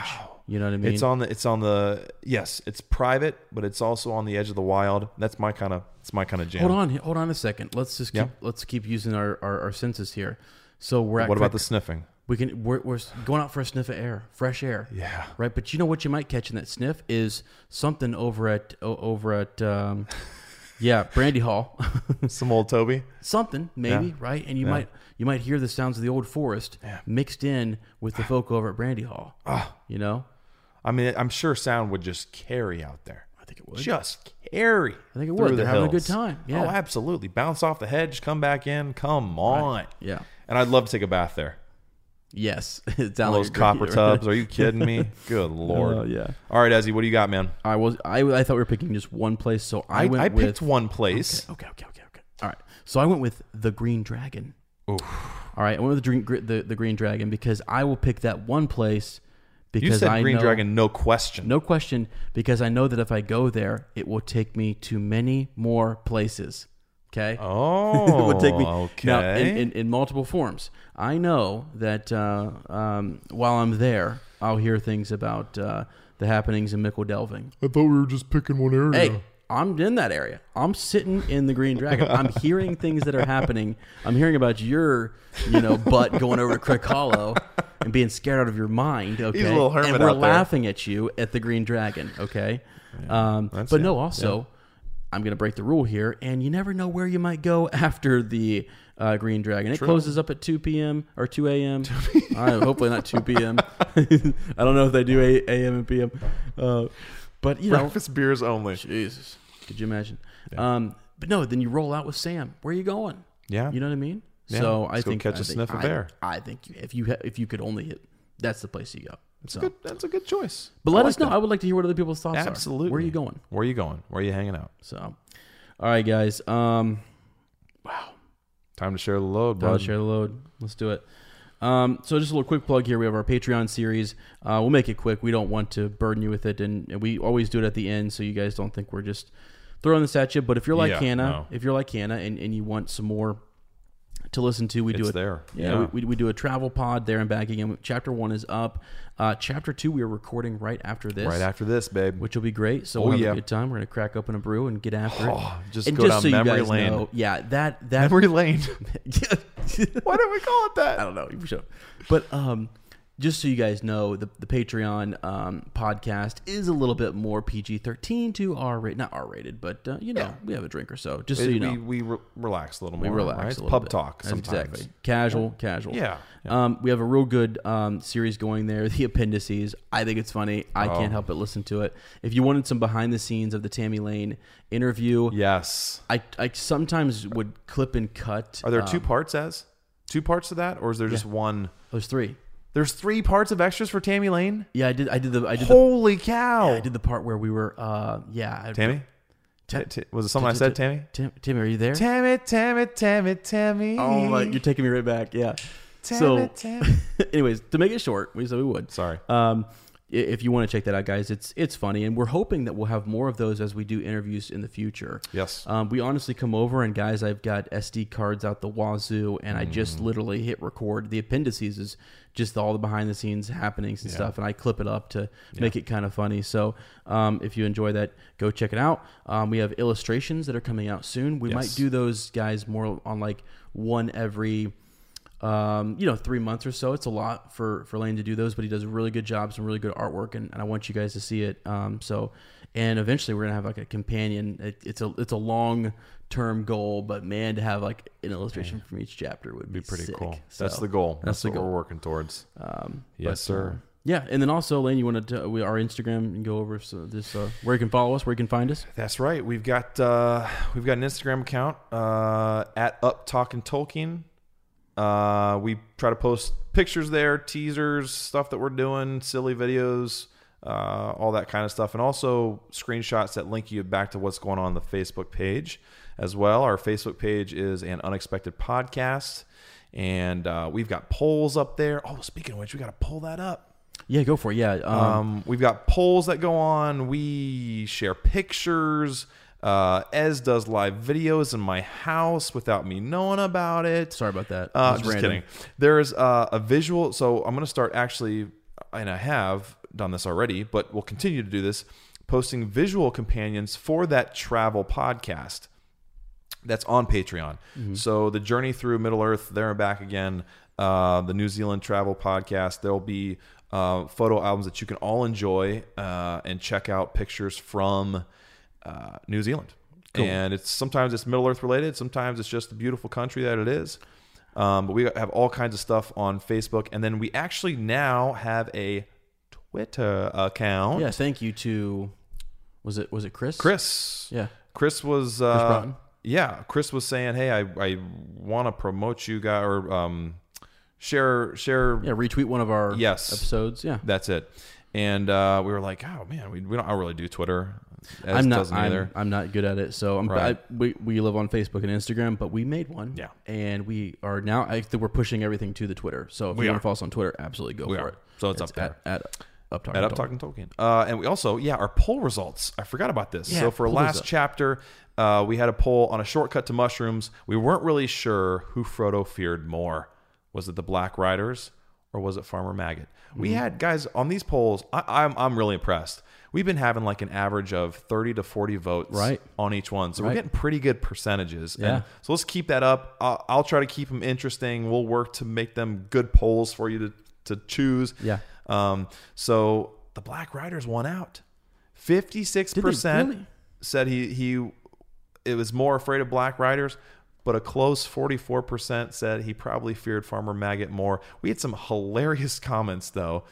[SPEAKER 1] You know what I mean?
[SPEAKER 2] It's on the it's on the yes, it's private, but it's also on the edge of the wild. That's my kind of it's my kind of jam.
[SPEAKER 1] Hold on, hold on a second. Let's just keep
[SPEAKER 2] Yeah.
[SPEAKER 1] let's keep using our, our, our senses here. So we're at
[SPEAKER 2] What about the
[SPEAKER 1] Crick-
[SPEAKER 2] sniffing?
[SPEAKER 1] We can we're, we're going out for a sniff of air, fresh air.
[SPEAKER 2] Yeah.
[SPEAKER 1] Right, but you know what you might catch in that sniff is something over at o- over at um, yeah, Brandy Hall.
[SPEAKER 2] Some old Toby.
[SPEAKER 1] something maybe, right? And you might you might hear the sounds of the old forest mixed in with the folk over at Brandy Hall.
[SPEAKER 2] Ah.
[SPEAKER 1] you know?
[SPEAKER 2] I mean, I'm sure sound would just carry out there. I
[SPEAKER 1] think it would.
[SPEAKER 2] Just carry. I
[SPEAKER 1] think it would. They're having a good time. Yeah.
[SPEAKER 2] Oh, absolutely. Bounce off the hedge, come back in. Come on.
[SPEAKER 1] Yeah.
[SPEAKER 2] And I'd love to take a bath there.
[SPEAKER 1] Yes. It sounds
[SPEAKER 2] All
[SPEAKER 1] like
[SPEAKER 2] those
[SPEAKER 1] a great-
[SPEAKER 2] copper tubs. Are you kidding me? Good lord.
[SPEAKER 1] Oh, yeah.
[SPEAKER 2] All right, Ezzy, what do you got, man?
[SPEAKER 1] I was I, I thought we were picking just one place, so I,
[SPEAKER 2] I,
[SPEAKER 1] went
[SPEAKER 2] I
[SPEAKER 1] with
[SPEAKER 2] picked one place.
[SPEAKER 1] Okay, okay, okay, okay. All right. So I went with the Green Dragon. All right, I went with the, Green- gr- the the Green Dragon because I will pick that one place because
[SPEAKER 2] You said
[SPEAKER 1] I
[SPEAKER 2] Green
[SPEAKER 1] know,
[SPEAKER 2] Dragon, no question.
[SPEAKER 1] no question, because I know that if I go there, it will take me to many more places. Okay.
[SPEAKER 2] Oh,
[SPEAKER 1] it would take me
[SPEAKER 2] okay.
[SPEAKER 1] now in, in, in multiple forms. I know that uh, um, while I'm there, I'll hear things about uh, the happenings in Mickle Delving.
[SPEAKER 2] I thought we were just picking one area.
[SPEAKER 1] Hey, I'm in that area. I'm sitting in the Green Dragon. I'm hearing things that are happening. I'm hearing about your, you know, butt going over to Crick Hollow and being scared out of your mind. Okay,
[SPEAKER 2] a little hermit
[SPEAKER 1] and we're
[SPEAKER 2] out there.
[SPEAKER 1] laughing at you at the Green Dragon. Okay, um,
[SPEAKER 2] that's-
[SPEAKER 1] but no,
[SPEAKER 2] yeah,
[SPEAKER 1] also, I'm going to break the rule here, and you never know where you might go after the uh, Green Dragon. It closes up at 2 p.m. or 2 a.m. I- hopefully not 2 p.m. I don't know if they do 8 a.m. and p.m. Uh, but you know,
[SPEAKER 2] Breakfast beers only.
[SPEAKER 1] Jesus, could you imagine? Um, but no, then you roll out with Sam. Where are you going?
[SPEAKER 2] Yeah.
[SPEAKER 1] you know what I mean.
[SPEAKER 2] Yeah,
[SPEAKER 1] So I
[SPEAKER 2] let's go
[SPEAKER 1] think I
[SPEAKER 2] catch a
[SPEAKER 1] think-
[SPEAKER 2] sniff of
[SPEAKER 1] I-
[SPEAKER 2] air.
[SPEAKER 1] I think if you ha- if you could only hit, that's the place you go. So.
[SPEAKER 2] Good, that's a good choice.
[SPEAKER 1] But let
[SPEAKER 2] I
[SPEAKER 1] us
[SPEAKER 2] like
[SPEAKER 1] know. I would like to hear what other people's thoughts
[SPEAKER 2] that.
[SPEAKER 1] are.
[SPEAKER 2] Absolutely.
[SPEAKER 1] Where are you going?
[SPEAKER 2] Where are you going? Where are you hanging out?
[SPEAKER 1] So, all right, guys. Um,
[SPEAKER 2] Time to share the load,
[SPEAKER 1] Time
[SPEAKER 2] bud.
[SPEAKER 1] to share the load. Let's do it. Um, so just a little quick plug here. We have our Patreon series. Uh, we'll make it quick. We don't want to burden you with it, and, and we always do it at the end, so you guys don't think we're just throwing this at you. But if you're like
[SPEAKER 2] Yeah,
[SPEAKER 1] Hannah,
[SPEAKER 2] no.
[SPEAKER 1] if you're like Hannah, and, and you want some more to listen to, we do
[SPEAKER 2] It's
[SPEAKER 1] it
[SPEAKER 2] there.
[SPEAKER 1] Yeah,
[SPEAKER 2] Yeah.
[SPEAKER 1] We, we, we do a travel pod there and back again. Chapter one is up. Uh, chapter two we are recording right after this.
[SPEAKER 2] Right after this, babe.
[SPEAKER 1] Which will be great. So
[SPEAKER 2] Oh,
[SPEAKER 1] we'll have
[SPEAKER 2] yeah.
[SPEAKER 1] a good time. We're gonna crack open a brew and get after
[SPEAKER 2] Oh,
[SPEAKER 1] it.
[SPEAKER 2] just
[SPEAKER 1] and
[SPEAKER 2] go down
[SPEAKER 1] you
[SPEAKER 2] memory
[SPEAKER 1] guys
[SPEAKER 2] lane.
[SPEAKER 1] know, yeah, that that
[SPEAKER 2] Memory lane.
[SPEAKER 1] yeah.
[SPEAKER 2] Why don't we call it that?
[SPEAKER 1] I don't know. You should. But um, just so you guys know, the, the Patreon um, podcast is a little bit more PG 13 to R rated. Not R rated, but, uh, you know, we have a drink or so. Just so you know.
[SPEAKER 2] we we re- relax a little
[SPEAKER 1] We
[SPEAKER 2] more.
[SPEAKER 1] relax
[SPEAKER 2] right?
[SPEAKER 1] a little
[SPEAKER 2] Pub
[SPEAKER 1] bit.
[SPEAKER 2] talk
[SPEAKER 1] That's
[SPEAKER 2] sometimes.
[SPEAKER 1] Exactly. Casual, casual.
[SPEAKER 2] Yeah.
[SPEAKER 1] Um, we have a real good um, series going there, The Appendices. I think it's funny. I
[SPEAKER 2] Oh.
[SPEAKER 1] can't help but listen to it. If you wanted some behind the scenes of the Tammy Lane interview,
[SPEAKER 2] Yes.
[SPEAKER 1] I, I sometimes would clip and cut.
[SPEAKER 2] Are there two parts as? Two parts to that? Or is there just one?
[SPEAKER 1] There's three.
[SPEAKER 2] There's three parts of extras for Tammy Lane?
[SPEAKER 1] Yeah, I did. I did the. I did the.
[SPEAKER 2] Holy cow.
[SPEAKER 1] I did the part where we were. Uh, yeah. I-
[SPEAKER 2] Tammy? T- t- was it something I
[SPEAKER 1] T-
[SPEAKER 2] said,
[SPEAKER 1] t-
[SPEAKER 2] Tammy?
[SPEAKER 1] Tim, Timmy, are you there?
[SPEAKER 2] Tammy, Tammy, Tammy, Tammy.
[SPEAKER 1] Oh my! You're taking me right back. Yeah. so, anyways, to make it short, we said we would.
[SPEAKER 2] Sorry.
[SPEAKER 1] Um, i- if you want to check that out, guys, it's it's funny, and we're hoping that we'll have more of those as we do interviews in the future.
[SPEAKER 2] Yes.
[SPEAKER 1] Um, we honestly come over and guys, I've got SD cards out the wazoo, and I just
[SPEAKER 2] Mm.
[SPEAKER 1] literally hit record. The appendices is just all the behind the scenes happenings and stuff, and I clip it up to make it kind of funny. So, um, if you enjoy that, go check it out. Um, we have illustrations that are coming out soon. We might
[SPEAKER 2] Yes.
[SPEAKER 1] do those guys more on like one every um, you know, three months or so. It's a lot for for Lane to do those, but he does a really good job, some really good artwork, and, and I want you guys to see it. Um, so, and eventually we're gonna have like a companion. It, it's a it's a long term goal, but man, to have like an illustration from each chapter would be,
[SPEAKER 2] Be pretty
[SPEAKER 1] sick.
[SPEAKER 2] cool.
[SPEAKER 1] So,
[SPEAKER 2] that's the goal. That's,
[SPEAKER 1] the
[SPEAKER 2] what
[SPEAKER 1] goal.
[SPEAKER 2] we're working towards. Um, uh, yes, sir.
[SPEAKER 1] Yeah, and then also Lane, you want to we our Instagram and go over so this uh, where you can follow us, where you can find us.
[SPEAKER 2] That's right. We've got uh, we've got an Instagram account uh, at Up Talking Tolkien. Uh, we try to post pictures there, teasers, stuff that we're doing, silly videos, uh, all that kind of stuff, and also screenshots that link you back to what's going on the Facebook page as well. Our Facebook page is an unexpected podcast, and uh, we've got polls up there. Oh, speaking of which, we got to pull that up.
[SPEAKER 1] Yeah, go for it. Yeah, um,
[SPEAKER 2] Um, we've got polls that go on. We share pictures. Uh, Ez does live videos in my house without me knowing about it.
[SPEAKER 1] sorry about that.
[SPEAKER 2] Uh,
[SPEAKER 1] It was
[SPEAKER 2] just
[SPEAKER 1] random.
[SPEAKER 2] kidding. There's uh, a visual. So I'm going to start actually, and I have done this already, but we'll continue to do this, posting visual companions for that travel podcast that's on Patreon.
[SPEAKER 1] Mm-hmm.
[SPEAKER 2] So the journey through Middle Earth, there and back again, uh, the New Zealand travel podcast. There'll be uh, photo albums that you can all enjoy uh, and check out pictures from uh, New Zealand. And it's sometimes it's Middle Earth related, sometimes it's just the beautiful country that it is. Um, but we have all kinds of stuff on Facebook, and then we actually now have a Twitter account.
[SPEAKER 1] Yeah, thank you to was it was it Chris?
[SPEAKER 2] Chris.
[SPEAKER 1] Yeah.
[SPEAKER 2] Chris was uh,
[SPEAKER 1] Broughton?
[SPEAKER 2] yeah. Chris was saying, "Hey, I, I want to promote you guys or um, share share."
[SPEAKER 1] Yeah, retweet one of our
[SPEAKER 2] Yes.
[SPEAKER 1] episodes. Yeah.
[SPEAKER 2] That's it. And uh, we were like, "Oh man, we, we don't I don't really do Twitter." Ez
[SPEAKER 1] I'm not.
[SPEAKER 2] doesn't
[SPEAKER 1] I'm,
[SPEAKER 2] either.
[SPEAKER 1] I'm not good at it. So I'm.
[SPEAKER 2] Right.
[SPEAKER 1] I, we, we live on Facebook and Instagram, but we made one.
[SPEAKER 2] Yeah.
[SPEAKER 1] And we are now. I think we're pushing everything to the Twitter. So if you want to follow us on Twitter, absolutely go for
[SPEAKER 2] are.
[SPEAKER 1] it.
[SPEAKER 2] So it's up
[SPEAKER 1] at, at up talking.
[SPEAKER 2] At Up Talking Tolkien. Uh, and we also, yeah, our poll results. I forgot about this.
[SPEAKER 1] Yeah,
[SPEAKER 2] so for
[SPEAKER 1] pull those
[SPEAKER 2] last
[SPEAKER 1] up.
[SPEAKER 2] chapter, uh, we had a poll on a shortcut to mushrooms. We weren't really sure who Frodo feared more. Was it the Black Riders or was it Farmer Maggot? We
[SPEAKER 1] Mm-hmm.
[SPEAKER 2] had guys on these polls. I, I'm I'm really impressed. We've been having like an average of 30 to 40 votes
[SPEAKER 1] Right.
[SPEAKER 2] on each one. So
[SPEAKER 1] Right.
[SPEAKER 2] we're getting pretty good percentages.
[SPEAKER 1] Yeah.
[SPEAKER 2] And so let's keep that up. I'll, I'll try to keep them interesting. We'll work to make them good polls for you to, to choose.
[SPEAKER 1] Yeah.
[SPEAKER 2] Um, so the Black Riders won out. Fifty-six
[SPEAKER 1] Did they really?
[SPEAKER 2] percent said he he it was more afraid of black riders, but a close forty-four percent said he probably feared Farmer Maggot more. We had some hilarious comments though.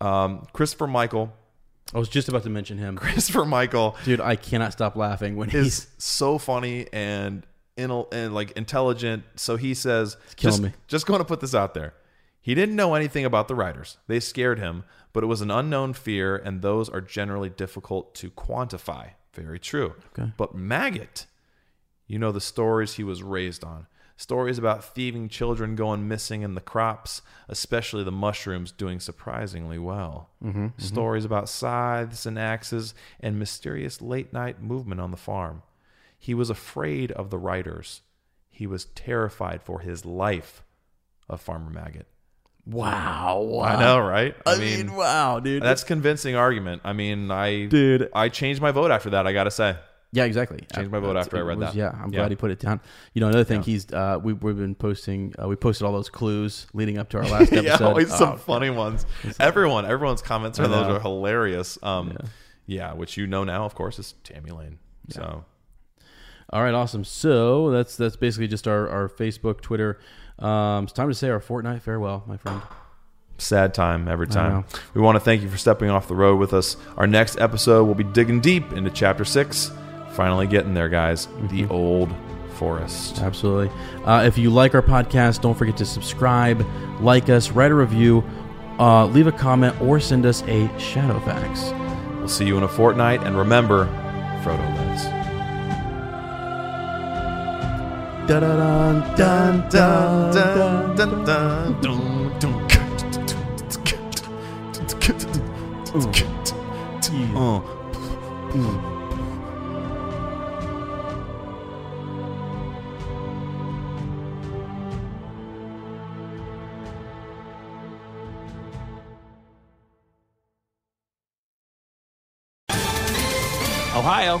[SPEAKER 2] Um, Christopher Michael,
[SPEAKER 1] I was just about to mention him.
[SPEAKER 2] Christopher Michael
[SPEAKER 1] Dude, I cannot stop laughing when he's
[SPEAKER 2] is so funny and in, and like intelligent. So he says,
[SPEAKER 1] killing
[SPEAKER 2] just,
[SPEAKER 1] me.
[SPEAKER 2] just going to put this out there. He didn't know anything about the riders. They scared him, but it was an unknown fear, and those are generally difficult to quantify. Very true.
[SPEAKER 1] Okay.
[SPEAKER 2] But maggot, you know the stories he was raised on. Stories about thieving children going missing in the crops, especially the mushrooms, doing surprisingly well.
[SPEAKER 1] Mm-hmm,
[SPEAKER 2] Stories about scythes and axes and mysterious late night movement on the farm. He was afraid of the riders. He was terrified for his life of Farmer Maggot.
[SPEAKER 1] wow.
[SPEAKER 2] I know, right?
[SPEAKER 1] I mean, wow, dude.
[SPEAKER 2] that's convincing argument. I mean, I
[SPEAKER 1] Dude.
[SPEAKER 2] I changed my vote after that. I gotta say,
[SPEAKER 1] Yeah, exactly.
[SPEAKER 2] Changed my
[SPEAKER 1] Uh,
[SPEAKER 2] vote after I
[SPEAKER 1] it
[SPEAKER 2] read that.
[SPEAKER 1] Yeah, I'm
[SPEAKER 2] Yeah.
[SPEAKER 1] glad he put it down. You know, another thing he's uh, we we've been posting uh, we posted all those clues leading up to our last episode.
[SPEAKER 2] yeah, always some
[SPEAKER 1] Oh,
[SPEAKER 2] funny ones. Everyone, everyone's comments are those
[SPEAKER 1] know.
[SPEAKER 2] are hilarious. Um, yeah. which you know now, of course, is Tammy Lane. So
[SPEAKER 1] All right, awesome. So that's that's basically just our, our Facebook, Twitter. Um, it's time to say our Fortnite farewell, my friend.
[SPEAKER 2] sad time every time.
[SPEAKER 1] know.
[SPEAKER 2] We want to thank you for stepping off the road with us. Our next episode will be digging deep into Chapter Six. Finally getting there, guys. The old forest.
[SPEAKER 1] Absolutely. Uh, if you like our podcast, don't forget to subscribe, like us, write a review, uh, leave a comment, or send us a shadow fax.
[SPEAKER 2] We'll see you in a fortnight, and remember, Frodo lives.
[SPEAKER 1] Dun, dun, dun, dun, dun.
[SPEAKER 6] Ohio,